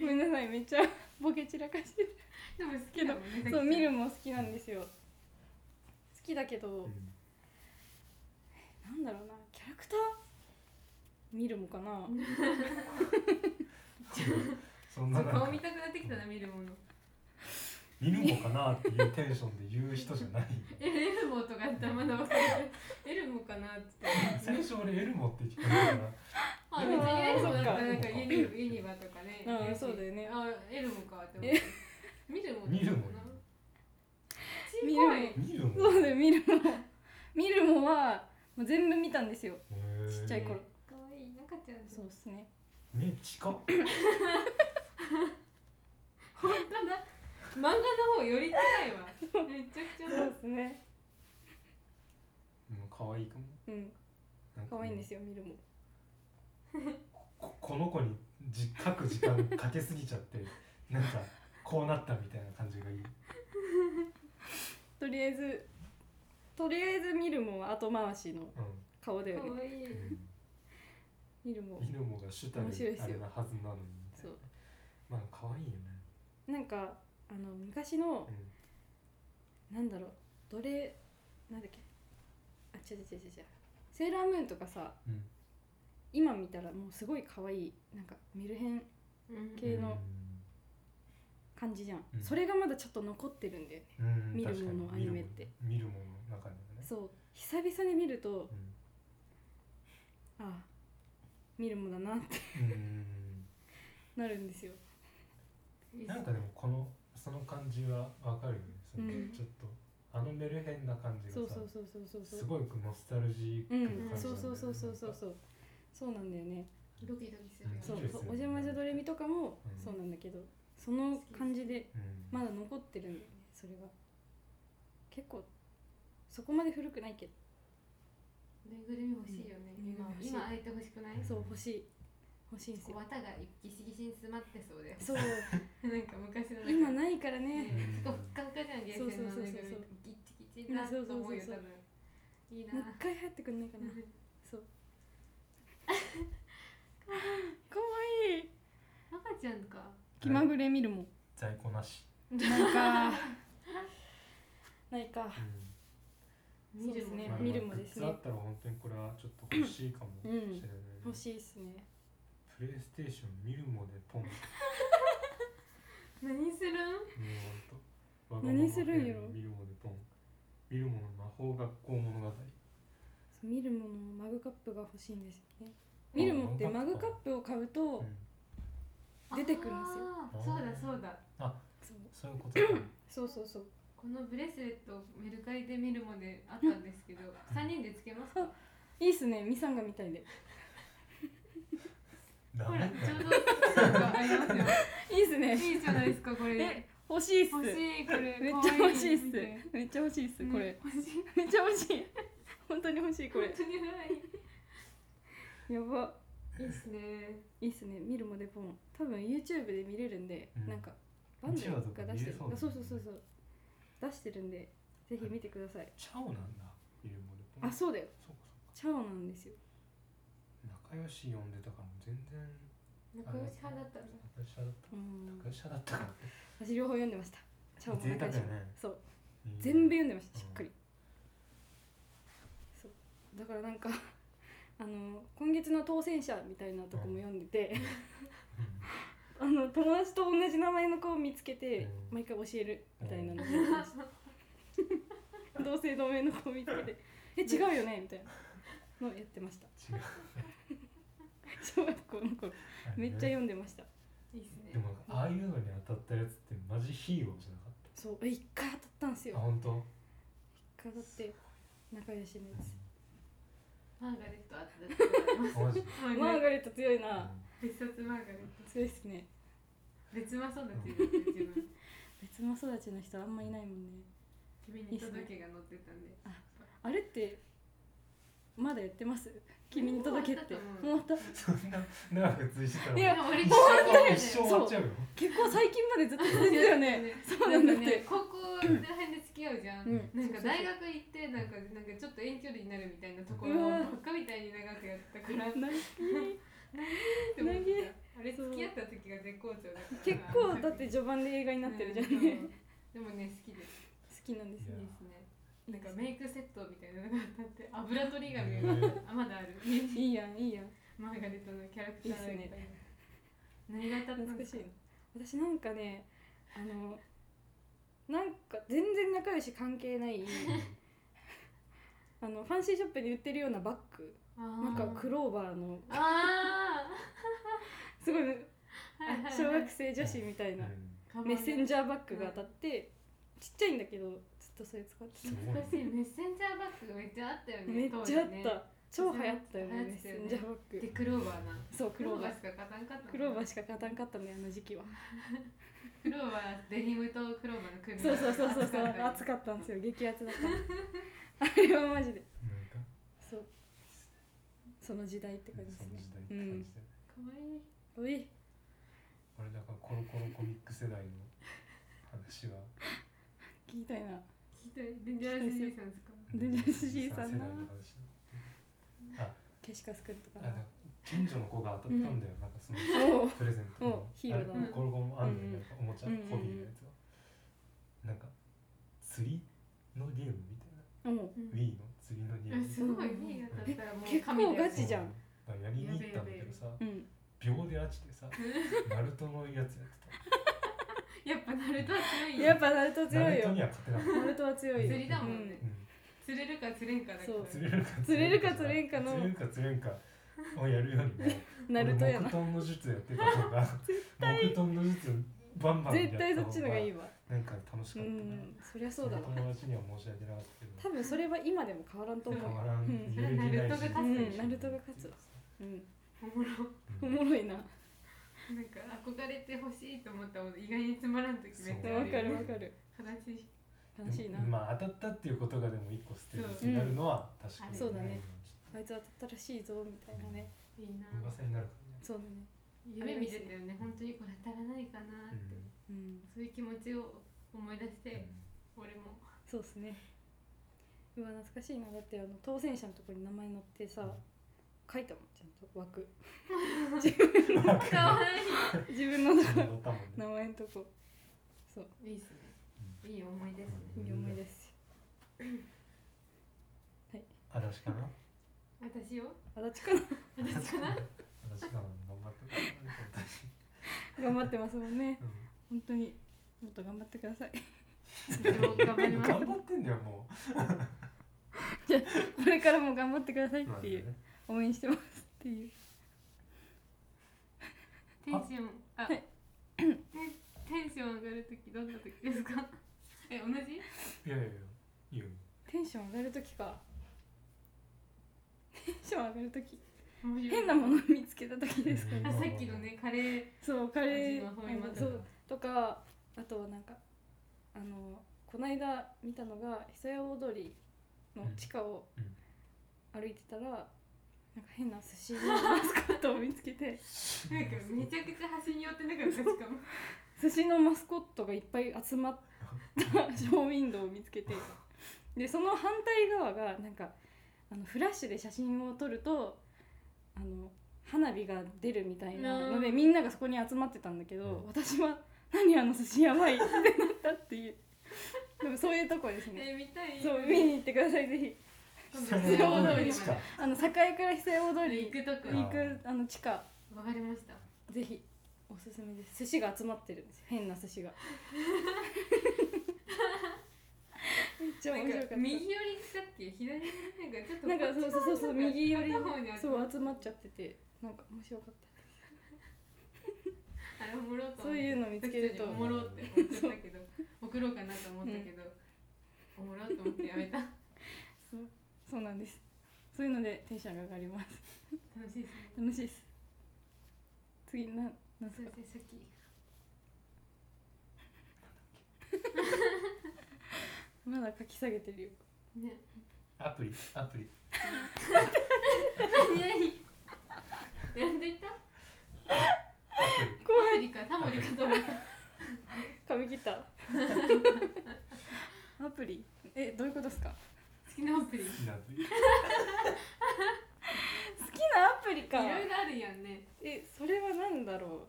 S3: ごめんなさいめっちゃボケ散らかしてる
S1: でも好きだもんねさっき
S3: そう見るも好きなんですよ好きだけど、
S2: うん
S3: なんだろうなキャラクター見るもかな
S2: そ
S1: そ
S2: んな
S1: う
S2: なんか
S1: 顔見たくなってきたな見るもの
S2: 見るもかなっていうテンションで言う人じゃない
S1: えエルモとかたまだ分かるエルモかなって
S2: 最初俺エルモって聞かれたから
S1: あ別にエルモだったらなんか
S2: そっか
S1: ユニユニバとかね
S3: うん
S1: やし
S3: そうだよね
S1: あエルモかって思った見るもん
S2: 見るもん
S1: ちっこい
S2: 見るもん
S3: そうだよ見るも見るもはもう全部見たんですよ
S2: へー
S3: ちっちゃい頃
S1: かわいい赤ちゃん
S3: そうっすね
S2: ね近っ
S1: 本当だ漫画の方より近いわめちゃくちゃ
S3: そうっすね
S2: うん可愛いかも
S3: うん
S2: なんか
S3: 可愛いんですよ見るも
S2: ここの子にじ書く時間かけすぎちゃってなんかこうなったみたいな感じがいい
S3: とりあえずとりあえず見るもは後回しの
S2: う
S3: 顔だよね
S1: 可愛い
S2: ん、
S3: 見るも
S2: うん、犬もが主たる
S3: 面白いですよ
S2: あれなはずなのに
S3: そう
S2: まあ可愛いよね
S3: なんかあの昔の
S2: うん
S3: なんだろうどれなんだっけあ違う違う違う違うセーラームーンとかさ
S2: うん
S3: 今見たらもうすごい可愛いなんかメルヘン系の感じじゃん、
S2: うん
S3: それがまだちょっと残ってるんだよね
S2: うん、うん
S3: 見る
S2: 確かに
S3: ものアニメって
S2: 見るもの見るものの中でね
S3: そう久々に見ると
S2: うん
S3: ああ見るもんだなって
S2: うん
S3: なるんですよ
S2: なんかでもこのその感じはわかるよねその
S3: うん
S2: ちょっとあのメルヘンな感じがさ
S3: そうそうそうそうそう
S2: す
S3: そう
S2: ごいノスタルジー
S3: う
S2: クな感じなん
S3: ん
S2: だよね
S3: そうそうそうそうそうそうそうなんだよね
S1: ドキドキするよね
S3: そう
S2: 面白いです
S3: そう
S2: よね
S3: お邪魔女ドレミとかも
S2: うん
S3: そうなんだけどその感じで
S2: うん
S3: まだ残ってるんだよねそれが結構そこまで古くないけど
S1: ぬいぐるみ欲しいよね
S3: うん
S1: 今
S3: 欲しい
S1: 今あえて欲しくない
S2: うん
S3: そう欲しい欲しいんです
S1: こう
S3: よ
S1: 綿がギシギシに詰まってそうで
S3: そう
S1: なんか昔の
S3: 今
S1: ね
S3: ないからね
S1: 結構ふっかふかじゃんゲーセンのぬいぐるみギッチギチになると思うよ
S3: そうそうそうそう
S1: 多いいな
S3: もう一回入ってくんないかなそうかわいい
S1: 赤ちゃんか
S3: 気まぐれ見るもん
S2: 在庫なし、
S3: ないか ないか
S1: 見る
S3: そうです
S1: も
S3: ね
S1: ね
S2: まあ
S3: 見るもです
S2: グッズ
S3: ね
S2: あったら本当にこれはちょっと欲しいかもしれないね、
S3: 欲しいっすね
S2: プレイステーション見るもでポンもう
S1: 何するん
S2: ほんと
S3: 何するんやろ
S2: 見るもでポン見るもの魔法学校物語
S3: そう見るものマグカップが欲しいんですよね見るもってマグカップを買うと
S2: うん
S3: 出てくるんですよ
S1: あーそうだそうだ
S3: そう
S2: そういうことか
S3: そうそうそう
S1: このブレスレットメルカリで見るものであったんですけ ど3人でつけますか
S3: いいっすねミサンガみたいで
S2: ダ
S1: ほ
S2: メ
S1: ら
S2: だ
S1: ち
S2: よ
S1: ょうどなんかありますよ
S3: いいっすね
S1: い いじゃないですかこれ
S3: え欲しいっす
S1: 欲しいこれ
S3: めっちゃ欲しいっす
S1: 可愛い
S3: めっちゃ欲しいっす
S1: 見て
S3: これ
S1: うん欲しい
S3: めっちゃ欲しい本当に欲しいこ
S1: これ
S3: れ
S1: 本当に可愛い
S3: やば
S1: いいっすね
S3: いいっすね見るもでポン多分 YouTube で見れるんで、
S2: うん
S3: なんかバンド
S2: うちわとか
S3: が出してる
S2: 見れ
S3: そ
S2: そううだね
S3: そうそうそう出してるんでぜひ見てください、
S2: チャオなんだ見るもでポン
S3: あそうだよ
S2: そうかそうか
S3: チャオなんですよ
S2: 仲良し呼んでたから全然
S1: 仲良し派だったんだ
S2: 仲良し派だった
S3: うん
S2: 仲良し派だったから
S3: 私両方読んでましたチャオも
S2: 贅
S3: 仲
S2: 沢
S3: 良し
S2: やね
S3: そう
S2: いい
S3: 全部読んでました
S2: うん
S3: しっかり、そうだからなんか あの今月の当選者みたいなとこも読んでて、 あの友達と同じ名前の子を見つけて、
S2: うん
S3: 毎回教えるみたいなのをやってました 同姓同名の子を見つけ て「え違うよね」みたいなのをやってました
S2: うん違う
S3: 小学校の頃
S2: あれね
S3: めっちゃ読んでました
S1: いいっすね
S2: でもああいうのに当たったやつってマジヒーローじゃなかっ
S3: そうえ一回当たったんです
S2: たあ
S3: よ
S2: 本当
S3: 一回当たって仲良しのや
S1: マーガレットあったと思い
S2: マ
S1: ます
S2: ジ
S1: マ
S3: つ
S1: ー
S3: マ
S1: ガレ
S3: ー
S1: ッ
S3: ガレット強い
S2: うん
S3: な
S1: ト別冊マーガレット
S3: 強いっすね
S1: 別マソンだって言って自分
S3: 別の育ちの人あんまいないもんね
S1: 君に届けが載ってたんで
S3: あれってまだやってます君に届けって
S1: もう終
S3: もう終わった
S2: そんな長く続いてたら
S3: いや
S1: 終わり
S2: 一
S1: だよね
S2: 生一生終わっちゃうよ
S3: 結構最近までずっと続いてたよねそうなんだって
S1: ね高校ら辺で付き合うじゃん、
S3: うん
S1: なんか大学行ってなんかなんかちょっと遠距離になるみたいなところ
S3: うわ
S1: をバカみたいに長くやったからって
S3: なんか
S1: 思っ
S3: 長い
S1: てたあれ付き合った時が絶好調だから
S3: 結構だって序盤で映画になってるじゃんね
S1: うんでもね好きです
S3: 好きなんです
S1: いい
S3: ね
S1: ですねなんかメイクセットみたいなのがあって油取り紙があまだある
S3: いいやんいいやん
S1: マーガレットのキャラクターがいっぱい何が当たったん
S3: 懐
S1: で
S3: か
S1: す
S3: しい
S1: か
S3: の私なんかねあのなんか全然仲良し関係ないあのファンシーショップに売ってるようなバッグ
S1: あー
S3: なんかクローバーの
S1: あ
S3: すごい
S1: ーはいはいはい
S3: 小学生女子みたいな
S1: カバン
S3: メッセンジャーバッグが当たってちっちゃいんだけどずっとそれ使って
S1: 懐
S3: た
S1: かしいメッセンジャーバッグめっちゃあったよね
S3: めっちゃあっ
S1: 当時ね
S3: た超流行ったよね
S1: 流行って
S3: メッ
S1: た
S3: セ
S1: よね
S3: ンジャーバッ
S1: で
S3: グ
S1: クローバーな
S3: そうク
S1: ク
S3: ロ
S1: ロ
S3: ー
S1: ー
S3: バ
S1: バ
S3: ー
S1: ーしか勝たんかった
S3: クロー
S1: ー
S3: バーしか勝たんかったのよあの時期は
S1: クローバーデニムとクローバーの組
S3: そうそうそうそうそう暑かったん ですよ激アツだったあれはマジで
S2: なんか
S3: そうその時代って感じで
S2: そ
S3: す
S2: の
S3: ね
S2: 時代って感じで
S1: かわいい
S3: おい
S2: 俺だからコロコロコミック世代の話は
S3: 聞きたいな
S1: 聞いたいデンジャラス爺さんですか
S3: デジャース G さ
S2: 世
S3: んな
S2: 代の話
S3: ケシカスくんとか
S2: あなんか近所の子が当たったんだよ、なんかその
S3: おう
S2: プレゼント
S3: うん
S2: の
S3: ヒーローだ
S2: あれゴロゴロもあるの
S3: うん
S2: よなんかおもちゃ、
S3: うん
S2: ホビーのやつが、なんか釣りのゲームみたいな、
S3: おう
S1: うん
S2: Wii の釣りのゲー
S1: え
S2: ム
S1: すごいいい当たったらもう
S3: 結構
S1: 神だよ
S3: ガチじゃん
S2: だからやりに行ったんだけどさ
S3: うん
S2: 秒で落ち てさナルトのやつやって
S1: やっぱナルトは強いよ
S3: やっぱナルト
S2: たナ
S3: 強い
S2: ルト
S3: よ
S2: には勝てなかっ
S3: ナルトは強いよ
S1: 釣りだもんね
S2: た、うん
S1: 釣れるか釣れんかだけ
S3: そう
S1: ど
S2: 釣れるか
S3: 釣れるか釣れんかの
S2: 釣れるか釣れんかをやるよりも
S3: ナルト
S2: 俺
S3: やな
S2: 木遁の術やってた方が木遁の術バンバンやった
S3: 絶
S2: 方
S3: 対そっちのがいいわ
S2: なんか楽しか
S3: う
S2: ったな、
S3: んそりゃそうだわ
S2: 友達には申し訳なかったけど
S3: 多分それは今でも変わらんと思う
S2: 変わ
S3: よ
S2: らん
S3: うん
S2: 揺るぎない
S1: ナルトが勝
S3: つうんナルトが勝つうん
S1: おもろ
S3: お
S2: うん
S3: もろいなわ
S1: なんか憧れてほしいと思ったもの意外につまらん時めっちゃあ
S2: わ
S1: るよね
S3: かるわかる
S1: 悲しい
S3: 楽しいな
S2: まあ当たったっていうことがでも一個ステータスになるのは確かに、
S3: そううんそうだねあいつ当たったらしいぞみたいなね
S1: いいな
S2: 噂になるからね、
S3: そうだね
S1: 夢見てたよね本当にこれ当たらないかなっ
S2: う
S1: て、
S2: ん
S3: うん
S1: そういう気持ちを思い出して、俺も
S3: そうっすねうわ懐かしいなだってあの当選者のところに名前載ってさ書いたもんちゃんと枠自分の
S1: かわい
S3: 自分の
S2: 自分の歌もね
S3: 名前のとこそう
S1: いいいっすねいい思い出ですね
S3: いい思い出ですよ
S2: 私かな
S1: 私 よ
S3: 足立かな
S1: 私かな
S2: 私かな頑張って私
S3: 頑張ってますもんね
S2: うん
S3: 本当にもっと頑張ってください
S1: 頑張ります
S2: 頑張ってんだよも
S3: これからも頑張ってくださいっ
S2: う。
S3: ていう応援してますっていう
S1: テンションあテテンション上がるときどんなときです かえ同じ
S2: いやいやいやいいよ。
S3: テンション上がる時かテンション上がる時
S1: 面白い
S3: 変なものを見つけた時ですか
S1: あ
S3: ね
S1: さっきのねカレー
S3: そうカレー
S1: 味の方にまた
S3: そうとかあとなんかあのこないだ見たのが久屋大通りの地下を
S2: うん
S3: 歩いてたら、なんか変な寿司のマスコットを見つけて
S1: なんかめちゃくちゃ端に寄ってなかったしか も
S3: 寿司のマスコットがいっぱい集まった ショーウィンドウを見つけてでその反対側がなんかあのフラッシュで写真を撮るとあの花火が出るみたいなので
S1: うん
S3: みんながそこに集まってたんだけど、
S2: うん
S3: 私は「何あの寿司やばい」ってなったっ ていうでもそういうとこですね
S1: え見たい
S3: そう見に行ってくださいぜひ
S2: 久
S1: 今度
S2: 々の
S3: 通り
S2: しか。
S3: あの栄から久屋大通り
S1: 行くとこ
S2: うん
S3: 行くあの地下
S1: わかりました
S3: ぜひおすすめです寿司が集まってるんですよ変な寿司がめっちゃ
S1: なん
S3: 面白かっ
S1: か
S3: た
S1: 右寄りだっけ左寄りなんかちょっと
S3: なんかそうそうそうそう右寄り
S1: 片方に集
S3: そ
S1: まっ
S3: う集まっちゃっててなんか面白かった
S1: あれおもろと思って
S3: そういうの見つけると
S1: おもろって思っちゃったけど送ろうかなと思ったけど、おもろと思ってやめた楽
S3: そうそうなんですそういうのでテンションが上がります
S1: しいですね
S3: 楽しいです次ななんす
S1: そ
S3: か
S1: うですねさっき
S3: まだ書き下げてるよ
S1: ね
S2: アプリアプリ。
S1: 何何なんで言った
S3: 怖
S1: タモリかタモリかと思った
S3: 髪切った アプリえどういうことですか
S1: 好きなアプリい
S2: 好きなアプリ。
S3: 好きなアプリ
S1: ろ
S3: か
S1: いろあるやんね
S3: えそれは何だろ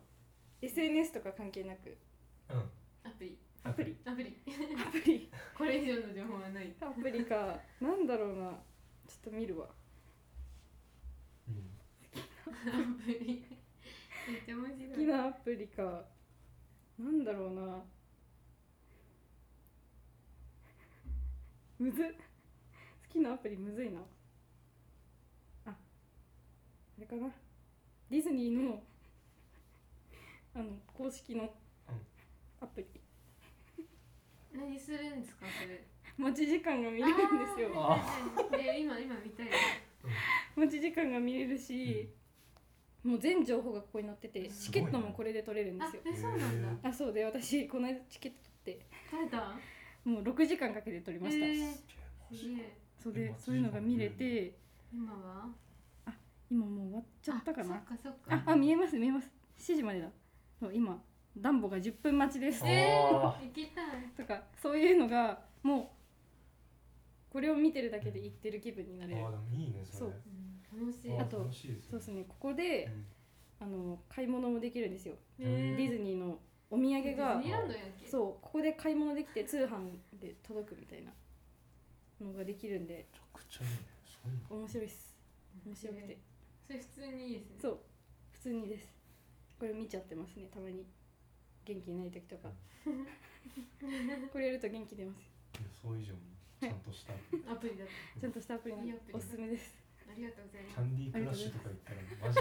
S3: う SNS とか関係なく
S2: うん。
S1: アプリ
S2: アプリ。
S1: アプリ
S3: アプリ
S1: これ以上の情報はない
S3: アプリかなんだろうなちょっと見るわ
S2: うん。
S1: アプリめっちゃ面白い
S3: 好きなアプリかなんだろうなむずっ好きなアプリむずいなああれかなディズニーのあの公式のアプリ
S1: 何するんですかそれ
S3: 持ち時間が見れるんですよ
S2: あ
S1: あーで今今見たい
S3: 持ち時間が見れるし、もう全情報がここに載っててチ
S2: すご
S3: ケ
S2: いな
S3: ットもこれで取れるんで
S1: あ
S3: すよ
S1: えそうなんだ
S2: へ
S3: あそうで私この間チケット取って
S1: 誰だ
S3: もう6時間かけて取りました、
S1: え
S2: え
S1: ーすげえ
S3: そうで
S2: 今
S3: そういうのが見れて
S1: 今は
S3: 今もう終わっちゃったかな
S1: あそっかそっ
S3: あ
S1: か
S3: あ見えます見えます7時までだそう今暖房が10分待ちです
S2: あ
S1: えー
S2: あ
S1: 行きたい
S3: とかそういうのがもうこれを見てるだけで行ってる気分にな
S2: あ
S3: れ
S2: で
S3: る
S2: もいいねそれ。
S3: そう
S1: うん楽しい
S2: ー
S3: あと
S2: 楽しいですね
S3: そうですねここであの買い物もできるんですよ
S2: ディ
S3: ディズニーのお土
S1: デ
S3: 産
S1: ィズ
S3: が
S1: ニーランドやっけ
S3: そうここで買い物できて通販で届くみたいなのができるんで
S2: めちゃくちゃいいね。そういうの
S3: 面白いっす面白くて
S1: それ普通にいいですね
S3: そう普通にですこれ見ちゃってますねたまに元気ない時とかこれやると元気出ます
S2: 予想以上 にちゃんとした。キ
S1: アプリだって
S3: ちゃんとしたアプリなんで
S1: いいアプリ
S3: おすすめです
S1: ありがとうござい
S2: ャ
S1: ま
S2: ンディークラッシュとか言ったらマジ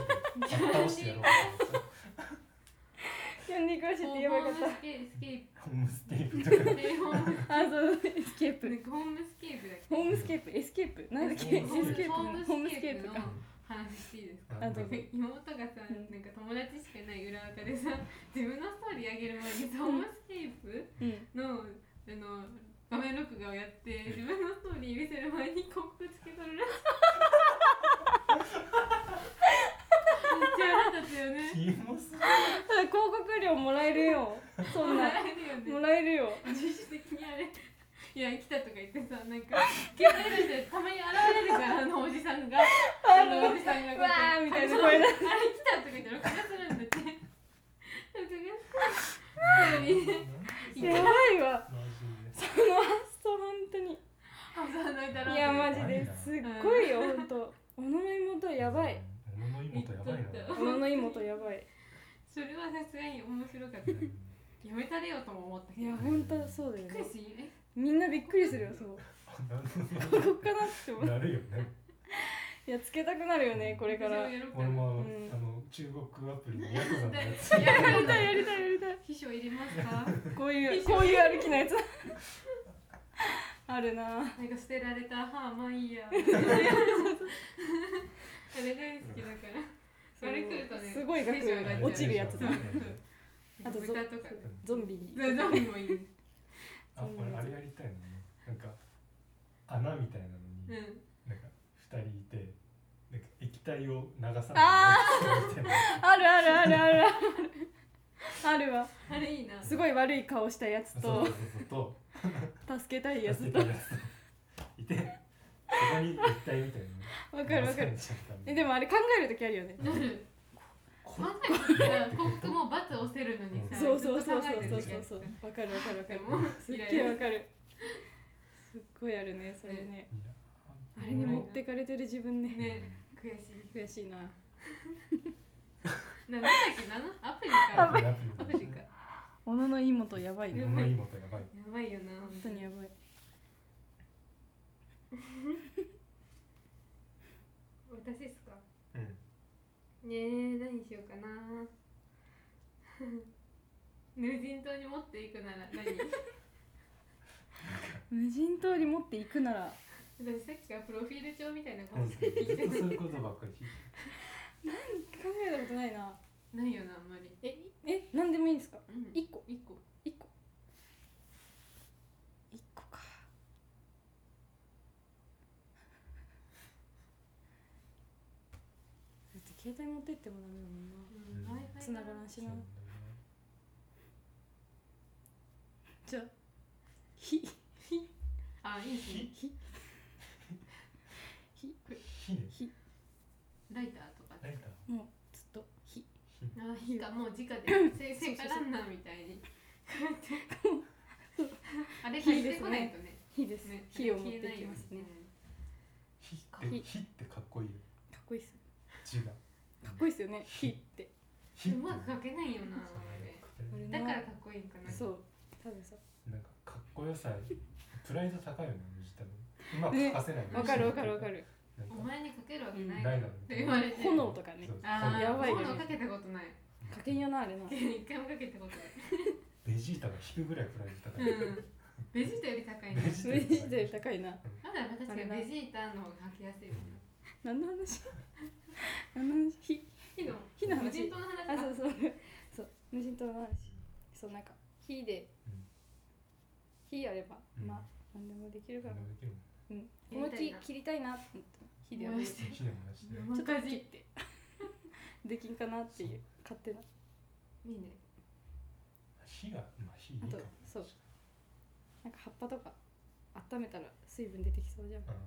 S2: で倒してやろうと思っ
S3: キャンディークラッシ
S1: す
S3: ュってやばかっ
S1: ホームスケースケー
S2: た。ホームステイプとか。
S1: プでホーム
S3: たあそうエスケー
S1: な
S3: プ
S1: んかホームスケープだっけ
S3: ホームスケープエスケープなんだっけエ
S2: ホーム
S3: スケープ
S1: ホ
S3: ホ
S1: ー
S3: ー
S1: ム
S3: ム
S1: ス
S3: ス
S1: ケ
S3: ケ
S1: ー
S3: ー
S1: プの
S3: プか
S1: 話していいですか
S2: あどうぞ
S1: 妹がさ
S3: うん
S1: なんか友達しかない裏垢でさ自分のストーリー上げる前にさホームスケープ
S3: うん
S1: のあの画面録画をやって自分のストーリー見せる前に広告つけと るらしいめっちゃ腹立つよね
S2: キモすぎる
S3: ただ広告料もらえるよそんな
S1: もらえるよね
S3: もらえるよ
S1: 自主的にあれいや来たとか言ってさなん か携帯としてたまに現れるからあのおじさんがあのおじさんがこうやって
S3: わーみたいな
S1: そう
S3: 声
S1: あ
S3: だ
S1: れ来たとか言って録画するんだって録 画するのにね
S3: やばいわその発想本当に
S1: 挟んどいたら
S3: いやマジですっごいよ本当小野の妹やばい。
S2: 俺の妹やばいな。
S1: 言っとっ
S3: 小野の妹やばい
S1: それはさすがに面白かったやめたれよとも思ったけ
S3: い
S1: ど
S3: や本当そうだよ
S1: びっ
S3: ね
S1: くりしえ
S3: みんなびっくりするよそうここかなって思う
S2: なるよね。
S3: いやつけたくなるよねこれから
S1: 私もやろうか
S2: 俺
S1: な
S2: もあの、
S3: うん
S2: あの中国アプリのヤクザのや つ。
S1: や
S3: や り
S1: め
S3: た
S1: た
S3: い
S1: い
S3: やりたいやりたい
S1: 秘書入れますか
S3: こ ういうこういう歩きのやつ あるな
S1: なんか捨てられた、はあ、まあいい や。あれ大好きだから。それ来るとね、
S3: すごい
S1: テンション上がっちゃ
S3: 額
S1: う
S3: 落ちるやつ
S2: う
S3: だ
S2: ん
S3: あとゾ
S1: 豚とか。
S3: ゾンビ
S1: ゾンビもいい。うん。
S2: あ、俺あれやりたいのね。なんか穴みたいなのに、なんか二人いて、なんか液体を流さないみたいな。
S3: あるあるある あるあるあるわ
S1: あれいいな。
S3: すごい悪い顔したや
S2: そ
S3: つ
S2: う
S3: と
S2: そうそうと。
S3: 助けたい
S2: や
S3: や
S2: って
S3: つ
S2: た
S3: と
S2: やついてそこに一体みたいな
S3: わかるわかるえでもあれ考える時あるよね
S1: なる。
S2: こ
S1: まさにさ、コックも罰を押せるのにさ、
S3: そうそうそうそう
S1: ずっと考えて
S3: そう
S1: る
S3: そうそうわかるわかるわか
S1: で
S3: る
S1: も
S3: すっ
S1: イライラ
S3: げえわかるすっごいあるねそれね
S2: いや
S3: あれに持ってかれてる自分ね
S1: ね悔しい。
S3: 悔しいな
S1: ななんだっけ、なのアプリか。
S2: ア
S1: ア
S2: プ
S1: プ
S2: リ
S1: リか。や
S3: 小野の妹やばい
S2: 俺
S3: ね
S1: ね
S2: の妹やばい
S1: ばいよな。
S3: 本当にやばい
S1: 私ですか。
S2: うん
S1: ねえ何しようかな無人島に持っていくなら何
S3: 無人島に持っていくなら
S1: 私さっきからプロフィール帳みたいなこ
S2: うん
S1: としか聞い
S2: ず
S1: て
S2: っと
S1: な
S2: そ
S1: いう
S2: いうことばっかり聞いて
S3: 考えたことないな
S1: ないよなあんまりえ
S3: え何でもいいんですか
S1: うん
S3: 一個
S1: 一個
S3: 一個一個かだって携帯持ってってもダメだもんな
S1: うん
S2: うん
S1: Wi-Fi
S3: 繋がらんし
S2: る
S3: なじゃあひ
S1: あいいですね
S3: ひひ
S2: 火ね
S3: ひ
S1: ライターとか
S2: ライター
S3: もうずっとひ
S1: あいいかもう直で先生からランナーみたいにあれ聞いてこないとね
S3: ひです
S1: ね
S3: ひを持っていきますね
S2: 火っ
S3: 火
S2: て火ってかっこいいよ
S3: かっこいいっす
S2: 字が
S3: かっこいいっすよ ねひって
S2: 火っ
S1: う
S2: て
S1: まく書けないよな
S3: あれ
S1: だ
S3: な
S1: からかっこいいんかな
S3: そう多分そう
S2: なんかかっこよさプライド高いよね字多分うまく
S3: ね
S2: 書かせない
S3: わかるわかるわかる
S2: なん
S1: お前にかけるわけない
S2: ない
S1: っ
S2: の
S1: て言われて
S3: 炎とかね
S2: そう
S1: ああ
S3: やばいよね
S1: 炎かけたことない
S3: かけんよなあ れな
S1: 一回もかけたこと
S2: ベジータが引くぐらいプライド高
S1: ないい。うん。ベジータより高いね。
S2: ベジ
S3: 無人島より高いな
S1: まだ確かにベジータの方が履きやすいもんな。
S3: 何の 話何の話ひ
S1: 火の
S3: 火の話
S1: 無人島の話
S3: あ
S1: か。
S3: そうそうそう無人島の話そうなんか火で、
S2: うん
S3: 火あれば、
S2: うん
S3: まあ何でもできるから
S2: なん、かできるもん
S3: うん、
S1: やり
S3: この
S1: たい
S3: 木
S1: な
S3: 切りたいなって思って火でや
S1: 燃
S3: る
S1: やして
S2: 火で燃やして
S1: 山
S3: ちょっと
S1: 火
S3: 切っ
S1: 事。
S3: てできんかなっていう勝手ない
S1: いね。
S2: 火がまあ火いいか
S3: あ
S2: も
S3: とそうなんか葉っぱとか温めたら水分出てきそうじゃ
S2: あー確か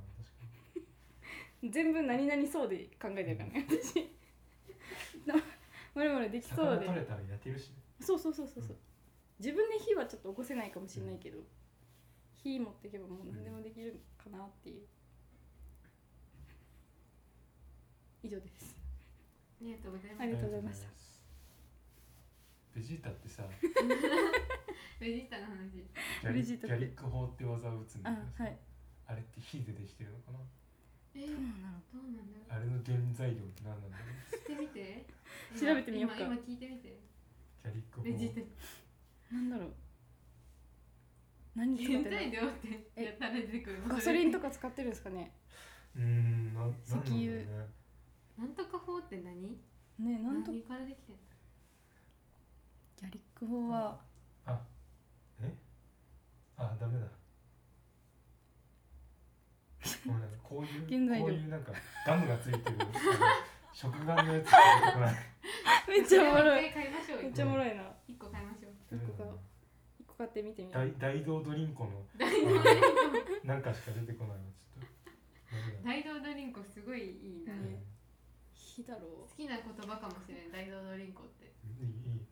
S2: に
S3: ん全部何々そうで考えてるからね私なまるまるできそう
S2: 魚
S3: で
S2: 取れたら焼けるしね
S3: そうそうそうそうそう
S2: うん
S3: 自分で火はちょっと起こせないかもしれないけど、火持っていけばもう何でもできるかなっていう、以上です
S1: ありがとうござい
S3: あり
S1: ま
S3: がとうございました
S2: ありがとうございますベジータってさ
S1: す。ベジータの話。
S2: ギャ
S3: ベ
S2: リギ
S3: ジータって
S2: ャリック砲って技を打つん
S3: あ
S2: だけどさ
S3: はい
S2: あれって火でできてるのかな
S1: え
S3: どう
S1: ー、
S3: な
S1: どうなんだろ
S2: あれの原材料って何なんだろ
S1: う。してみて。
S3: 調べてみようか
S1: 今今聞いてみて。
S2: うギャリック
S1: ベジ
S2: 砲
S1: ータ。
S3: うなんだろう何使っ
S1: 現
S3: てる
S1: 在量ってやったら出てくる。
S3: のガソリンと。か使ってるんですかね
S2: うーんなんなんだろう
S3: 石油
S2: ね
S1: なんとか法って何？
S3: ねなんとギ
S1: 何からできてんの？
S3: ャリック法は
S2: あえあダメだごめんなんかこういう
S3: 原材料
S2: こういうなんかガムがついて るあの食玩のやつしか出てこない
S3: めっちゃおもろい
S1: 一回買いましょう
S3: めっ
S1: よ。
S3: ちゃおもろいな
S1: 一個買いましょう。
S3: 一個買おう一個こうやって見てみる
S2: 大大道ドリ ンコの
S1: 大
S2: あ
S1: 道
S2: のなんかしか出てこないのちょっとなんだ
S1: 大道ドリンコすごいいいな、
S3: ね
S2: うん
S3: 火だろ
S1: 好きな言葉かもしれない大道ドリンコって
S2: いいいいいいよね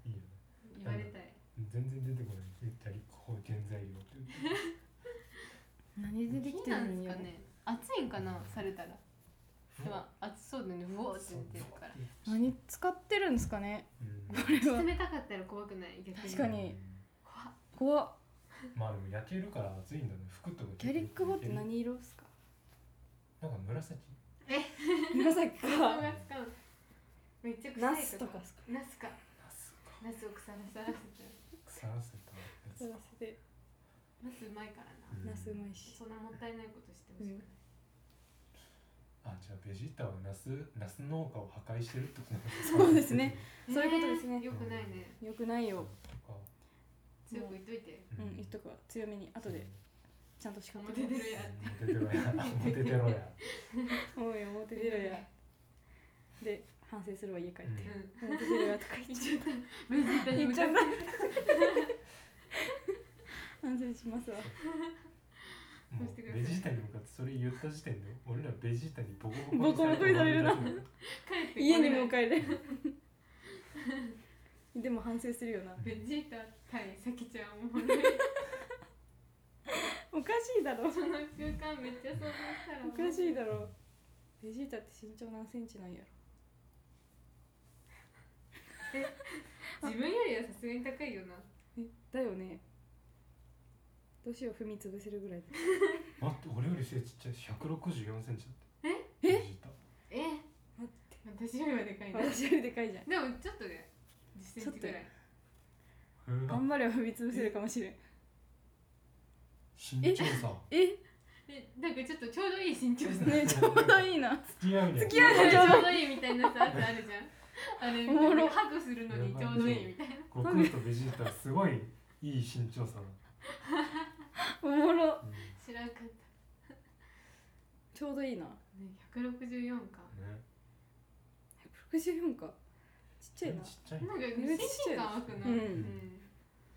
S1: 言われたい
S2: 全然出てこないえじゃあこう原材料って
S3: う何ででき
S1: 火
S3: てる
S1: なんんです
S3: やろ
S1: かね熱いんかなされたら今熱そうだねうおーって
S2: そう
S1: 出てるから
S3: 何使ってるんですかね
S2: うん
S3: これは
S1: 冷たかったら怖くない逆に
S3: 確かに
S1: 怖っ
S3: 怖っ
S2: まあでも焼けるから暑いんだね服とか
S3: ギャリック語って何色ですか
S2: なんか紫
S3: 紫
S1: 想像
S3: か
S1: がつかんめっちゃ臭い
S3: ナスとかですか
S1: ナスか
S2: ナスか
S1: ナスを腐らさらせて
S2: 腐らせたやつ
S3: そらせて
S1: ナスうまいからな
S2: うん
S3: ナスうまいし
S1: そんなもったいないことしてほしくない、
S2: あじゃあベジータはナスナス農家を破壊してるってことなんです
S3: そうですねうんそういうことですね
S1: よくないね
S3: よくない
S2: と
S3: よ
S2: か
S1: 強く言っといて
S3: うん言っとくわ強めに後でちゃんと叱っ
S1: 表
S3: て
S1: 出
S3: くれ
S1: るやん
S2: モテてろやモテて ろや
S3: おい表出るやで反省するわ家帰って
S2: うん
S1: うん
S3: 表出るやとか言っちゃった
S1: ベジータに
S3: 言っ
S1: 向
S3: ちゃ
S1: か
S3: っ
S1: ったて
S3: 反省しますわ
S2: もうベジータに向かってそれ言った時点で俺らベジータにボコボ
S3: ボコボコにされるな
S2: ボコボコにさ
S1: 帰って
S3: 家に
S1: も
S3: も帰れるでも反省す るよな
S1: ベジータ対サキちゃんおもろい
S3: おかしいだろ
S1: その空間めっちゃ想像したら
S3: おかしいだ
S2: れる
S3: ろベジータって身長何センチなんやろ
S1: 自分よりはさすがに高いよな
S3: えだよねどうしよう踏み潰せるぐらいだ
S2: 待って俺より背ちっちゃい164センチだって
S3: え
S2: ベジータ
S1: え
S3: 待って
S1: 私よりはでかいな
S3: 私よりでかいじゃ
S1: でもちょっとね10センチぐらい
S2: へー
S3: ん頑張れば踏み潰せるかもしれん
S2: 身長差
S3: え
S1: えなんかちょっとちょうどいい身長さ
S3: ねちょうどいいな
S2: 付き合うね
S3: 付き 合う
S1: ちょ
S3: のちょうど
S1: うどいいみたいなさあるあるじゃんあれ
S3: おもろ
S1: ハグするのに ちょうどいいみたいな
S2: 悟空とベジータはすごいいい身長差だ、
S3: おもろ
S2: うんね
S1: 知らんかった
S3: ちょうどいいな
S1: ね164か
S3: 64かちっちゃいな
S2: ちっちゃい
S1: なんか
S3: め
S1: 親
S3: っちゃちっちゃ
S1: 近
S3: い
S1: 感湧くな
S3: うん
S1: う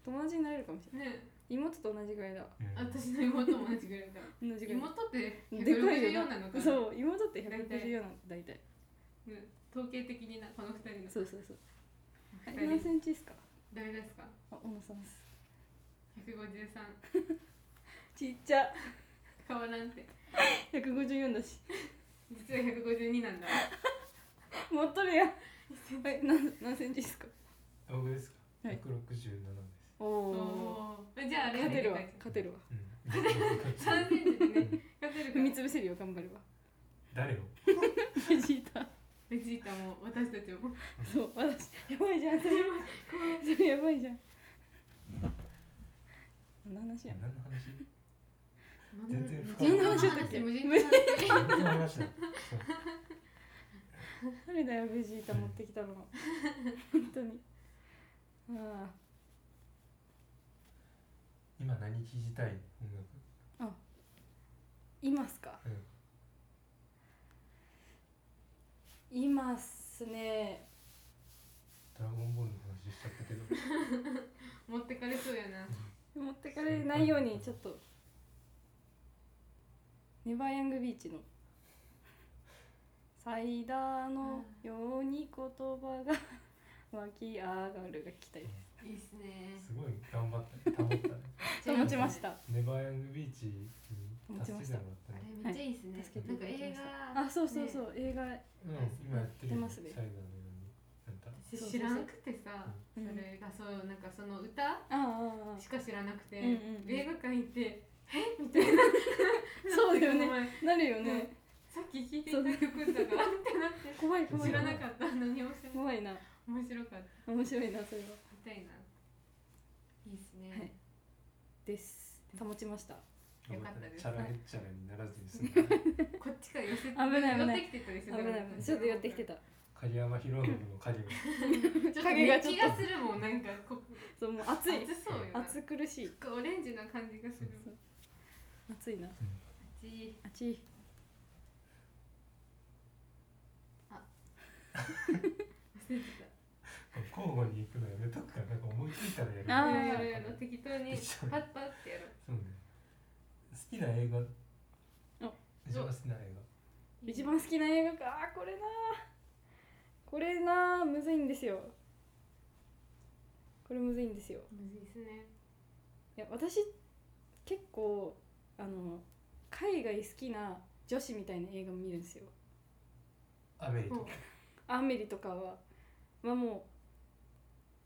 S3: 友達になれるかもしれ
S1: んね
S3: ない妹と同じぐらいだ
S1: 私の妹も同じぐらい だ
S3: 同じぐらい
S1: 妹って
S3: でかい
S1: 164
S3: よ
S1: なのかな
S3: そう妹って164なの大体
S1: うん統計的になこの二人の
S3: そうそうそうあれ
S1: 二
S3: 何
S1: 人
S3: センチですか
S1: 誰ですか
S3: あ小野さんです
S1: 153
S3: ちっちゃ
S1: 変わらんって
S3: 154だし
S1: 実は152なんだ
S3: 持っとるやんはい何何センチですか
S2: 僕ですか
S3: はい
S2: 167です、
S3: お
S1: お
S3: お
S1: おーじゃああれ
S3: 勝てるわ
S1: 3
S3: 勝てるわ
S2: うん
S1: センチでね勝てるか
S3: 踏
S1: ら
S3: み潰せるよ頑張れば
S2: 誰を
S3: ベジー タ
S1: ベジータも私たちも
S3: そう私やばいじゃんそれそれやばいじゃん何の話や
S2: 何の話全然深い
S1: 無人の話だったっけ無
S3: 無
S1: 人
S3: 人
S1: の
S3: の
S1: 話
S3: 話
S2: 何の話 だそう
S3: 誰だよベジータ持ってきたの本当にあ
S2: 今何聴きたい音楽
S3: ーいますか
S2: うん
S3: いますね
S2: ドラゴンボールの話しちゃったけど
S1: 持ってかれそうやな
S3: 持ってかれないようにちょっとネバーヤングビーチの「最大のように言葉が湧き上がる」が来たり
S1: いいっすね
S2: すごい頑張ったね保ったね
S3: と持ちました
S2: ネバーヤングビーチに助けても
S1: あ
S2: らった
S1: れめ
S2: ね
S1: っちゃいいっすね
S3: 助けて
S1: ないんか映
S3: ただきました
S1: 画
S3: あそうそうそ
S1: ね、
S3: う映画
S2: うん今やってるよ
S3: やってますね
S2: サイダーのようになんだ
S1: 私知らんくてさそ
S3: うん
S1: れがそうなんかその歌
S3: ああああ
S1: しか知らなくて
S3: うんうんうん
S1: 映画館行ってえみたいな
S3: そうだよね
S1: お前
S3: あなるよね
S1: さっき聴いていた曲だからってなって
S3: 怖い怖い
S1: 知らなかった何をしても
S3: 怖いな
S1: 面白かった
S3: 面白いなそれは
S1: みたいないいっすね、
S3: はいです保ちました
S1: よかったです
S2: チャラヘッチャラにならずに済んだ
S1: こっちから寄せて
S3: 危ない危ない
S1: 寄ってきてたでし
S3: 危
S1: ょ
S3: ない危ないちょっと寄ってきて
S1: た
S3: た
S2: 影山博信の影が
S1: ちょっと
S3: 影
S1: 気が
S3: がちょっと
S1: するもんなんかこ
S3: そうもう暑い
S1: 暑そうよな
S3: 暑苦しい
S1: なんかオレンジな感じがする
S3: そう暑いな
S1: 暑い
S3: 暑い
S1: 忘れてた
S2: 交互に行くのやめとくからなんか思いついたらやる
S3: あー
S1: やろやろ適当に
S2: 適当に
S1: パッパッってやろ
S2: そうね好きな映画
S3: あ
S2: 一番好きな映
S1: う
S3: 一番好きな映画かあーこれなーこれなーむずいんですよこれむずいんですよ
S1: むずいですね
S3: いや私結構あの海外好きな女子みたいな映画見るんですよ
S2: 画アメリカ
S1: うん
S3: アメリとかははも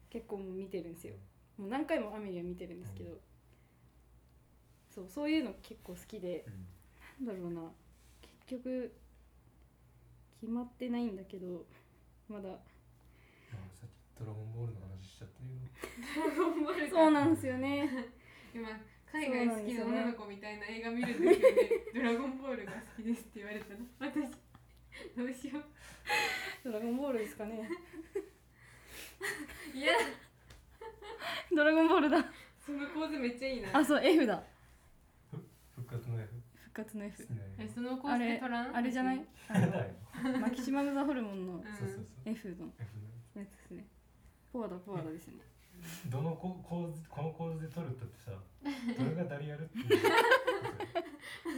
S3: う結構もう見てるんですよもう何回もアメリは見てるんですけど、
S2: う
S3: そうそういうの結構好きで
S2: うん
S3: なんだろうな結局決まってないんだけどまだ
S2: まあさっきドラゴンボールの話しちゃったけど
S3: そうなんですよね
S1: 今海外好きな女の子みたいな映画見るんですよね「ドラゴンボールが好きです」って言われたの私どうしよう
S3: ドラゴンボールですかね
S1: いや
S3: ドラゴンボールだ
S1: そのポーズめっちゃいいな
S3: あそう F だ
S2: 復活の F
S3: 復活の F
S2: 好きな映
S1: えその構図で取らん
S3: あれじゃないあ
S2: 画やだ
S3: の
S2: よ
S3: マキシマム・ザ・ホルモンの
S1: うん
S2: そうそうそう
S3: F の
S2: F ね
S3: やつですねポアだポアだですね
S2: どのこ構図この構図で撮るったってさどれが誰やるっていう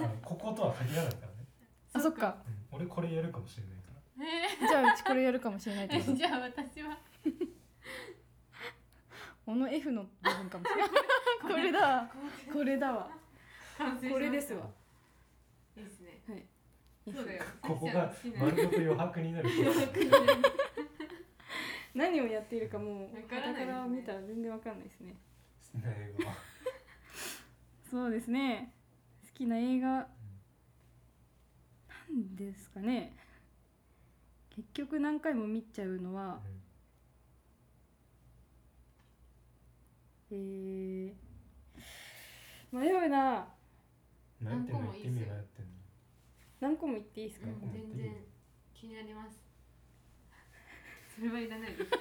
S2: あのこことは限らないからね、
S3: あそっか
S2: うん俺これやるかもしれないから
S1: え
S3: じゃあうちこれやるかもしれないってこと
S1: ーじゃあ私は
S3: この F の部分かもしれない これだこれだわ
S1: 完成しました
S3: これですわ
S1: いいですね
S3: はい
S1: そうだよ
S2: ここ
S1: さ
S2: が
S1: っきちゃんの好
S2: 丸
S1: き
S2: ごと余白になる
S3: 何をやっているかもう
S1: わからな
S3: 傍
S1: いですね
S3: から見たら全然わかんないですね
S2: 好きな映画は
S3: そうですね好きな映画なんですかね結局何回も見ちゃうのはえー、迷うな
S2: うん迷ってんの
S1: 何個もい
S2: 言っ
S1: い
S2: て
S1: っすよ
S2: み迷ってんの
S3: 何個も言っていいですか、
S1: う
S2: 何個
S1: ん
S2: も言って
S1: 全
S2: いいよ
S1: 然気になりますそれはいらないです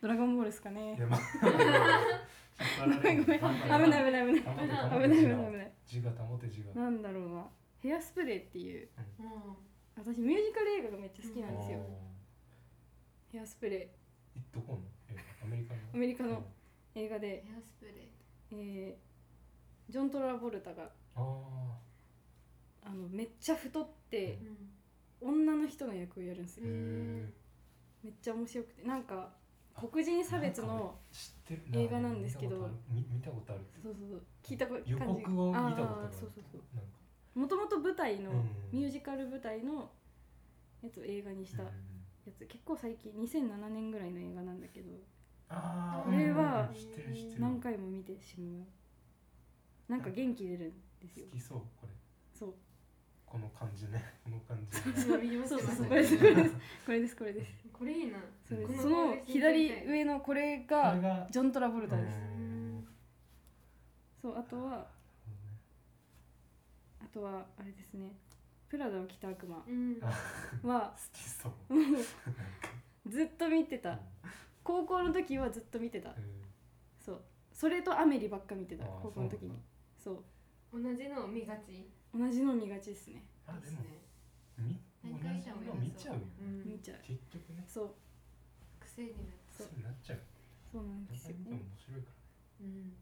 S3: ドラゴンボールですかね
S2: いやまあ引っ張られる
S3: ごめん
S2: 頑
S3: 危
S2: 張れ
S3: ない危ない危ない
S2: 頑張
S1: 危
S2: れ
S3: 危
S2: 頑張れ
S3: ない危
S2: 自
S3: ない
S2: 我
S3: 危ない
S2: 自我保て自我
S3: なんだろうなヘアスプレーっていう
S1: も
S3: 私ミュージカル映画がめっちゃ好きなんですよ、
S2: おー
S3: ヘアスプレ
S2: えどこの映画アメリカの
S3: ーアメリカ
S2: うん
S3: の映画
S1: う
S3: で、
S1: ヘアスプレー
S3: えージョン・トラボルタが
S2: あー
S3: あのめっちゃ太って
S1: うん
S3: 女の人の役をやるんですよ
S2: へ
S1: へ
S2: ー
S3: めっちゃ面白くてなんか黒人差別の
S2: 知ってるな
S3: 映画なんですけど
S2: 見見たことある
S3: そうそうそう聞いたこと
S2: 予告を見たことがある
S3: あーそうそうそう
S2: なんか
S3: もともと舞台の、
S2: うん
S3: ミュージカル舞台のやつを映画にした
S2: うん
S3: やつ、結構最近2007年ぐらいの映画なんだけど
S2: あー
S3: これは
S2: うん知ってる知ってる
S3: 何回も見てしまうなんか元気出るんですよ
S2: 好きそうこれ
S3: そう
S2: この感じねこの感じ
S1: そう見まし
S3: そう
S1: て
S3: そう
S1: ま
S3: そう
S1: す
S3: これですこれですこれですこれです
S1: これいいな
S3: それで
S2: こ
S3: すその左上のこれ
S2: これ
S3: が
S2: が
S3: ジョン・トラボルタです、
S2: うん
S3: そうあとはあとはあれですね「プラダを着た悪魔
S1: うん
S2: あ
S3: は
S2: 好きそう
S3: ずっと見てた
S2: う
S3: 高校の時はずっと見てた
S2: ん
S3: そうそれとアメリばっか見てた
S2: あー
S3: 高校の時
S2: そう
S3: に
S2: なん
S1: 同
S2: だ
S3: そう
S1: じのを見がちで
S3: 同じの見がちですね
S2: あですも
S1: ね
S2: み
S1: 何
S2: 同
S1: 回
S2: じ
S1: でも
S2: の見ちゃうよね
S1: ん
S3: 見ちゃう
S2: 結局ね
S3: そう
S1: 癖になっ
S3: そ
S2: そううなっちゃう
S3: そうなんで
S2: 何
S3: す
S2: 回
S3: よ
S2: 見ても面白いか
S1: てうん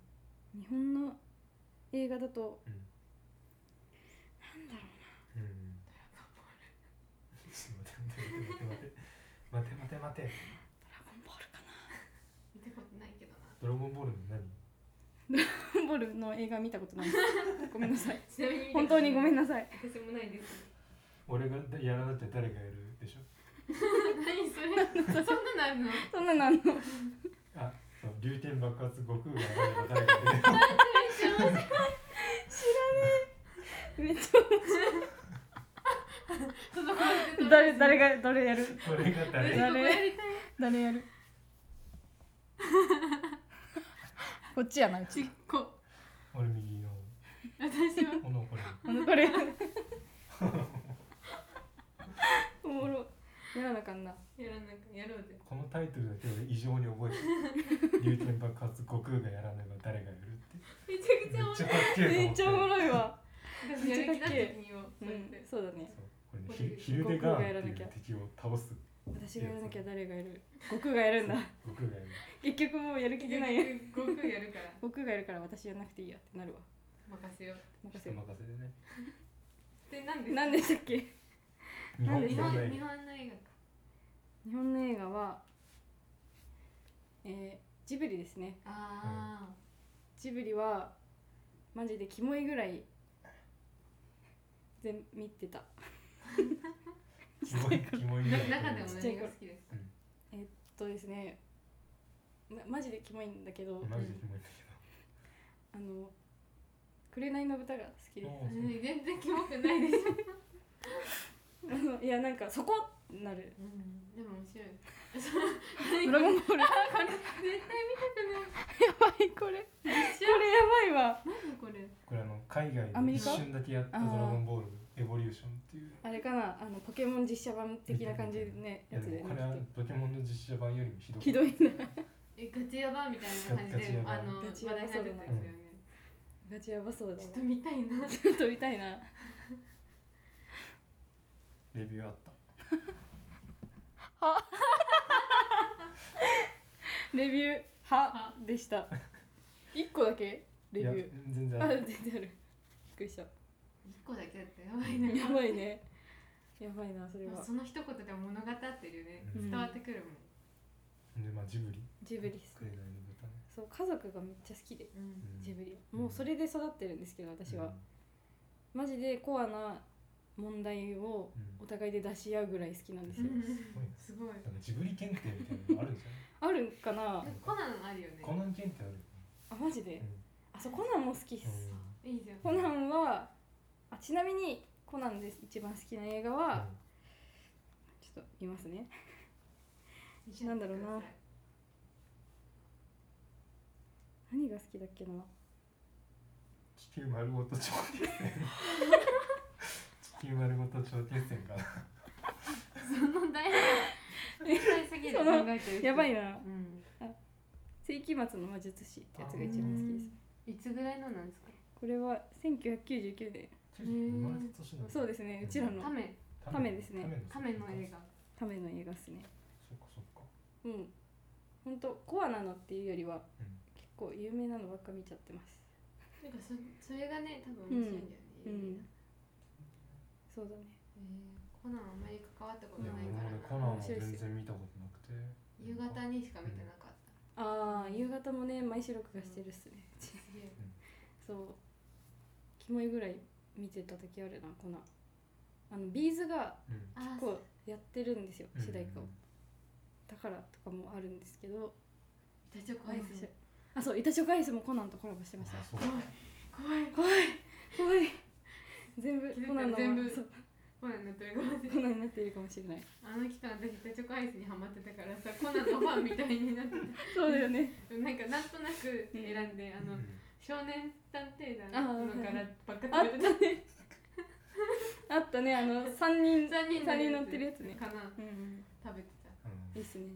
S3: 日本の映画だと
S2: らうん
S3: なんだろ
S2: うんちょっと 待て待て待て待て待て待て待て待て待て
S3: うドラゴンボールかな
S1: 見たことないけどな
S2: ドラゴンボールの何
S3: ドラゴンボールの映画見た ことないですごめんなさい
S1: ちなみに
S3: 本当にごめん
S1: な
S3: なさい
S1: 私もないです
S2: 俺がやらなきゃ誰がやるでしょ
S1: 何それそんなのある の
S3: そんなのあんの
S2: あそう竜天爆発悟空がやらなきゃ誰がやる
S3: めっちゃ 誰誰が誰やる
S2: 俺が誰
S1: 誰やりたい
S3: 誰やる こっちやなう
S1: ちっ
S3: ち
S1: こ
S2: 俺右の
S1: 私は
S2: このこれ
S3: あのこれおもろやらなあかんな
S1: やらなんかやろうぜ
S2: このタイトルだけ俺異常に覚えてる 竜天爆発悟空がやらないば誰がやるっ
S1: めちゃ
S2: て
S1: く
S2: め
S1: ちゃ
S2: っ
S1: 面
S2: ち
S1: 白い
S2: ゃかっけえと思って
S3: めっちゃおもろいわ
S1: 私やる気なった時にを
S3: う
S1: そうやっ
S3: ん
S1: て
S3: そうだね
S2: そうこれねひヒルデガーンっていう敵を倒す
S3: 私がやらなきゃ誰がやる悟空がやるんだ
S2: 僕がやる
S3: 結局もうやる気
S1: 結
S3: 出
S1: 局
S3: ないや
S1: 悟空やるから
S3: 悟空がやるから私やらなくていいやってなるわ
S1: 任せよう
S3: 任せ
S2: 人
S3: よ
S2: 任せでね
S1: でなんで
S3: 何でしたっけ
S2: 日
S3: なん
S2: 本
S3: で
S1: 日
S2: 日
S1: 本
S2: 本
S1: 日
S2: の映
S1: 本
S2: 画
S1: の映画か
S3: 日本の映画は、えージブリですね
S1: あ
S3: ジブリはマジでキモいぐらい全見てた
S2: キモいキモい
S1: あ、
S2: ぐらい
S1: な中でも
S3: ちっちゃ
S1: 何
S3: い
S1: が
S3: 頃
S1: 好きですか
S3: とですねまマジでキモいんだけど
S2: マジでキモいんだ
S3: あの「紅の豚」が好き
S2: け
S3: で
S2: ど
S3: す
S2: おーそう
S1: 全然キモくないでしょ、
S3: あの いやなんかそこってなる
S1: でも面白い
S3: 「ドラゴン ボール」や
S1: 絶対
S3: ばいこれこ
S1: 一
S3: れ
S1: 緒
S3: やばいわ
S1: 何これ
S2: これあの海外
S3: アメ
S2: で
S3: リ
S2: 一
S3: カ
S2: 瞬だけやった「ドラゴンボールエボリューション」っていう
S3: あれかなあのポケモン実写版的な感じでね
S2: いや
S3: やつ
S2: で
S3: で
S2: もこれは
S3: ね
S2: ポケモンの実写版よりもひど
S3: ひ
S2: い
S3: どいな
S1: えガチヤバみたいな感じであの
S3: ガ
S1: 話
S3: チヤバ
S1: 題になってたんですよね、
S3: ガチやばそうだ
S1: ちょっ
S3: な
S1: と見たいな
S3: ちょっと見たいな
S2: レビューあった
S3: レビュー「は」でした1個だけレビ
S2: いや
S3: ュー
S2: 全然
S3: あ
S2: ある
S3: 出てあるびっくりした
S1: 一個だけだったらやばいな
S3: やばいねやばいなそれ
S1: でも
S3: は
S1: その一言でも物語ってるよね、
S2: うん
S1: 伝わってくるもん、
S2: でまあジブリ
S3: ジブリっす
S2: 紅の豚ね
S3: そう家族がめっちゃ好きで
S1: うん
S2: うん
S3: ジブリもうそれで育ってるんですけど私は、マジでコアな問題を
S2: うんうん
S3: お互いで出し合うぐらい好きなんですよ、
S1: うんすごい
S2: なんかジブリ検定みたいなのあるん じゃない
S3: あるんかな
S1: えコナンあるよね
S2: コナン検定あるよね
S3: あマジであそうコナンも好きっす、
S2: う
S1: いいじゃん
S3: コナンはあちなみにコナンで一番好きな映画
S2: ん
S3: は、ちょっと言いますね
S1: 一緒にやってく
S3: なんだろうな何が好きだっけな
S2: 地球丸ごと頂点線地球丸ごと頂点線かな
S1: その大変大すぎる考えてる人
S3: やばいな
S1: うん
S3: 世紀末の魔術師ってやつが一番好きです
S1: いつぐらいのなんですか
S3: これは1999年
S1: ん
S2: 生まれた年なんだ
S3: そうですねうちらの
S1: カメ
S3: カメですね
S1: カメの映画
S3: ための映画っすね
S2: そっかそっか
S3: うんほんとコアなのっていうよりは
S2: うん
S3: 結構有名なのばっか見ちゃってます
S1: なんかそそれがね多分面白いんだよね、
S3: うん
S1: いいな
S3: そうだね
S1: えーコナンあんまり関わったこと
S2: いや
S1: ないから
S2: 俺
S1: な
S2: コナンは全然見たことなくて
S1: 夕方にしか見てなかった、
S3: ああ夕方もね毎週録画してるっすね
S1: すげえ
S3: そうキモいぐらい見てた時あるなこのあのビーズが
S2: うん
S1: あー
S3: こうやってるんですよ
S2: うん
S3: 主題歌をだからとかもあるんですけど
S1: そう体調怖
S3: 怖
S1: い
S3: い
S1: ですね
S3: あそうイタチョガイスもコナンとコラボしてました
S2: あそう
S1: 怖い怖い
S3: 怖い 怖い全部
S1: 気づいた
S3: コナンの
S1: 全部
S3: そう
S1: コナンの取り込
S3: コナンになっているかもしれない
S1: あの期間私タチョコアイスにハマってたから さコナンのファンみたいになってた
S3: そうだよね
S1: なんかなんとなく選んで、あ
S2: う
S1: の
S2: ん
S1: 少年探偵団
S3: あ
S1: の
S3: ー
S1: からばっか
S3: あっ
S1: 食べて
S3: たね あったねあの3人
S1: た3人
S3: 三人乗ってるやつね
S1: かな
S3: うん
S1: 食べてた
S3: いいっすね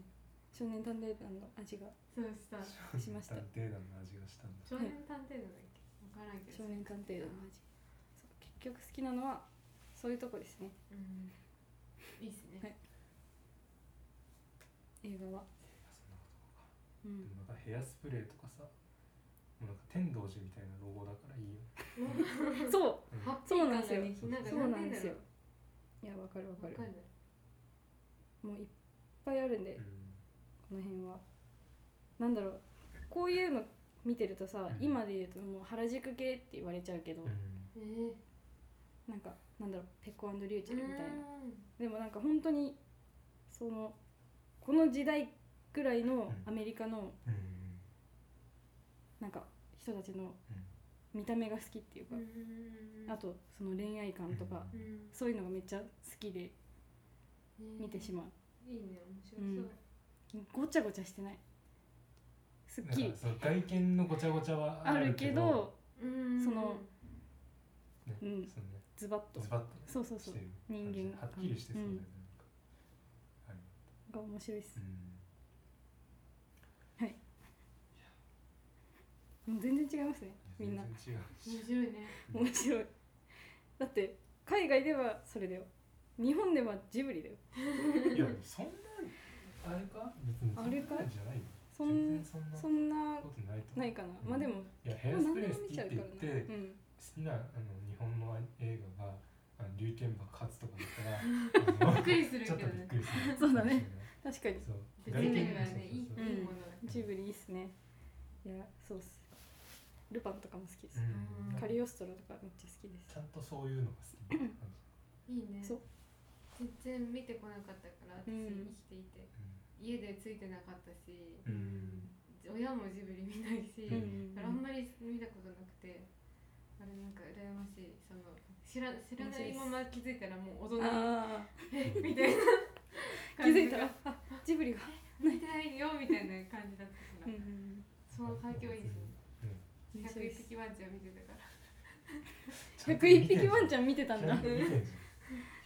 S3: 少年探偵団の味が
S1: そうした
S2: うん
S3: しました
S2: 探偵団の味がしたんだ
S1: 少年探偵団だっけ分からんけど
S3: 少年探偵団の味そう結局好きなのはそういうとこですね
S1: うんいいっすね、
S3: はい映画は
S2: そんなことか
S3: う
S2: で
S3: ん
S2: もなんかヘアスプレーとかさもうなんか天童寺みたいなロゴだからいいよね
S3: そう
S2: うん
S1: ハッピ
S3: そ
S1: ー
S3: う
S1: 感が
S3: なんですよ
S1: ねなんか
S3: そうな
S1: て
S3: ん
S1: 言
S3: ですよ
S1: う
S3: いやわかるわか
S1: わ
S3: る
S1: かる
S3: もういっぱいあるんで
S2: うん
S3: この辺はなんだろうこういうの見てるとさ、
S2: うん
S3: 今で言うともう原宿系って言われちゃうけど、
S2: うん
S1: えー
S3: なんかなんだろうペコリューチェルみたいな
S1: う
S3: でもなんか本当にそのこの時代ぐらい
S2: う
S3: の
S2: ん
S3: アメリカの
S2: うん
S3: なんか人たちの
S2: うん
S3: 見た目が好きっていうか、
S1: ーん
S3: あとその恋愛観とか、
S2: うん
S1: うん
S3: そういうのがめっちゃ好きで見てしまう、
S1: いいね面
S3: 面
S1: 白
S3: 白
S1: そ
S3: そううごちゃごちゃしてないすっ
S2: だか
S3: き
S2: ら
S3: り
S2: そう外見のごちゃごちゃは
S3: あ
S2: ある
S3: る
S2: け
S3: け
S2: ど
S3: ど
S1: うん
S3: その
S2: ね
S3: う
S2: そ
S3: ん
S2: のね
S3: ズバッと
S2: ズバッとね
S3: そうそうそ
S2: し
S3: う
S2: てる
S3: 人間
S2: はっきりしてそうだよねなんかはい
S3: が面白いっすもう全然違いますね
S2: う
S3: みんな
S2: 全然違う
S1: 面白いね
S3: 面白いだって海外ではそれだよ日本ではジブリだよ
S2: いやそんなあれか別にそんな
S3: あれか
S2: じゃないよ
S3: そ
S2: 全
S3: ん
S2: 然そんな
S3: そ
S2: こ
S3: んな
S2: とないと思う
S3: ないかな、まあでも、ま
S2: いや
S3: あ、
S2: ヘアス
S3: 何
S2: プレー
S3: でも
S2: 好
S3: 見
S2: き
S3: ちゃ
S2: っ
S3: う
S2: て
S3: から
S2: 言
S3: な
S2: っ、
S3: う
S2: て、好き
S3: ん、
S2: なあの日本の映画があの龍剣馬勝つとかだったらあ
S1: びっ
S2: の
S1: くりする
S2: ちょっ
S1: けど
S2: とびっ
S1: ね
S2: くりする
S3: そうだね確かに
S2: そう
S1: 別
S2: 外見
S1: にね
S2: そうそうそう
S1: いい
S2: うん
S1: いいものだ
S3: ジブリいいっすねいやそうっすルパンとかも好きです、
S1: うん
S3: カリオストロとかめっちゃ好きです
S2: ちゃんとそういうのが好きな感じ
S1: いいね
S3: そう
S1: 全然見てこなかったから私
S3: うん
S1: 生きていて、家でついてなかったし
S2: うんうん
S1: 親もジブリ見ないし、
S2: う
S1: だからあんまり見たことなくてあれなんか羨ましいその知ら知らないまま気づいたらもう大人
S3: あ
S1: え みたいな
S3: あ気づいた
S1: 感
S3: らあジブリが、
S1: じが見てないよみたいな感じだった
S3: う
S1: から、
S3: ん、
S1: その環境いいですね
S3: めっちゃいいっ
S1: 101
S3: す
S1: 匹ワンちゃん見てたから
S3: 101匹ワンち
S2: ゃん
S3: ゃん見てたんだ
S2: 見てんじゃん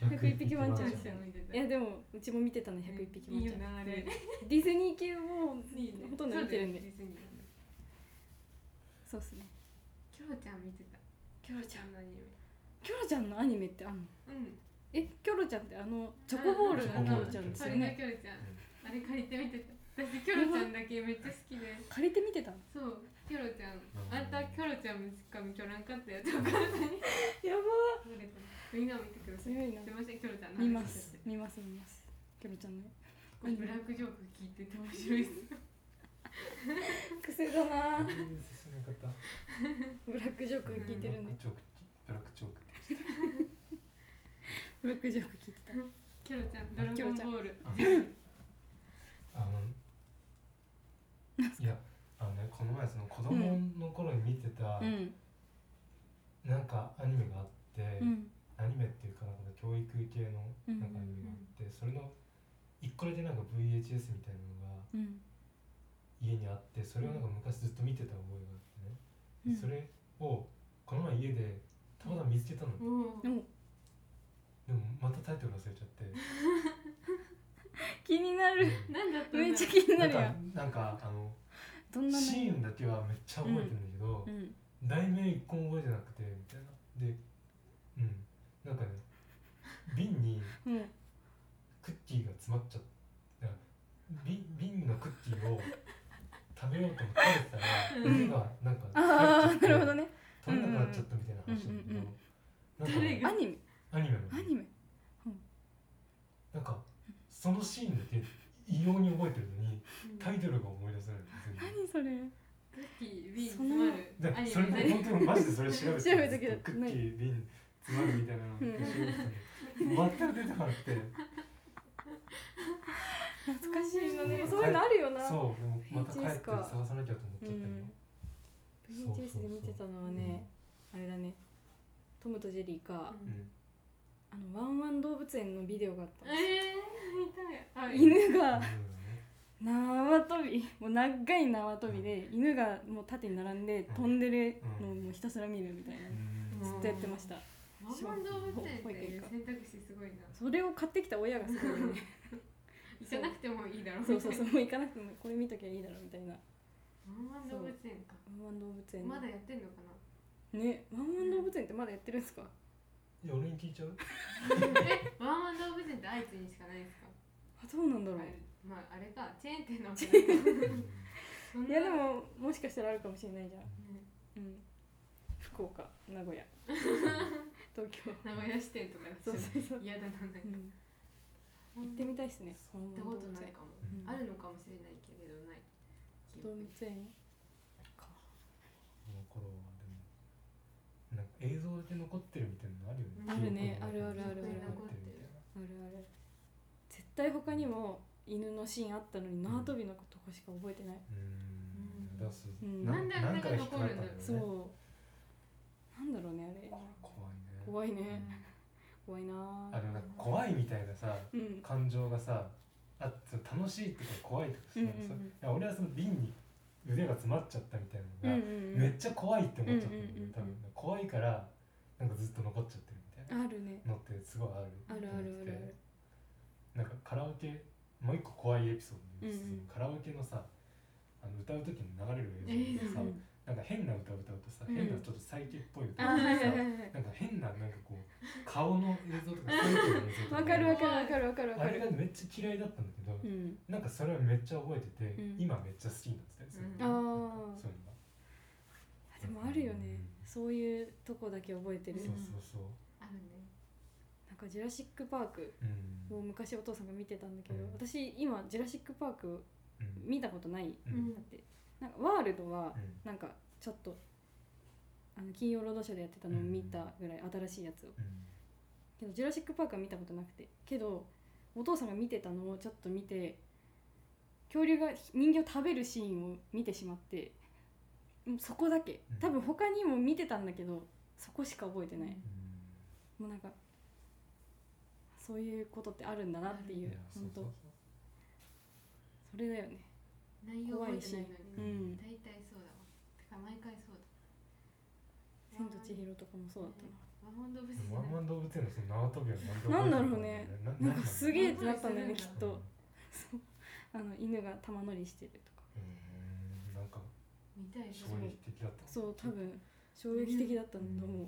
S3: 101匹ワン
S1: ワ
S3: ちゃんワ
S1: ン
S3: ン
S1: ち
S3: ち
S1: ゃ
S3: ゃ
S1: ん
S3: ん
S1: 見てた
S3: いやでもうちも見てたの101匹ワ
S1: い
S3: ンちゃん
S1: いよなあれ
S3: ディズニー系も
S1: いいね
S3: ほとんど見てるんで
S1: そうだよディズニー
S3: そうっすね
S1: キョロちゃん見てたキョロちゃんのアニメ
S3: キョロちゃんのアニメってあんの
S1: うん
S3: えキョロちゃんってあのチョコボールのキョロちゃんですよ
S1: 鳥の
S3: ね
S1: キョロちゃんあれ借りてみてた私キョロちゃんだけめっちゃ好きで
S3: 借りて見てたの
S1: そうキョロちゃん
S2: ん
S1: あんたキョロちゃんしか見とらんかったやつお母さんに
S3: やば
S1: みんな見てください
S3: 強いな
S1: すいませんキョロちゃんの
S3: 見
S1: 話
S3: ます見ます見ますキョロちゃんの
S1: これブラックジョーク聞いてて面白いです
S3: 癖だな
S2: うんそういう進め方
S3: ブラックジョーク聞いてるね
S2: チョークブラックチョークって
S3: ブラックジョーク聞いてた
S1: キョロちゃんドラゴンボール
S2: あのいやあのねこの前その子供の頃に見てた
S3: うん
S2: なんかアニメがあって、
S3: うん
S2: アニメっていうかなんか教育系のなんかアニメがあって、それの一個だけなんか VHS みたいなのが
S3: うん
S2: 家にあってそれをなんか昔ずっと見てた覚えがあってね、
S3: うん
S2: それをこの前家でたまたま見つけたの、で
S1: お
S3: で
S1: ー
S3: も
S2: もまたタイトル忘れちゃって
S3: 気になる
S1: なんだったんだ
S3: めっちゃ気にな
S2: なん
S3: る
S2: か
S3: やん
S2: なんかあの
S3: どんなの
S2: シーンだけはめっちゃ覚えてるんだけど、
S3: うん
S2: 題名一個も覚えてなくてみたいなでうんなんかね瓶に
S3: うん
S2: クッキーが詰まっちゃった瓶瓶のクッキーを食べようと思って食べてたら
S1: うん
S2: 腕がなんか
S3: あ
S2: 入っ
S3: あ
S2: ちゃ
S3: なる
S2: っ
S3: ほ
S2: て
S3: どね
S2: 取れなくなっちゃったみたいな話なんだけど、
S3: うんうん
S2: なんかね
S1: 誰が
S3: アニメ
S2: アニメの
S3: アニメ
S2: なんかそのシーンだけ異様に覚えてるのにタイトルが思い出せないんですよ
S3: 何それ
S1: クッキー瓶詰まる
S2: で
S1: アニ
S2: それ
S1: メ
S2: も本当にマジでそれ調べて
S3: 調べたけど
S2: ずっとクッキー瓶詰まるみたいなのを調べてたの全く出てこなくて
S3: 懐かしいのね
S2: うん
S3: そういうのあるよな
S2: そうでもまた帰って
S3: VHS か
S2: 探さなきゃと思っちゃったよ、そうそうそう
S3: VHS で見てたのはねあれだねトムとジェリーか
S2: うん
S3: あのワンワン動物園のビデオがあった
S1: え
S3: んで
S1: ー、見たいあ
S3: す犬
S2: うん
S3: が縄跳びもう長い縄跳びで犬がもう縦に並んで飛んでるのをもうひたすら見るみたいな
S2: うん
S3: ずっとやってました
S1: ワンワン動物園っていう選択肢すごいな
S3: それを買ってきた親がすごいね
S1: 行かなくてもいいだろ
S3: そうそうそううもう行かなくてもこれ見ときゃいいだろうみたいな
S1: ワンワン動物園か
S3: ワンワン動物園
S1: まだやってんのかな
S3: ねワンワン動物園ってまだやってるんですか
S2: いや俺に聞いちゃう
S1: えワンワン動物園って愛知にしかないんですか
S3: あどうなんだろ
S1: あ
S3: う
S1: れまああれかチェーン店のそんない
S3: やでももしかしたらあるかもしれないじゃん
S1: ね
S3: うん福岡名 古屋東京
S1: 名古屋支店とか
S3: そうそうそう、
S1: 嫌だななんか
S3: うん、
S1: 行
S3: 行ってみたいですねワン
S1: た
S3: ワ
S1: こ
S3: ン
S1: と
S3: 動物
S1: ない
S3: 園
S1: かも
S2: うん
S1: あるのかもしれないけれどない
S3: 動物園か
S2: この頃はでもなんか映像で残ってるみたいなのあるよね
S1: あ
S3: るね
S2: 記憶の中に
S3: あるあるあるある
S2: 残ってみたいな
S3: あるある絶対他にも犬のシーンあったのに縄跳びのとこしか覚えてない、
S2: うんだし
S3: うん
S2: な
S1: なんであれ
S2: なんかが引っかかったんだ
S1: 残
S2: よ
S1: るん
S2: ね
S3: そうなんだろうねあれ
S2: 怖いね
S3: 怖いね、
S2: うん
S3: 怖いな
S2: あでもなんか怖いみたいなさ
S3: うん
S2: 感情がさあそう楽しいとか怖いとかさ、
S3: うんうんうん
S2: そういや俺はその瓶に腕が詰まっちゃったみたいな
S3: うんう
S2: のが、
S3: ん
S2: め
S3: うん
S2: っちゃ怖いって思っちゃったんだよね、
S3: うんうんうんうん
S2: 多分怖いからなんかずっと残っちゃってるみたい
S3: あるね
S2: なのってすごいある
S3: あるあるあるある
S2: なんかカラオケもう一個怖いエピソードで、
S3: うんうん
S2: カラオケのさああの歌う時に流れる
S1: え
S2: 映
S1: ー
S2: 像でさ、
S3: うん
S2: なんか変な歌歌うとさ、
S3: うん
S2: 変なちょっとサイキっぽい歌
S1: あ
S2: とか
S1: ー
S2: さ、
S1: はいはいは
S2: なんか変ななんかこう顔の映像とか背景の映像とか
S3: わかるわかるわかるわかるわ
S2: あ
S3: か
S2: れが
S3: る。
S2: めっちゃ嫌いだったんだけど、
S3: うん。
S2: なんかそれはめっちゃ覚えてて、
S3: うん
S2: 今めっちゃ好きになってたりする、
S1: うん
S3: あ
S2: そ
S3: ー
S2: ういうのが
S3: でもあるよね。そういうとこだけ覚えて
S2: そ
S3: る
S2: う。そうそう、
S1: あるね
S3: なんかジュラシックパーク
S2: うん
S3: を昔お父さんが見てたんだけど
S2: うん、
S3: 私今ジュラシックパーク
S2: うん
S3: 見たことない。
S2: うん
S1: うん
S3: だってなんかワールドは
S2: うん
S3: なんかちょっとあの金曜ロードショーでやってたのを見たぐらい新しいやつを。
S2: うん
S3: けどジュラシックパークは見たことなくてけどお父さんが見てたのをちょっと見て恐竜が人形を食べるシーンを見てしまってもうそこだけ
S2: うん
S3: 多分他にも見てたんだけどそこしか覚えてない、
S1: うん
S3: もうなんかそういうことってあるんだなって
S2: うん
S3: い
S2: いうやそう
S3: 本
S2: そ
S3: 当
S2: う
S3: それだよね
S1: 内容覚えてないの
S3: う
S1: に
S3: ん
S1: 大体そうだわてか毎回そうだ
S3: 「千と千尋」とかもそうだった
S1: ワンワン動物
S2: そう
S1: 園
S2: でもワンマン動物園のその縄跳びは
S3: なんだろうねななんかすげえってなったんだよねきっとそうあの犬が玉乗りしてるとか
S2: うんなんか
S1: 見たい
S2: 衝
S1: そ
S2: 撃的だった
S3: そう多分衝撃的だったんだと思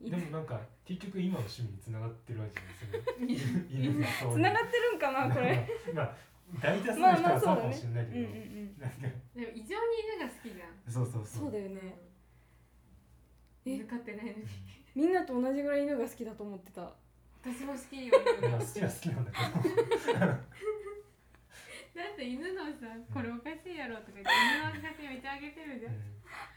S3: う、
S2: でもなんか結局今の趣味に繋がってるわけですよね
S1: いや
S2: 犬がそう
S3: 繋がってるんかなこれ
S2: まあ大多数の人
S3: まあま
S2: は
S3: あ
S2: そ
S3: そうう
S2: か
S3: だ
S2: も
S3: ね
S2: しれない
S3: うん
S2: け
S3: うんう
S2: ど
S3: ん
S2: なんか
S1: でも異常に犬が好きじゃん
S2: そうそうそ
S3: そううだよね
S1: うん
S3: え
S1: 犬飼ってないのに
S3: みんなと同じぐらい犬が好きだと思ってた
S1: 私も好きよ犬が
S2: まあ
S1: だ
S2: 好きは好きなんだけど
S1: って犬のさこれおかしいやろとか言って犬の写真めっちゃあげてるじゃん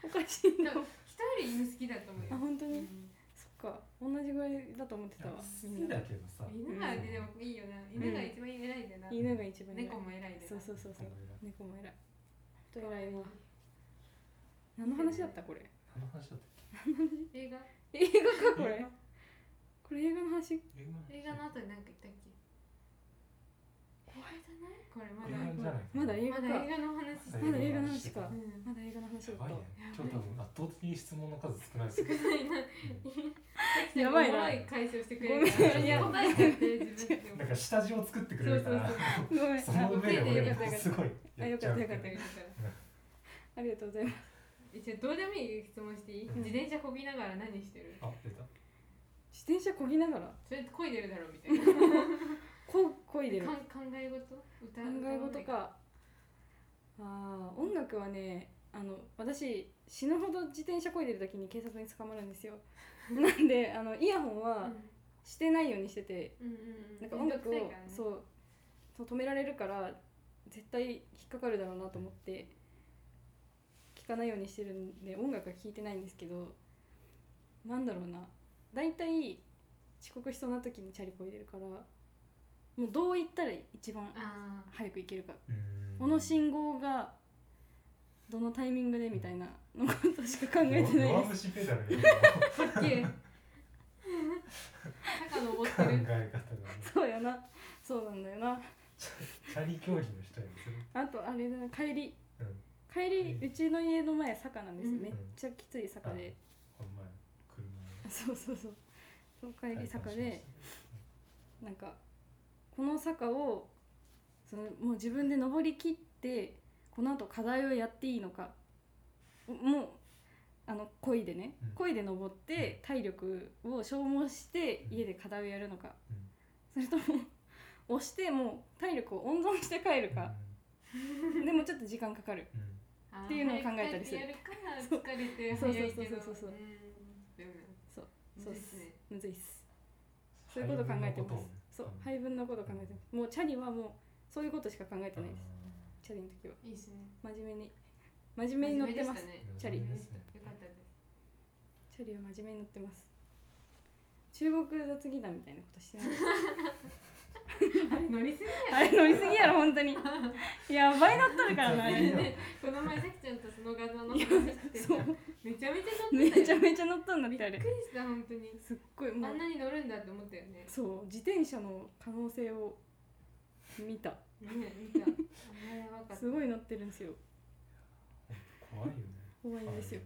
S3: おかしい
S1: で
S3: の
S1: も一人犬好きだと思う
S3: あ
S1: よ
S3: 本当
S1: う
S3: に
S1: ん
S3: そっか同じぐらいだと思ってたわみ
S2: 好
S3: ん
S2: きだ
S3: な
S2: けどさ
S1: 犬がでもいいよな犬が一番偉いでな
S3: 犬が一番偉い
S1: 猫も偉いでな
S3: そうそうそうそう
S2: あ
S3: 猫も偉いほんと偉いわ何の話だったこれ
S2: の話だったっ
S1: 映画
S3: 映画かこれ これ映画の話
S2: け映画の話
S1: 映画の後に何か言ったっけ怖いじゃないこれま
S2: 映画
S1: だ
S2: じゃない
S3: まだ映画
S1: ま
S3: か
S1: だ映画の話して
S3: まだ映画の話か
S1: うん
S3: まだ映画の話だ
S2: や
S3: っ
S2: ばいね
S3: た
S2: 今日多分圧倒的に質問の数少ないですね
S3: やばいな
S1: おもろ解消してくれるから
S2: ごめんいや
S1: 答えちゃって自分で
S2: なんか下地を作ってくれるから
S1: そう
S3: ごめ ん
S2: その上で俺もすごい
S3: あ
S2: や
S3: よ
S2: っち
S3: か
S2: ゃ
S3: っ
S2: う
S3: たよかった
S1: だから
S3: ありがとうございます
S1: 一応どうでもいい質問していい、
S2: うん
S1: 自転車こぎながら何してる
S2: あ出た
S3: 自転車こぎながら
S1: それ漕いでるだろうみたいなか
S3: こ漕いでる
S1: ん考え事歌
S3: 考え事かあー音楽はねあの私死ぬほど自転車こいでる時に警察に捕まるんで すよなんであのイヤホン
S1: 歌う
S3: は
S1: ん
S3: してないようにしてて、
S1: うんうんうん
S3: なんか音楽を、
S1: めんどくさいからね
S3: そうそう止められるから絶対引っかかるだろうなと思って聞かないようにしてるんで音楽は聴いてないんですけどなんだろうな大体遅刻しそうな時にチャリこいでるからもうどう言ったら一番
S1: あ
S3: 早く行けるか
S2: うん
S3: この信号がどのタイミングでみたいなのことしか考えてない
S2: 弱
S3: です
S2: 虫ペダル の考
S1: あかっけ え坂登ってる
S2: え方がね
S3: そうやなそうなんだよな
S2: チャリ競技の人やんそれ
S3: あとあれだな帰り
S2: うん
S3: 帰りうちの家の前坂なんですよ、
S1: うん
S3: めっちゃきつい坂で、
S2: この前車
S3: そうそうそうそう帰
S2: で
S3: り坂でなんかこの坂をそのもう自分で登り切ってこの後課題をやっていいのかもうあの恋でね
S2: うん
S3: 恋で登って体力を消耗して
S2: うん
S3: 家で課題をやるのか
S2: うん
S3: それとも押してもう体力を温存して帰るかでもちょっと時間かかる
S2: うんうん
S1: っ
S3: っていうのを考えたりする
S1: やるから疲れて
S3: そう
S1: 早いけど
S3: そうそうそうそうそうん
S1: でも
S3: そう
S1: そ
S3: そううっ
S1: ですすね
S3: むずいっすそういうこと考えてますそう配分のこと考えてますもうチャリはもうそういうことしか考えてないですチャリの時はい
S1: いですね
S3: 真面目に真面目に乗ってま
S1: 真面
S3: す
S1: 目でしたね
S3: チャリ
S1: 真面
S2: で
S1: 目ですした
S2: ね
S1: よかったです
S3: チャリは真面目に乗ってます中国雑技団みたいなことしてない
S1: あれ乗りすぎや
S3: あれ乗りすぎやろ本当にやばい乗っとるからなあれ
S2: めっちゃ
S1: ねこの前さきちゃんとその画像の話して
S3: そ
S1: た
S3: う
S1: めちゃめちゃ乗
S3: め
S1: って
S3: ち
S1: た
S3: ゃ
S1: よ
S3: めちゃ乗っとんだってあ
S1: び
S3: れ
S1: っくりした本当に
S3: すっごいも
S1: あ
S3: うん
S1: なに乗るんだって思ったよね
S3: そう自転車の可能性を見た
S1: ね見たあんなやばかった
S3: すごい乗ってるんですよ
S2: 怖いよね
S3: 怖いんですよ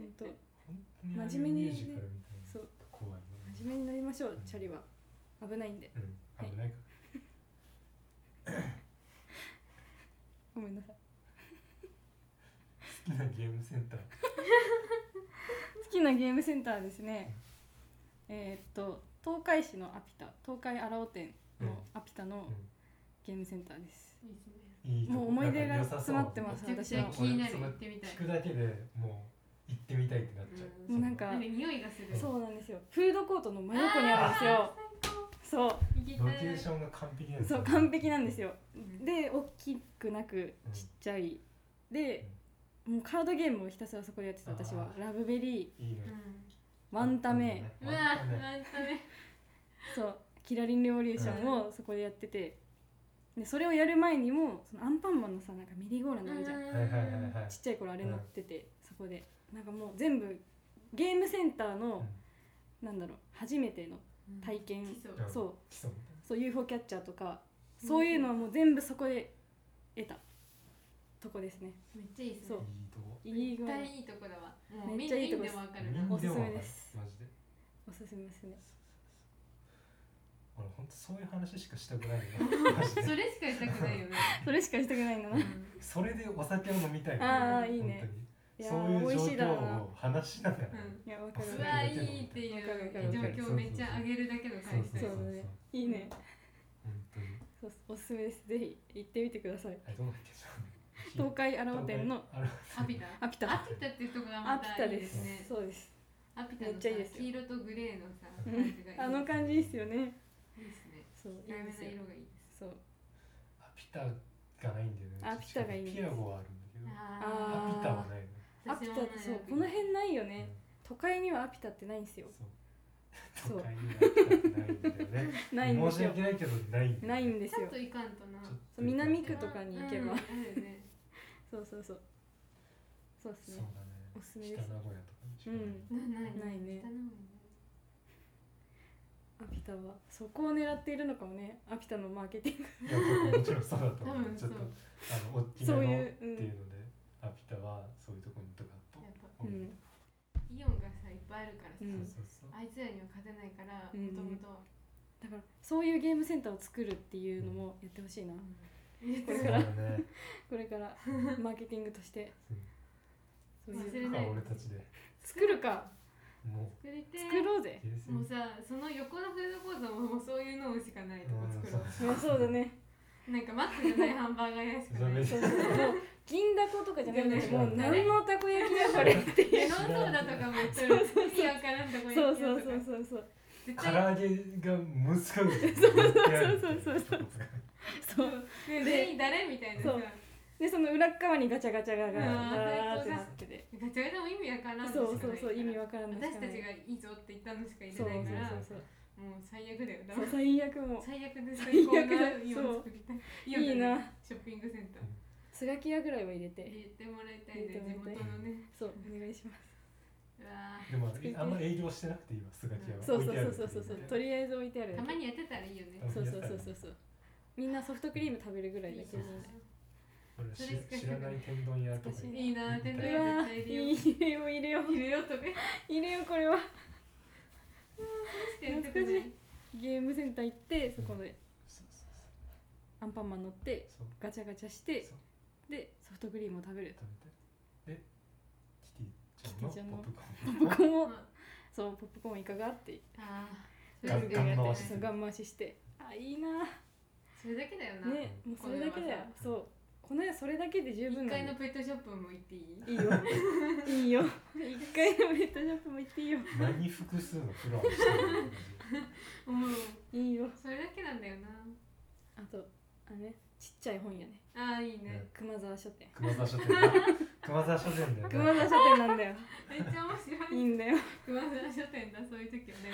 S3: 本当
S2: 本当にミュージカルみたい
S3: そ
S2: な
S3: う
S2: 怖いよね
S3: 真面目に乗りましょうチャリは危ないんで
S2: うん危ないか
S3: ごめんなさい
S2: きなゲームセンター
S3: 好きなゲームセンターですねえーっと東海市のアピタ東海荒尾店のアピタのゲームセンターです、
S1: いいですね
S2: いいとこ
S3: もう思い出
S2: な
S3: が
S2: んか良さそう
S3: 詰まってます
S1: めちゃく
S3: 私
S1: ちゃ
S3: は
S1: 気になる行
S2: 俺その
S1: ってみたい
S2: 聞くだけでもう行ってみたいってなっちゃう、
S1: うん
S2: その
S3: なんか
S1: なんか匂いがする
S3: そうなんですよフードコートの真横にあるんですよ そう
S1: 行き
S2: ロ
S1: た
S2: ケ
S1: い
S2: ーションが完璧なんです
S3: そ
S2: よ
S3: う完璧なんですよ
S1: ん
S3: で大きくなく
S2: うん
S3: ちっちゃい、でもうカードゲームをひたすらそこでやってた私は
S2: あ
S3: ラブベリ
S2: いいね
S1: う
S3: ーワンタメ、
S1: んうわ
S2: ワンタメ
S1: なんとね
S3: そうキラリンレボリューションをそこでやってて、でそれをやる前にもそのアンパンマンのさなんかメリーゴーランドあるじゃん、ち
S2: はいはいはいはい
S3: っちゃい頃あれ乗ってて、そこでなんかもう全部ゲームセンターの、なんだろう初めての体験、
S1: 基礎
S2: うん
S3: そう
S2: 基礎みたい
S3: そう UFO キャッチャーとか、そういうのはもう全部そこで得たとこですね
S1: めっちゃいいですね
S3: そう
S2: ないいとこ
S3: いい具
S1: 絶
S3: 合
S1: 対いいところはもう
S3: め
S1: み
S3: っ
S1: ん
S3: ち
S1: な
S3: ゃいい
S1: で
S3: と
S1: も
S3: こ
S1: わ
S3: です
S1: かるな
S2: みんでもわかる
S3: おすすめです
S2: マジで
S3: おすすめですね
S2: 俺ほんとそういう話しかしたくないよマジで
S1: それしかしたくないよね
S3: それしかしたくないんだな
S1: う
S3: い
S1: ん
S2: それでお酒を飲みたい
S3: あ
S1: あ
S3: いいね
S2: 本当に
S3: や
S2: そう
S3: ー美味
S2: い
S3: し
S2: う状
S3: いだ
S2: 況
S3: ろうな
S2: を話しながら、
S1: うん
S3: いやわかる
S2: そ
S1: うんわ
S2: だ
S1: い
S2: け
S1: いっていう
S3: わかるわか
S2: る
S1: 状況めっちゃ上げるだけの
S2: そう
S1: 感じ
S2: そう
S1: だ
S2: そ
S3: そうう
S2: そ
S3: だ
S2: う
S3: ねいいね
S2: 本当に
S3: そうおすすめですぜひ行ってみてください
S2: あれどうなっけ
S3: 東海荒尾店の
S2: あれ
S1: アピタ
S3: アピタ
S1: アピタっていうとこが
S3: ア
S1: ま
S3: ピ
S1: た
S3: タ
S1: いい
S3: で
S1: です
S3: す
S1: ね
S3: そうです
S1: アピタ
S3: め
S1: の
S3: っ
S1: さ
S3: ちゃいいですよ
S1: 黄色とグレーのさ
S2: う
S1: 感
S2: ん
S1: じがいい
S3: あの感じいいっすよね
S1: いいですね
S3: そうい
S1: 暗め
S3: いで
S1: な
S3: すよ
S1: 色がいい
S3: そう
S2: アピタがないんだよね
S3: アピタがいいんです
S2: ピアゴはあるんだけど
S3: あ
S2: ア
S3: ー
S2: ピタはないよね
S3: アピタってそうこの辺ないよね都会にはアピタってないんですよ
S2: そう
S3: そう
S2: 都会にはアピタってないんだよね
S3: ないんで
S2: 申
S3: す
S2: し
S3: よ
S2: 訳ないけどないんだよね
S3: ないんで
S1: ち
S3: す
S1: ょ
S3: よ
S1: っといかんとな
S2: ちょっと
S3: 南区とかに行けば
S1: うんあるね
S3: そうそうそうそうです
S2: そう
S3: ね
S2: だね
S3: おすすめです
S2: 北名古屋とかにしかない
S3: うん
S1: な
S3: ないね
S1: 汚いもん
S3: アピタはそこを狙っているのかもねアピタのマーケティング
S2: いや僕ももちろんそうだと思
S1: 多
S2: う
S1: 分
S2: ち
S1: そ
S2: ょ
S1: う
S2: っとあの大きめの
S3: そう
S2: ってい
S3: いうううん
S2: のでアピタはそういうとこにとかと
S1: やっぱ
S2: 思う
S3: うん
S1: イオンがさいっぱいあるからさ、
S3: うん
S2: そうそう
S1: あいつらには勝てないから
S3: う
S1: も
S3: ん
S1: ともと
S3: だからそういうゲームセンターを作るっていうのもやってほしいなこれ
S2: そう
S3: か
S2: だ
S3: ら
S2: ね
S3: これからマーケティングとして
S2: う
S3: そうい
S1: 忘れ
S3: うん
S1: な
S2: だ
S1: い
S2: から俺たちで
S3: 作るか
S2: も
S1: 作れて
S3: 作ろうぜ
S2: うゲーセン
S1: もうさその横のフードコートももうそういうのしかないとこ作ろう
S3: いやそうだね
S1: なんかマックじゃないハンバーガー屋しかない
S2: ダメ
S3: そうそうそう銀だことかじゃないんだけどもう何のたこ焼きだこれってい
S1: メ
S3: う
S1: ロンソーダとかも売ってる意味わからんとこに
S3: そう
S1: 行け
S3: そ
S1: よと
S3: う
S1: か
S3: そうそうそう
S1: 絶
S2: 唐
S1: 対
S2: 揚げがむずかう
S3: そうそうそうそうそうそう
S1: ね全員誰みたいなさ
S3: そうでその裏っ側にガチャガチャがガ
S2: うん
S3: ーってなってて
S1: ガチャガチャも意味わからんのしか
S3: そ
S1: ないう
S3: そうそう意味
S1: わ
S3: わから
S1: か
S3: ない
S1: んない
S3: しか
S1: 私
S3: な
S1: た
S3: い
S1: ちがいいぞって言ったのしか入
S3: そう
S1: れないから
S2: そう
S3: そう
S1: もう最悪だよだ
S3: そう最悪も
S1: 最悪で最高
S3: 最
S1: な
S3: 悪だ
S1: イオン作りたい。
S3: う
S1: イオンじゃ
S3: いいな。
S1: ショッピングセンター。
S3: うスガキ屋ぐらいは入れて
S1: 入れてもらいたい
S3: 入れて
S1: ね、地
S3: もらいた
S1: 元の
S2: い
S1: ね。
S3: そうお願いしま
S1: うわ
S2: でもあんま営業してなくていいわスガキ
S3: す
S2: 屋
S3: そ
S2: は
S3: う
S2: 置い
S3: そう
S2: てある
S3: そうそうそうと
S2: り
S3: りあえず置いてある
S1: ー
S3: だ
S1: た
S3: け
S1: まにやってたらいいよね。
S3: そうそうそうそうそうみんなソフトクリーム食べるぐらいだけど
S2: 知知らない天丼屋とか
S1: いいな、天
S2: う
S1: 丼
S3: うわ
S1: 屋
S3: ー
S1: 絶対入れよう。
S3: 入れよう入れよう
S1: 入れようとか。
S3: 入れようこれは
S1: 確かにやってたくない。
S3: ゲームセンター行ってそこで
S2: そうそう
S3: アンパンマン乗って
S2: そうそう
S3: ガチャガチャして
S2: そう
S3: でソフトクリームを食べる
S2: 食べてでキティちゃんのポップコーン
S3: ポップコーンを
S1: うん
S3: そうポップコーンいかがって
S1: ああ、
S2: ガンガン回し
S3: そうガン回ししてあいいな
S1: それだけだよな。
S3: ねもうそれだけだよ
S2: この世は
S3: そうこの世それだけで十分
S1: 一
S3: な
S1: 階
S3: の
S1: のペットショップも行っていい
S3: いいよ いいよ一回のペットショップも行っていいよ
S2: 何複数のフロアをしてるの
S1: もう、
S3: いいよ
S1: それだけなんだよな。
S3: あとあのねちっちゃい本屋ね
S1: ああ、いいね。
S3: 熊沢書店
S2: 熊沢書 店熊沢書店だよ
S3: 熊沢書店なんだ よ
S1: めっちゃ面
S3: い
S1: 白
S3: い
S1: い。
S3: んだよ
S1: 熊沢書店だ、そういう時はね。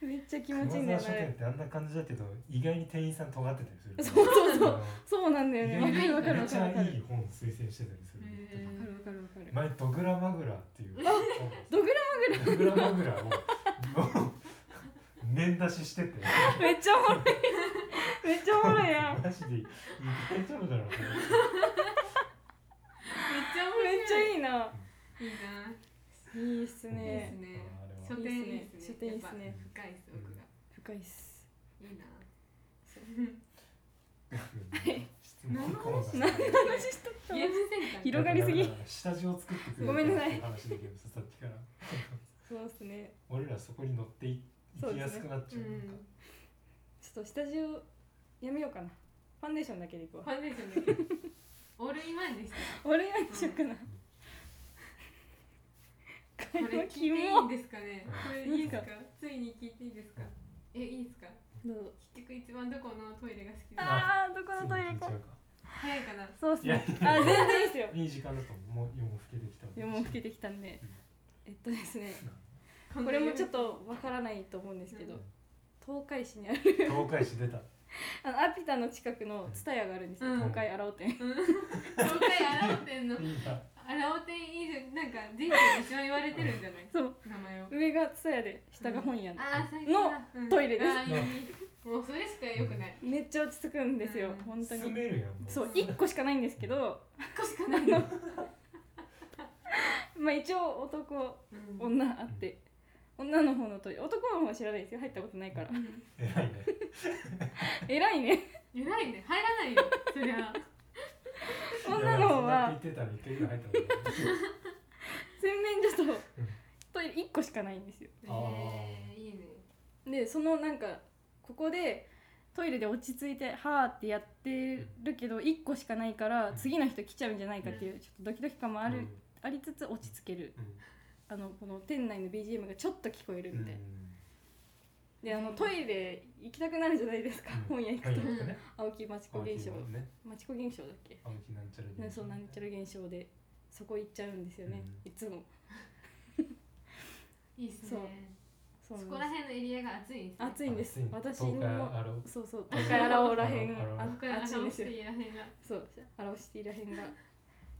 S3: めっちゃ気持
S2: 熊
S3: ちいいんだ
S2: 沢書
S3: よあ
S2: 店
S3: れ
S2: ってあんな感じだけど意外に店員さん尖ってたりする
S3: そうそうそう
S2: あの
S3: そうなんだよねわかるわかる
S2: め
S3: わ
S2: っち
S3: かる
S2: ゃ
S3: わかる
S2: いい本推薦してたりする
S1: へ
S3: わかるわかるわかる
S2: 前ドグラマグラっていう
S3: ドグ
S2: ラマグラドグラマグラをもう念出しして て
S3: めっちゃおもろいめっちゃおもろいやん
S2: マジで大丈夫だろうと思っ
S1: めっ
S2: て
S1: ちゃ面白い。
S3: めっちゃいいない
S1: いな。
S3: いいっす
S1: いいで
S3: ね
S1: すね
S2: あれは。
S1: 書 店いいですね。
S3: 書店いいっす
S1: やっ
S3: ね
S1: ぱ深いです奥が。
S3: 深いっす
S1: いいな。
S2: 質何の話
S3: 何の話しとった
S1: ゲームセンター
S3: 広がりすぎ
S2: 下地を作ってくれ
S3: ごめんなさい
S2: って話できるさっきから
S3: そうですね
S2: 俺らそこに乗ってい行きやすくなっちゃうなんか
S3: ちょっとスタジオやめようかなファンデーションだけでいくわ
S1: ファンデーションだけオールインワンでした
S3: 俺やんしようかな
S1: これ聞いていいんですか ねこれいいですか
S3: いい
S1: ついに聞いていいですかえいいですか
S3: どうぞ
S1: 結局一番どこのトイレが好きですか
S3: あーどこ
S2: す
S3: の
S2: ぐ
S3: トイ
S2: 聞
S3: レ
S2: いちゃ
S3: か
S2: うか
S1: 早いかな
S3: そうっす
S2: いや
S3: ねあ全然ですよ
S2: いい時間だと思うもう夜も更けてきた
S3: 夜も更けてきたんでえっとですね
S1: こ
S3: これもちょっ
S1: と
S3: とわからないと思うんですけど
S2: うん
S3: 東海市にある
S2: 東海市出た
S3: あのアピタの近くのツタヤがあるんですよ、
S1: うん
S3: 東海荒尾店
S1: 東海洗おてんの
S2: いいな
S1: 洗おてん以上なんか人生で一番言われてるんじゃない
S3: そう
S1: 名前 を
S3: 上がツタヤで下が本屋の、
S1: あー最近だうん
S3: トイレです
S1: あーいいもうそれしかよく ない
S3: めっちゃ落ち着くんですよ、
S1: うん
S3: 本当
S2: 住
S3: に
S2: めるやんも
S3: そう1個しかないんですけど
S1: 1個しかないの
S3: まあ一応男
S1: うん
S3: 女あって女の方のトイレ男の方は知らないですよ入ったことないから
S1: うん
S2: 偉いね
S3: 偉いね
S1: 偉いね入らないよそりゃ
S3: 女の方は
S2: 言ってたら一回ぐらい入ったのに
S3: 洗面所と
S2: うん
S3: トイレ1個しかないんですよ
S2: あー
S1: えーいいね
S3: でそのなんかここでトイレで落ち着いてはーってやってるけど1個しかないから
S2: うん
S3: 次の人来ちゃうんじゃないかっていうちょっとドキドキ感もある、ありつつ落ち着ける
S2: う
S3: あのこの店内の BGM がちょっと聞こえる
S2: んうん
S3: みたいな、であのトイレ行きたくなるじゃないですか、
S2: うん
S3: 本屋行くと、
S2: はいなんかね
S3: 青木町子現象
S2: 青木ね
S3: 町子現象だっけ、
S2: 青木なんちゃら
S3: ねそうなんちゃら現象でそこ行っちゃうんですよね、
S2: う
S3: いつも
S1: いいっす
S3: そう
S1: ね
S3: そ
S1: そうこ
S3: なんです
S1: ら辺のエリアが暑いんですね
S3: 暑
S2: 暑い東
S3: いんです私に
S2: 海
S3: も
S2: あろう
S3: そうそう東海荒尾らへん
S2: 荒尾
S3: あ
S1: これあ
S3: 暑いんですよ
S1: いらへんが
S3: そう荒尾シティらへんが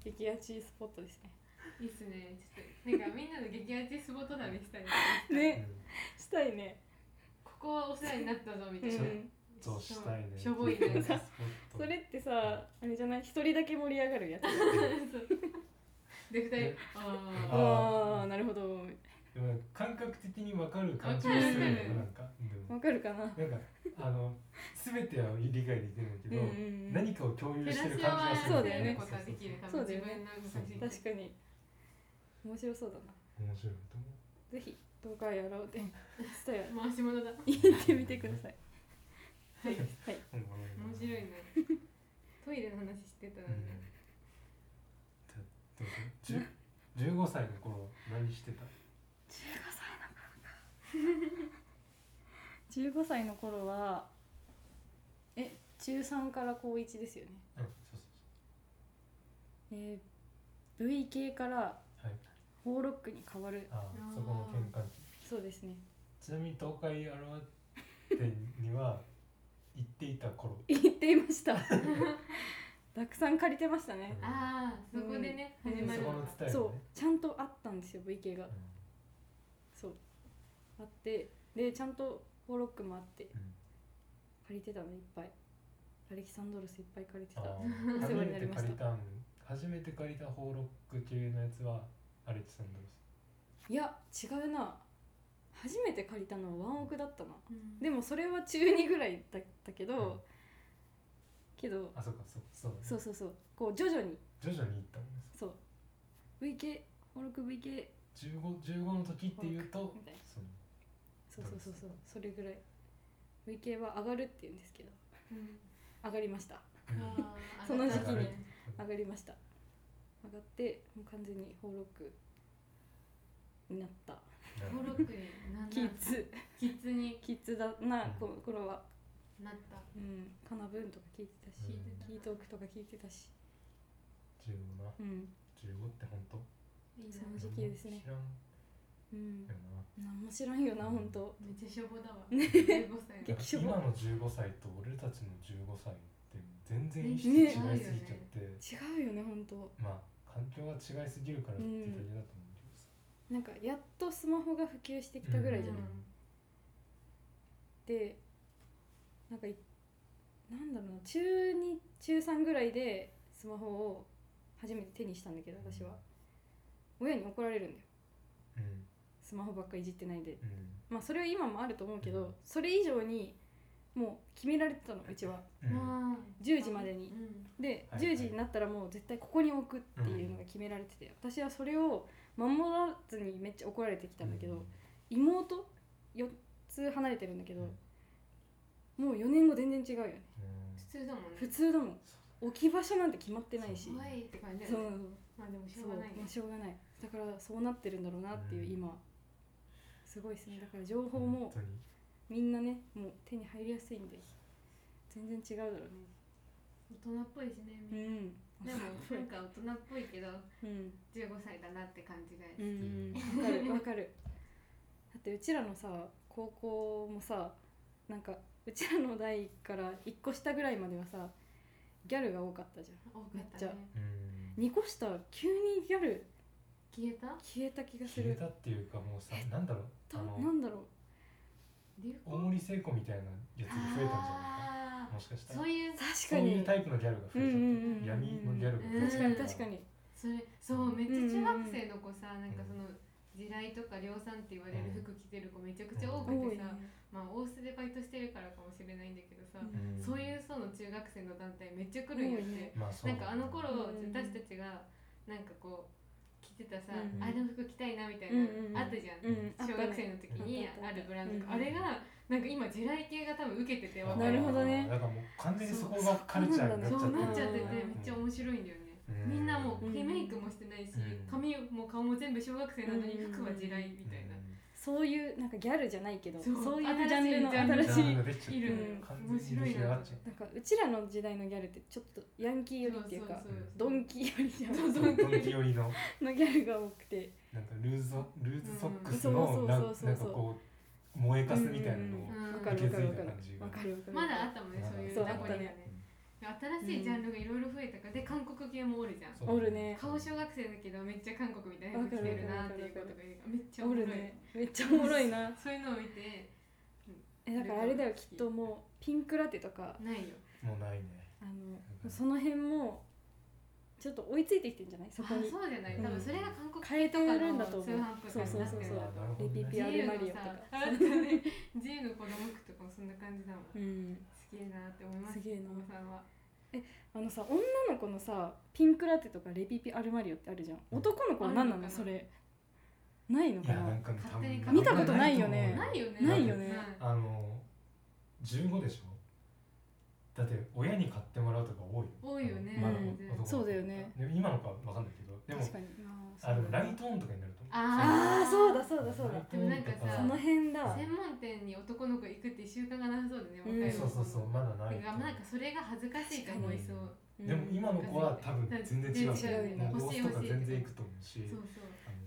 S3: 激アチスポットですね
S1: いいっすねちょっとなんかみんなの激アツスポット旅したいな
S2: う
S3: ね
S2: ん
S3: したいね
S1: ここはお世話になったぞみ
S3: う
S1: たいな、
S3: ん
S2: そうしたいね
S1: しょ ぼいね
S2: そう
S3: それってさあれじゃない一人だけ盛り上がるやつ
S1: そうで二人ああ
S2: あー
S3: ああなるほど
S2: でもなんか感覚的に分かる感じ
S1: わ
S2: が
S1: かる
S2: するよね
S1: わかる
S2: なんかでも
S3: わかるかな
S2: なんかあの全ては理解できないけ
S3: うん
S2: ど、
S3: うんうん
S2: 何かを共有
S1: 照
S2: し
S1: ら
S2: て
S1: し
S2: る
S1: 合
S2: 感
S1: わ
S2: じがする
S3: そう
S1: せ
S3: だよね
S1: ることはできるか
S3: そ
S1: も
S3: うだ
S1: 自
S3: よね
S1: 分の動き
S3: 確かに面白そうだな
S2: 面白いと思
S3: ぜひ東海荒尾店スタヤ
S1: 回し物だ
S3: 行ってみてください
S1: はい面
S3: はい、
S2: う面
S1: 白い
S2: うん
S1: ねトイレの話してたらね、
S2: じゃどうするじゅ15歳の頃何してた
S3: 15歳の頃はえ中3から高1ですよね
S2: うんそうそう
S3: えー、V 系から
S2: そうはい
S3: 4ロックに変わる
S2: あ
S1: あー
S2: ーそこの転換期
S3: そうですね
S2: ちなみに東海アロマ店には行っていた頃
S3: 行っていました たくさん借りてましたね
S1: ああそこでね、
S3: うん
S1: 始ま
S2: そ
S1: るの
S2: こ
S1: が
S2: の伝えね
S3: そうちゃんとあったんですよ V 系が
S2: うん
S3: そうあってでちゃんと4ロックもあって
S2: うん
S3: 借りてたのいっぱいアレキサンドロスいっぱい借りてた
S2: あ
S3: お
S2: ー
S3: 世
S2: 初
S3: 話
S2: め
S3: になり
S2: て
S3: ました
S2: 借りたん初めて借りたホーロック系のやつはアレキサンドロス
S3: いや違うな初めて借りたのはワンオクだったな
S1: うん
S3: でもそれは中2ぐらいだったけど、
S2: うん
S3: けど
S2: あそうかそうそうだね
S3: そうそうそうこう徐々に
S2: 徐々に行ったんです
S3: そう VK ホロク VK
S2: 15, 15の時っていうと
S3: みたいな
S2: その
S3: そうそうそうそうそれぐらい VK は上がるって言うんですけど
S1: うん
S3: 上がりました
S1: あー
S3: その時
S2: 上
S3: 期
S2: がる
S3: に
S2: う
S3: 上がりました上がってもう完全にホロクになった
S1: 登
S2: ん
S1: 録になんだ
S3: キッズ
S1: キッズに
S3: キッズだな
S2: うん
S3: この頃は
S1: なった
S3: うんカナブーンとか聞いてたし、
S2: うん
S1: 聞いてた
S3: キートークとか聞いてたし
S2: 15な
S3: うん
S2: 15って本当
S1: いいな
S3: その時期ですね
S2: 知らんよ
S3: うん
S2: な
S3: 何も知らんよな本当
S1: めっちゃしょぼだわ15歳
S3: 激しょぼ
S2: 今の15歳と俺たちの15歳って全然意識違いすぎちゃって、
S3: 違うよね本当
S2: まあ環境が違いすぎるからって言っただけだと思うけどさ、
S3: なんかやっとスマホが普及してきたぐらいじゃな
S1: う
S3: く
S1: ん
S3: て、なんかいなんだろうな中2中3ぐらいでスマホを初めて手にしたんだけど私は親に怒られるんだよ
S2: うん
S3: スマホばっかいじってないで
S2: うん
S3: まあそれは今もあると思うけど、
S2: うん
S3: それ以上にもう決められてたのうちは
S2: うん
S3: 10時までに
S1: うん
S3: で、
S2: はいはい
S3: 10時になったらもう絶対ここに置くっていうのが決められてて、私はそれを守らずにめっちゃ怒られてきたんだけど、妹4つ離れてるんだけど、もう4年後全然違うよね
S2: うん
S1: 普通だもんね
S3: 普通だもん置き場所なんて決まってないし
S1: 怖いって感じだ
S3: そう
S1: よねまあでもし
S3: そ
S1: ょうが
S3: う
S1: ないね
S3: もうしょうがないだからそうなってるんだろうなっていう
S2: うん
S3: 今すごいですねだから情報
S2: 本
S3: も
S2: 当に
S3: みんなねもう手に入りやすいんで全然違うだろ
S1: 大人っぽいしね
S3: うね
S1: でもなんか大人っぽいけど
S3: うんうん
S1: 15歳だなって感じがし
S3: う
S1: て
S3: んわかるわかるだってうちらのさ高校もさなんかうちらの代から1個下ぐらいまではさギャルが多かったじゃ
S1: 多かっ
S3: めったちゃ
S1: ね
S2: うん
S3: ん2個下急にギャル
S1: 消えた
S3: 消えた気がす
S2: 消え
S3: る
S2: たっていうかもうさなんだろう
S3: た
S2: あ
S3: な
S2: の
S3: んだろ
S1: 流
S2: 大
S1: 行
S2: 森聖子みたいなやつが増えたんじゃ
S1: あ
S2: ないかもしかし
S1: ー
S2: たら
S1: そういう
S3: う確
S2: そ
S3: か
S2: う
S3: に
S2: いうタイプのギャルが増えち
S3: うん
S2: ゃっ
S3: う
S2: た闇の
S3: んうんうん
S2: ギャルが増え
S3: 確
S2: ち
S3: か
S2: ゃ
S3: に
S2: った
S3: 確かに
S1: それそうめっちゃ中学生の子さ、なんか
S2: うん
S1: その地雷とか量産って言われる服着てる子めちゃくちゃ多
S3: 多
S1: くて
S3: いね
S1: さ、まあ大須でバイトしてるからかもしれないんだけどさ、
S3: うん
S2: ん
S1: そういう層の中学生の団体めっちゃ来るんよ
S3: 多い
S1: ね
S3: ね、
S2: まあそう
S1: なんかあの頃
S3: うん
S1: 私たちがなんかこう着てたさ、
S3: うん
S1: あれの服着たいなみたい
S3: うんうんうん
S1: なあったじゃん、
S3: うんあった
S1: 小
S3: ね
S1: 学生の時に
S3: うん
S1: あるブランドとか、あ
S3: うん
S1: れがなんか今地雷系が多分受けてて若
S3: ないるほどね
S2: だからもう完全にそこがカルチャーになっちゃ
S1: そ
S2: って
S1: う
S2: る
S1: なっちゃってて
S3: うん
S1: めっちゃ面白いんだよね、
S2: うん
S1: みんなもうリメイクもしてないし、
S2: うん
S1: 髪も顔も全部小学生なのに
S3: うん
S1: 服は地雷みたいな、
S3: そういうなんかギャルじゃないけどそ
S1: そうう
S3: いうジャンルの
S1: 新しいジャンル
S3: 新しい
S2: が出ちゃって
S1: い
S2: る
S1: る
S3: うん
S2: 完全に出来上がっちゃ
S3: なんかうちらの時代のギャルってちょっとヤンキー寄りっていう
S1: そ
S3: か
S1: うそうそう
S3: ドンキ寄りじゃん
S1: そう
S2: う
S1: そ
S2: ドン
S1: う
S2: キ寄りの
S3: のギャルが多くて
S2: なんかルーズソルーズソックス
S3: う
S2: の
S3: ん
S2: な
S3: そうそうそうそう
S2: なんかこう燃えかすみたいなのを
S3: うん
S1: うん
S3: わかるわかるわかるわかるわかる
S1: まだあったもんねそういう
S3: そう
S1: 名残が
S3: あった
S1: ね新しいジャンルがいろいろ増えたからで韓国系もおるじゃん
S2: そう
S3: おるね
S1: 顔小学生だけどめっちゃ韓国みたいな服着てるなっていうことがめっちゃお
S3: お
S1: もろい
S3: るねめっちゃおもろいな
S1: そういうのを見て
S3: えだからあれだよきっともうピンクラテとか
S1: ないよ
S2: もうないね
S3: あのその辺もちょっと追いついてきてんじゃないそ
S1: あ
S3: こに
S1: そうじゃない多分それが韓国
S3: 変えてるんだと思う
S1: 通販とかになってるんだと思う
S2: そうそうそうそう
S3: レピピア
S1: 自由
S3: ルマ
S1: の
S3: リオと
S1: さ
S3: か
S1: あれだね自由の子供服とかもそんな 感じだもん
S3: う
S1: す
S3: ん
S1: げえなって思います
S3: すげえな
S1: お子さんは
S3: あのさ女の子のさピンクラテとかレピピアルマリオってあるじゃん男の子は何な
S1: あるの
S3: の
S1: かな
S3: それないの
S2: い
S3: か
S2: や
S3: な
S2: なんかね
S1: 勝手に
S2: 多分
S3: 見たことないよね
S1: ないよね
S3: ないよね
S2: あの15でしょだって親に買ってもらうとか多い
S1: 多いよね
S2: まだ
S3: うん
S2: 男の子
S3: そうだよね
S2: でも今のかわかんないけどでも
S3: 確かに
S2: あのライ
S3: ト
S2: トオンとかになると思う
S1: あ
S3: あー
S1: あ
S3: そうだそうだそう
S2: ラ
S3: だ
S2: イトオンと
S1: でもなんか
S3: そ
S1: さ
S3: の辺だ
S1: 専門店に男の子行くって習慣がなさそうだね
S3: うん
S1: 若い子
S2: そうそうそうまだない
S1: なんかなんかそれが恥ずかしいと思いそう
S2: でも今の子は多分全然違う
S3: 全然違うよね
S2: もう
S1: 欲
S2: 帽
S1: しい
S2: 子と
S1: 欲し
S2: か
S1: い
S2: 全然いくと思うし
S1: そう
S2: あの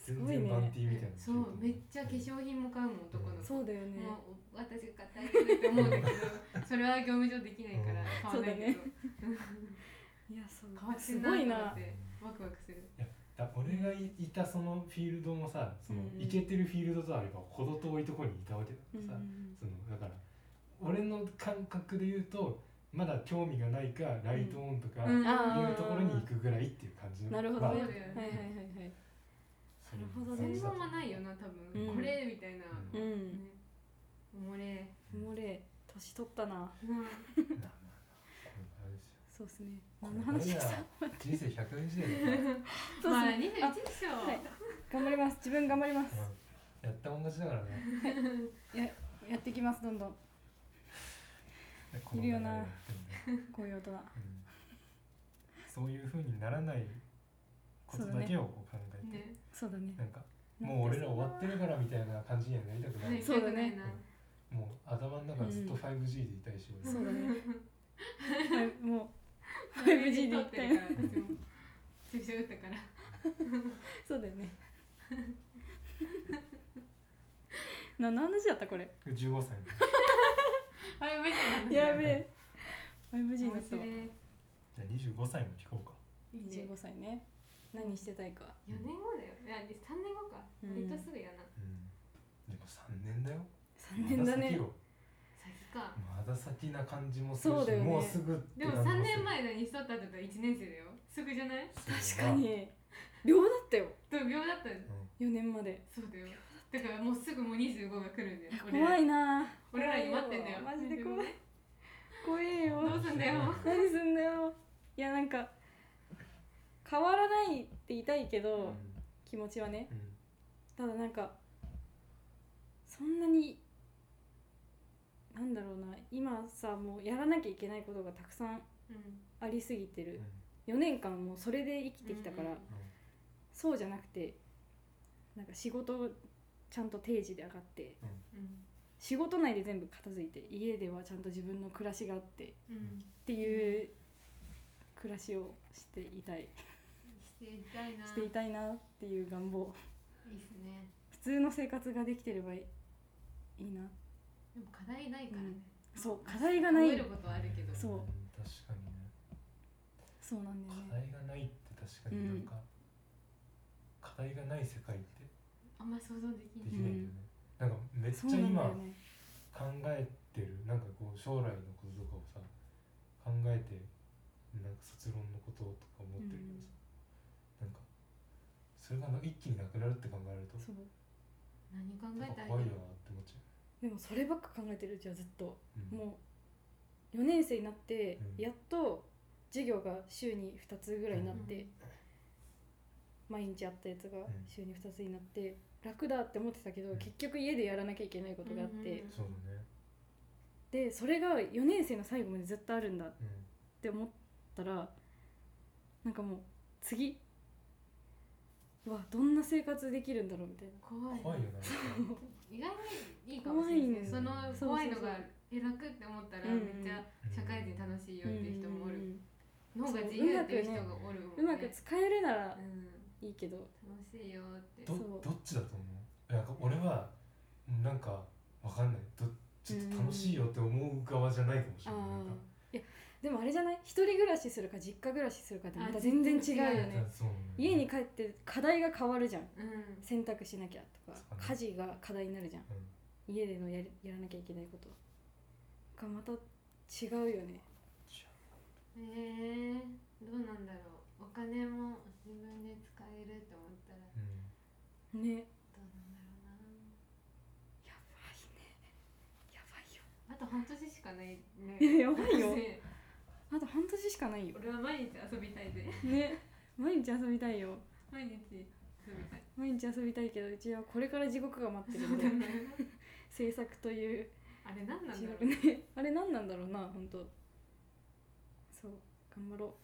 S3: す
S2: 全
S3: ごい
S2: 然バン
S3: ね
S2: ティーみたいなの着て
S1: そ
S2: ると
S1: う
S2: 思
S1: めっちゃ化粧品も買うもん男の子
S3: そうだよね
S1: もう私買ってあげるって思うんだけどそれは業務上できないから買わないけど
S3: いやそう
S1: 変わって
S3: す
S1: ん
S3: ごい
S1: なと思っ
S3: な
S1: てワクワクする
S2: だ俺がいいたそのフィールドもさその
S3: うんうん
S2: イケてるフィールドとあれば程遠いところにいたわけ
S3: う
S2: だか
S3: ん
S2: らさそのだから俺の感覚で言うとまだ興味がないかライトオンとかいううんところに行くぐらいっていう感じの
S3: なる
S2: ま
S3: ほど
S2: あ
S3: ね
S1: ま
S3: は
S1: あ
S3: いはいはいはい
S2: そういう
S3: なるほどね
S2: 感
S1: 専
S2: じだ
S1: 門
S2: と
S1: はないよな多分、
S3: うん
S1: これみたいな、
S3: う
S2: うん
S3: ん
S1: ねおもれ
S3: もうれ年取ったな
S1: うん
S2: まあまあまあこれあれですよ
S3: そうですね
S2: こ
S3: 何
S2: れ
S3: の話でした
S2: 俺ら人生100年時代だから
S3: そう
S1: まあ
S3: っす
S1: 21
S3: ね
S1: でしょ、
S3: はい頑張ります自分頑張ります
S2: やったもん勝ちだからね
S3: やっていきますどんどんいるよなこういう大人
S2: うんそういうふうにならないことだけをこう考えて、
S1: ね
S3: そうだね
S2: なんかもう俺ら終わってるからみたいな感じにはなりたくない、
S1: ね
S3: そうだ
S1: 行き
S3: ね
S1: たくないな
S2: もう頭の中ずっと 5G でいたいし、俺
S3: そうだ ねはいもう 5G でいったよ
S1: 撮ってるから私も注射打ったから
S3: そうだよねな何の話だったこれ
S2: 15歳
S1: あれめっちゃなんだ
S3: やべえ 5G に
S1: 面
S3: なった
S1: 白
S3: わ
S1: い
S2: の
S3: 15
S2: じゃあ25歳も聞こうか
S1: いいね
S3: 歳ね何してたいか
S1: 4年後だよいや3年後か
S3: う
S1: 割
S3: ん
S1: とすぐやな
S2: うんでも3年だよ
S3: 3年
S2: ま
S3: だ
S2: 先
S3: ね
S2: よ
S1: 先か
S2: まだ先な感じもするし
S3: そうだよね
S2: もうすぐって
S1: で
S2: 感
S1: も
S2: じ
S1: 3年前何しとったって言ったら1年生だよすぐじゃない
S2: する
S3: 確かに秒だったよ
S1: でも秒だったら
S2: うん
S3: 4年まで
S1: そうだよだからもうすぐもう25が来るんだよ俺ら
S3: 怖いな
S1: 俺らに待ってんだよ
S3: マジで怖い怖えよ
S1: どうすんだよ
S3: 何すんだよいやなんか変わらないって言いたいけど、
S2: うん
S3: 気持ちはね
S2: うん
S3: ただなんかそんなになんだろうな今さもうやらなきゃいけないことがたくさん
S1: うん
S3: ありすぎて
S2: う
S3: る
S2: ん
S3: 4年間もうそれで生きてきたから、
S1: うんうん
S3: そうじゃなくてなんか仕事ちゃんと定時で上がって
S1: うん
S3: 仕事内で全部片付いて家ではちゃんと自分の暮らしがあってっ
S1: うん
S3: ていう暮らしをしていたい
S1: していたいな
S3: していたいなっていう願望
S1: いいっすね
S3: 普通の生活ができてればいいいいな
S1: でも課題ないからね
S3: そう課題がない
S1: 覚えることはあるけど
S3: そう
S2: 確かにね
S3: そうなんだよ
S2: 課
S3: ね
S2: 題がないって確かになんか、課題がない世界って
S1: あんま想像でき
S2: で
S1: な
S2: き
S1: い
S2: ないよね、なんかめっち
S3: そう
S2: ゃ
S3: なんだ
S2: 今
S3: よね
S2: 考えてるなんかこう将来のこととかをさ考えてなんか卒論のこととか思ってるけどさ、なんかそれがな一気になくなるって考えると
S3: そう
S1: 何考え
S2: なんか
S1: たらいい
S2: 怖いよ
S1: の
S2: なって思っちゃ
S3: でもそればっか考えてるじゃあずっと
S2: う、うん、
S3: もう4年生になって
S2: うん
S3: やっと授業が週に2つぐらいになっ
S1: う
S3: て
S1: ん
S3: 毎日やったやつが
S2: ん
S3: 週に2つになって楽だって思ってたけど
S2: うん
S3: 結局家でやらなきゃいけないことがあっ
S1: うんうん
S3: て
S2: そうだね
S3: でそれが4年生の最後までずっとあるんだっ
S2: うん
S3: て思ったらなんかもう次うわどんな生活できるんだろうみたいな
S1: 怖い
S2: 怖いよな
S1: 意外にいいかもしれないですねその
S2: 怖いね
S1: 怖いの
S3: そうそう
S1: が
S3: そう
S1: え楽って思ったら
S3: うんうん
S1: めっちゃ社会人楽しいよっていう人もお
S3: うんうん
S1: る
S3: うん
S1: 脳が自由っていう人がおる
S3: うまく使えるな
S1: う
S3: ら
S1: ん
S3: いいけど
S1: 楽しいよって
S2: ど
S3: そう
S2: どっちだと思うなんか俺はなんかわかんないどちょっと楽しいよって思う側じゃないかもし
S3: あ
S2: れない,、なんか
S3: ーいやでもあれじゃない一人暮らしするか実家暮らしするかってまた
S1: あ
S3: 全然違
S1: 全
S3: う
S1: 然違
S3: よ
S1: う
S2: だから
S3: ね
S2: そうね
S3: 家に帰って課題が変わるじゃん
S1: うん
S3: 洗濯しなきゃとか
S2: そうね
S3: 家事が課題になるじゃん
S2: うん
S3: 家でのやりやらなきゃいけないことがまた違うよね
S1: えー、どうなんだろうお金も自分で使えると思ったらど
S2: うん
S3: ね
S1: うなんだろう
S3: やばいねやばいよ
S1: なあと半年しかないね
S3: いややばいよ
S1: ね
S3: あと半年しかない よ
S1: 俺は毎日遊びたい ぜ
S3: ね毎日遊びたいよ
S1: 毎日遊びたい
S3: 毎日遊びたいけどうちはこれから地獄が待ってる
S1: そ
S3: ん
S1: う
S3: で
S1: だ ね
S3: 制作という
S1: あれ何なんだろう
S3: ね、 あれ何なんだろうな本当そう頑張ろ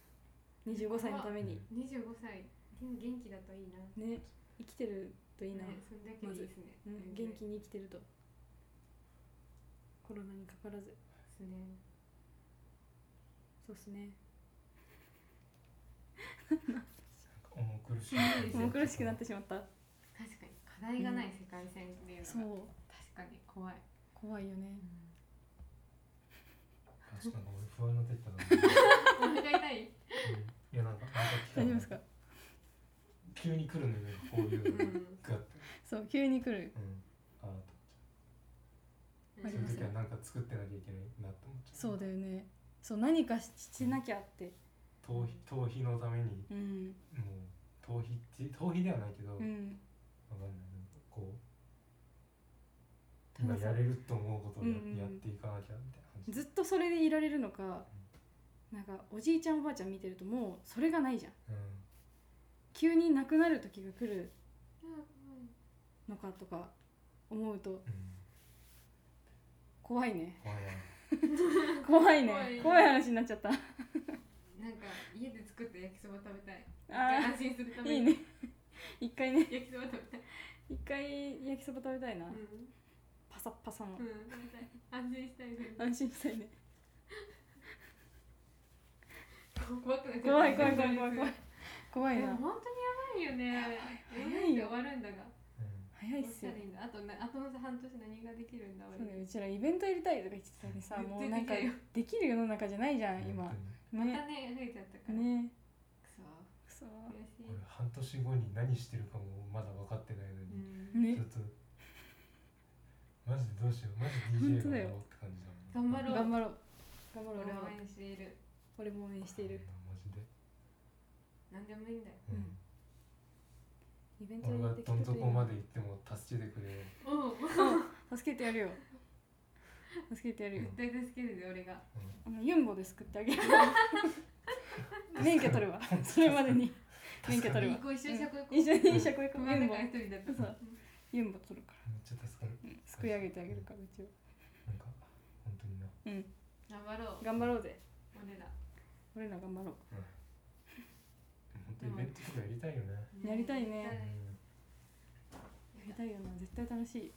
S3: う25歳のために
S1: 25歳元元気だといいな
S3: ね生きてるといいな、
S1: ねそれだけでいいですね、
S3: うん
S1: 全然
S3: 元気に生きてるとコロナにかからず
S1: ですね
S3: そうっすね
S2: 重苦しい
S3: 重苦しくなってしまった
S1: 確かに課題がない世界線っていう
S3: そう
S1: のが、確かに怖い、
S3: 怖いよね
S2: あちょっとなんか俺不安になってきたな
S1: お腹痛い
S2: うんいやなんかなんか来た
S3: 大丈夫ですか
S2: 急に来るのよこういう
S1: う
S2: のが
S1: ん
S2: ガッて
S3: そう急に来る
S2: うんあーと
S3: あり
S2: そういう
S3: ます
S2: 時はなんか作ってなきゃいけないなって思っちゃう
S3: そうだよねそう何かししなきゃって
S2: 逃避逃避のために
S3: うん
S2: もう逃避って逃避ではないけど、わ
S3: う
S2: かん
S3: ん
S2: ないなんかこう
S3: た
S2: 今
S3: ださ
S2: やれると思うことをや,、
S3: うんうんうん
S2: やっていかなきゃみたいな感じ
S3: ずっとそれでいられるのかなんかおじいちゃんおばあちゃん見てるともうそれがないじゃん
S2: うん
S3: 急になくなる時が来る
S1: うん
S3: のかとか思うと
S2: うん
S3: 怖い ね
S2: 怖いな
S3: 怖いね
S1: 怖
S3: 怖
S1: い
S3: い
S1: ね
S3: 話になっちゃった
S1: なんか家で作った焼きそば食べたい
S3: あ
S1: 安心するた
S3: ーい
S1: め
S3: い
S1: に
S3: ね一回ね
S1: 焼きそば食べたい
S3: 一回焼きそば食べたいな、
S1: うん、
S3: パサッパサの、
S1: うん、食べたい安心したいね
S3: 安心したいね
S1: 怖くなっちゃった
S3: 怖い怖い怖い怖い怖い怖い
S1: でも
S3: な
S1: 本当にやばいよね
S3: ばい
S1: 4年で終わるんだが
S2: うん
S3: 早いっ
S1: どうし
S3: す
S1: た
S3: よ
S1: らいいんだあとなあとの半年何ができるんだ
S3: そう
S1: 俺
S3: だようちらイベントやりたいとか言ってたのにさもうなんか
S1: 全然できないよ
S3: できる世の中じゃないじゃん今
S2: 本当
S1: ま
S2: に
S3: ね
S1: たね増えちゃったから、
S3: ね
S1: くそ
S3: くそ
S1: 悔しい
S2: 俺半年後に何してるかもまだ分かってないの
S1: うん
S2: に、ちょっ
S3: ね
S2: とマジでどうしようマジで DJ
S3: 本当だ
S2: だ
S3: よ
S2: よって感じだも
S1: 頑
S2: ん
S1: 張ろう
S3: 頑張ろう頑張ろう
S1: 俺
S3: 俺も
S1: は応援している
S3: 俺も応援している
S2: マジで、
S1: 何でもいいんだよ
S2: うん
S3: うんイベント
S2: 俺が
S3: でき
S2: ど
S3: る
S2: ん
S3: といい
S2: 底
S3: な
S2: まで行っても助けてくれる
S1: うん
S3: 助けてやるよ助けてやるよ、
S1: 絶対助けるで俺が
S3: あのユンボで救ってあ げる免許取るわそれまでに免許取
S1: いい
S3: るわ
S1: 子一緒に車庫行こう
S3: 一緒に車庫行
S1: こ
S3: く
S1: の
S3: ユンボ
S1: 中一人だった
S3: そうユンボ取るか
S2: めっちゃ助かる
S3: ら、うん、救い上げてあげるからうちを
S2: なんか本当にな
S3: うん
S1: 頑張ろう
S3: 頑張ろうぜ
S1: 俺ら
S3: 俺ら頑張ろう
S2: 本当にイベントとかやりたいよね
S1: ね
S3: やりたい
S2: うん
S3: ねやり
S1: や
S3: たいよな絶対楽しい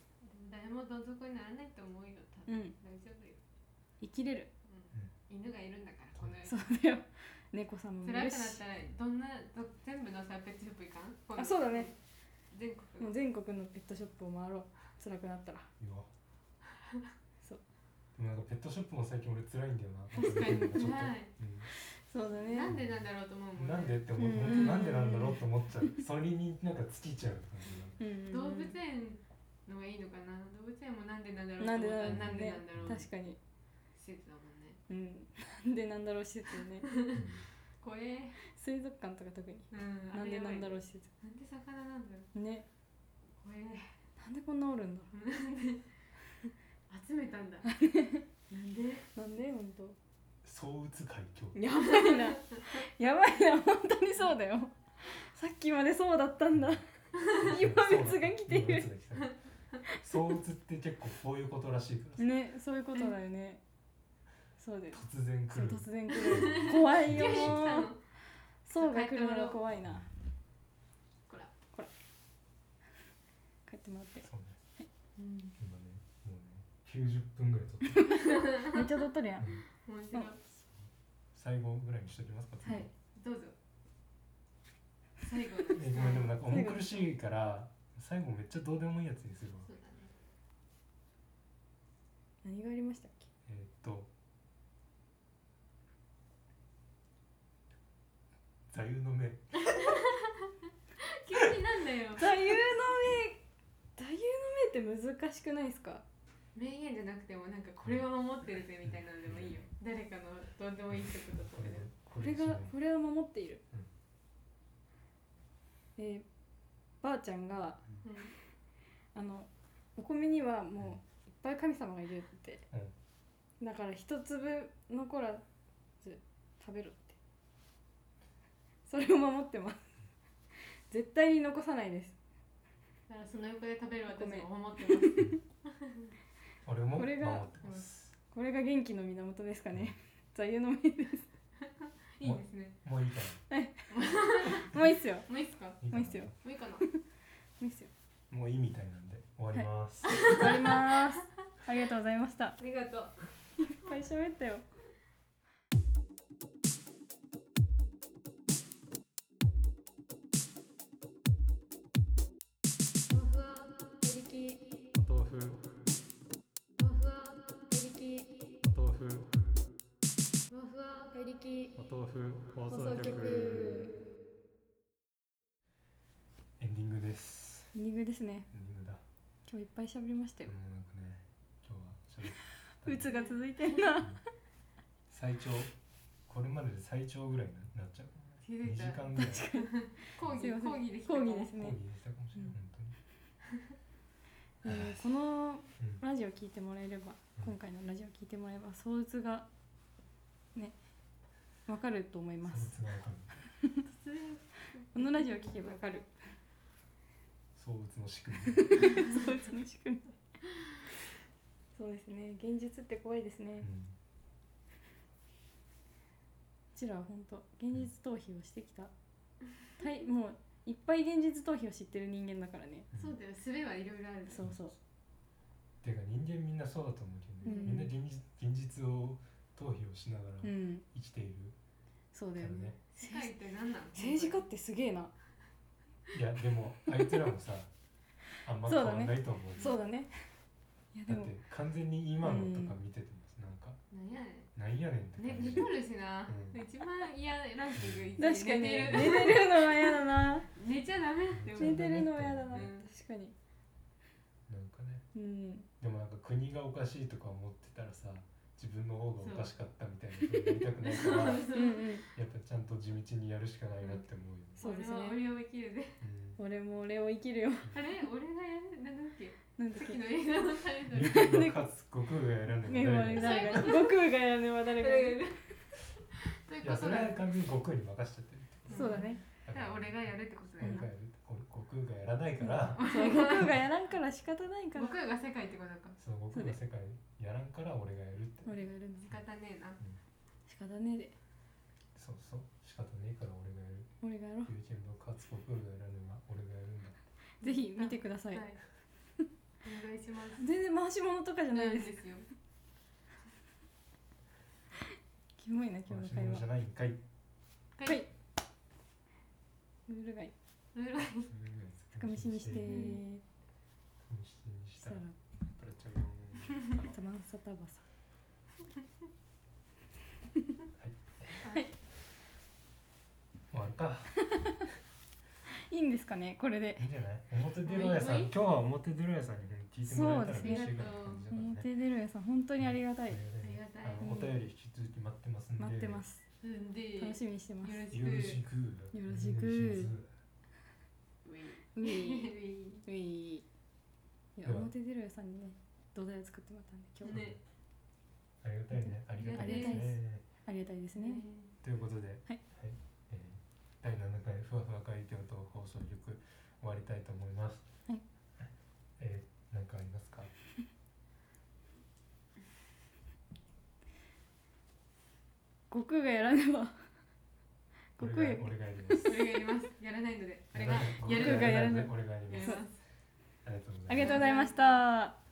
S1: 誰もどん底にならないと思うよ多
S3: う
S1: 分
S3: ん
S1: 大丈夫よ
S3: 生きれる
S1: うん犬がいるんだからこの世に
S3: そうだよ猫様もい
S1: 辛
S3: る
S1: く
S3: し
S1: なったらどんなど全部のさペットショップ行かん今度
S3: あそうだね
S1: 全
S3: も
S1: 国
S3: う全国のペットショップを回ろう辛くなったら
S2: いいわ
S3: そう
S2: でもなんかペットショップも最近俺辛いんだよな
S1: 確かに
S2: なんかちょっと
S1: はい
S2: うん
S3: そうだね
S1: なんでなんだろうと思うもんね
S2: なんでって思う、
S3: う
S2: 本
S3: ん
S2: 当なんでなんだろうって思っちゃうそれになんか尽きちゃう感
S3: うんうん
S1: 動
S3: うん
S1: 物園のがいいのかな動物園もなんでなんだろう
S3: なんで
S1: と思
S3: な
S1: っ
S3: ん
S1: た
S3: だ
S1: らなん
S3: ろう
S1: で
S3: ね
S1: なんだろう
S3: 確かに
S1: 施設だもんね
S3: うんなんでなんだろう施設よね
S2: じだね、
S1: 怖え
S3: 水族館とか特に
S1: うん
S3: なんでなんだろ
S1: う
S3: う施設
S1: なんで魚なんだろう
S3: ね
S1: 怖え
S3: なんでこんなおるんだろ
S1: なん で集めたんだなん で
S3: うなんで本当
S2: そう総打つ海峡
S3: やばいな やばいな本当にそうだよさっきまでそうだったんだ今別が来ている
S2: そう今別が来た相打つって結構こういうことらしいから
S3: ねそういうことだよねそうです
S2: 突然来
S3: そう
S2: る
S3: 突然来る怖いよ
S2: よし来
S1: 来た
S3: も
S1: の
S3: うそうが来るのが怖いな
S1: こら
S3: 帰ってもらって
S2: そうね
S1: うん
S2: 今ねもうね90分ぐらい撮ってる
S3: めっちゃ撮っとるやん
S2: うん
S1: 面白い
S2: 最後ぐらいにしときますか
S3: はい
S1: どうぞ最後
S2: ごめんでもなんか
S3: 最
S2: 重
S3: 後
S2: 苦しいから最後めっちゃどうでもいいやつにするわ
S1: そうだね
S3: 何がありましたっけ
S2: えーっと座右の銘
S1: 急になんだよ
S3: 座右の銘座右の銘って難しくないですか
S1: 名言じゃなくてもなんかこれは守ってるぜみたいなのでもいいよ誰かのどうでもいいってこととかでも
S2: こ
S3: これがこれを守っている、えーばあちゃんが
S1: うん
S3: あのお米にはもういっぱい神様がいるって、だから一粒残らず食べろってそれを守ってます絶対に残さないです
S1: だからその横で食べる私
S3: ごめん
S1: も守ってます
S2: 俺も
S3: こ
S2: 守っ
S3: れ
S2: て
S3: が
S2: ます
S3: これが元気の源ですかね座右の銘です
S1: いいですね
S2: もういいか
S3: もういいっすよ
S1: もういいっすかも
S2: な
S3: もういいっすよ
S1: ういいかな
S3: もういいっすよ
S2: もういいみたいなんで終わります、
S3: 終わりますありがとうございましたいっ
S1: ありがとう
S3: ぱい喋ったよ
S1: ふわふわペリキ
S2: お豆腐
S1: ふわふわペリキ
S2: お豆腐
S1: ふわふわペリキ
S2: お豆腐放
S1: 送局
S2: エンディングです
S3: エンディングですね
S2: エンディングだ
S3: 今日いっぱい喋りました
S2: で
S3: よ
S2: もなんかね今日は喋った
S3: うつが続いてんな
S2: 最長これまでで最長ぐらいになっちゃう
S1: 気づ
S2: 2
S1: い
S2: 時
S1: た
S2: 間ぐらい
S1: 講義
S3: すいません
S1: 講義できた
S3: 講義です
S2: 講
S3: ね
S2: 義したかもしれない本当に
S3: えーこの
S2: うん
S3: ラジオ聞いてもらえれば今回のラジオ聞いてもらえば相うつがねわかると思いま
S2: 相
S3: す
S2: 打つがわかる
S1: 突然
S3: このラジオ聞けばわかる
S2: 相打つの仕組
S3: 相うつの仕組みそうですね現実って怖いです
S2: み、
S3: ね
S2: う
S3: うんちらは本当現実逃避をしてきたたいもういっぱい現実逃避を知ってる人間だからね
S1: そうだよ術はいろいろある
S3: そうそう
S2: てか人間みんなそうだと思うけどね、
S3: うん
S2: みんな現実現実を逃避をしなが
S3: う
S2: ら
S3: ん
S2: 生きている
S3: そうだ
S2: から
S3: よ
S2: ね、
S3: ね
S1: 世界って何なの
S3: 政治家ってすげえない
S2: やでもあいつらもさあんま変わんないと思うよ
S3: そうだねいやで
S2: だっ
S3: も
S2: て完全に今のとか見ててもさなんか
S1: 何やねん
S2: なんやねんって
S1: ね、
S2: 感
S1: 似
S2: じ
S1: とるしな、
S2: うん
S1: 一番嫌ランキング1位
S3: 確かに
S1: 寝
S3: 寝
S1: て
S3: て
S1: る
S3: るのは嫌だ な
S1: 寝ちゃダメって思
S3: 寝
S1: う
S3: てるのは嫌だな、
S1: うん
S3: 確かに
S2: なんかね
S3: うん
S2: でもなんか国がおかしいとか思ってたらさ自分の方がおかしかったみたいなことやりたくないからやっぱちゃんと地道にやるしかないなって思うよね、
S3: そうですね
S1: 俺は俺を生きるで
S2: うん
S3: 俺も俺を生きるよ
S1: あれ俺がやるなんだっけ
S3: なんだ
S1: さ
S3: っ
S1: っ
S3: け
S1: きの映画のタイトル
S2: 竜が勝つ悟空がやらない
S3: ね
S2: の
S3: まあ
S2: は誰だい
S3: 誰が悟空がやるねは誰がやる
S1: そういうこと
S2: やそ
S1: だ
S2: れは
S1: だか
S2: 完全に悟空に任せちゃってる
S3: そうだね
S1: ら俺がやるってことだよ
S2: 俺が
S1: な
S2: やる悟空がやらないから
S3: そう悟空がやらんから仕方ないから
S1: 悟空が世界ってことか
S2: その悟空の世界やらんから俺がやるって
S3: 俺がやるんだ
S1: 仕方ねえな
S3: 仕方ねえで
S2: そうそう仕方ねえから俺がやる
S3: 俺がやろう
S2: 竜剣の勝つ悟空がやらぬは俺がやるんだ
S3: ぜひ見てください、
S1: はいお願いします
S3: 全然回し物とかじゃない
S1: ない
S3: で、
S1: ですすよ
S3: キモいな今
S2: まあ
S3: 日
S2: 死
S3: の
S2: ぬ
S3: 会
S2: も
S3: 話
S2: じゃないんかい
S1: は
S3: はいルール外
S1: ルール
S2: それぐらいです
S3: 深飯にして
S2: 深
S1: ん
S2: 飯にし
S3: したた
S2: ら
S3: ら
S2: プラちゃんの
S3: サマンサタバサ
S2: 終わるか
S3: いいんですかねこれで
S2: いいんじゃない表出ろやさ
S1: も
S2: ん
S1: ういい
S2: 今日は表出ろやさんに聞いてもらえたら
S3: そう
S2: 嬉
S3: で
S2: し
S3: す
S2: い
S1: ね
S2: ぐらいの感じだからね
S3: 表出るやさん本当にありがたい
S1: ありがたい
S2: あのお便り引き続き待ってますんで
S3: 待ってます
S1: うんでよ
S3: 楽しみにしてます
S1: ろし
S2: よ
S1: く
S2: ろしく
S3: よろしく
S1: ウィーウ
S3: うい
S1: ィー
S3: ういいや
S2: では
S3: 表出るやさんにね土台を作ってもらったんで今日は
S1: ね
S2: ありがたいねありがたいです
S3: ありがた
S2: ね
S3: いでありがたいですね
S1: ね
S2: ということで、
S3: はい
S2: えー第7回ふわふわ海峡と放送局終わりたいと思います。
S3: はい
S2: えー、なんかありますか。
S3: 悟空がやらねば悟空
S2: 俺が俺がやり ます。
S1: それがやりますやらないのであれがや
S2: 俺
S1: る
S2: が
S3: が
S2: や
S3: や
S2: ら
S3: ら
S2: な
S3: ない
S2: い。俺がやり
S1: やり
S2: ます。
S1: ます
S2: ありがとうございます
S3: ありがとうございました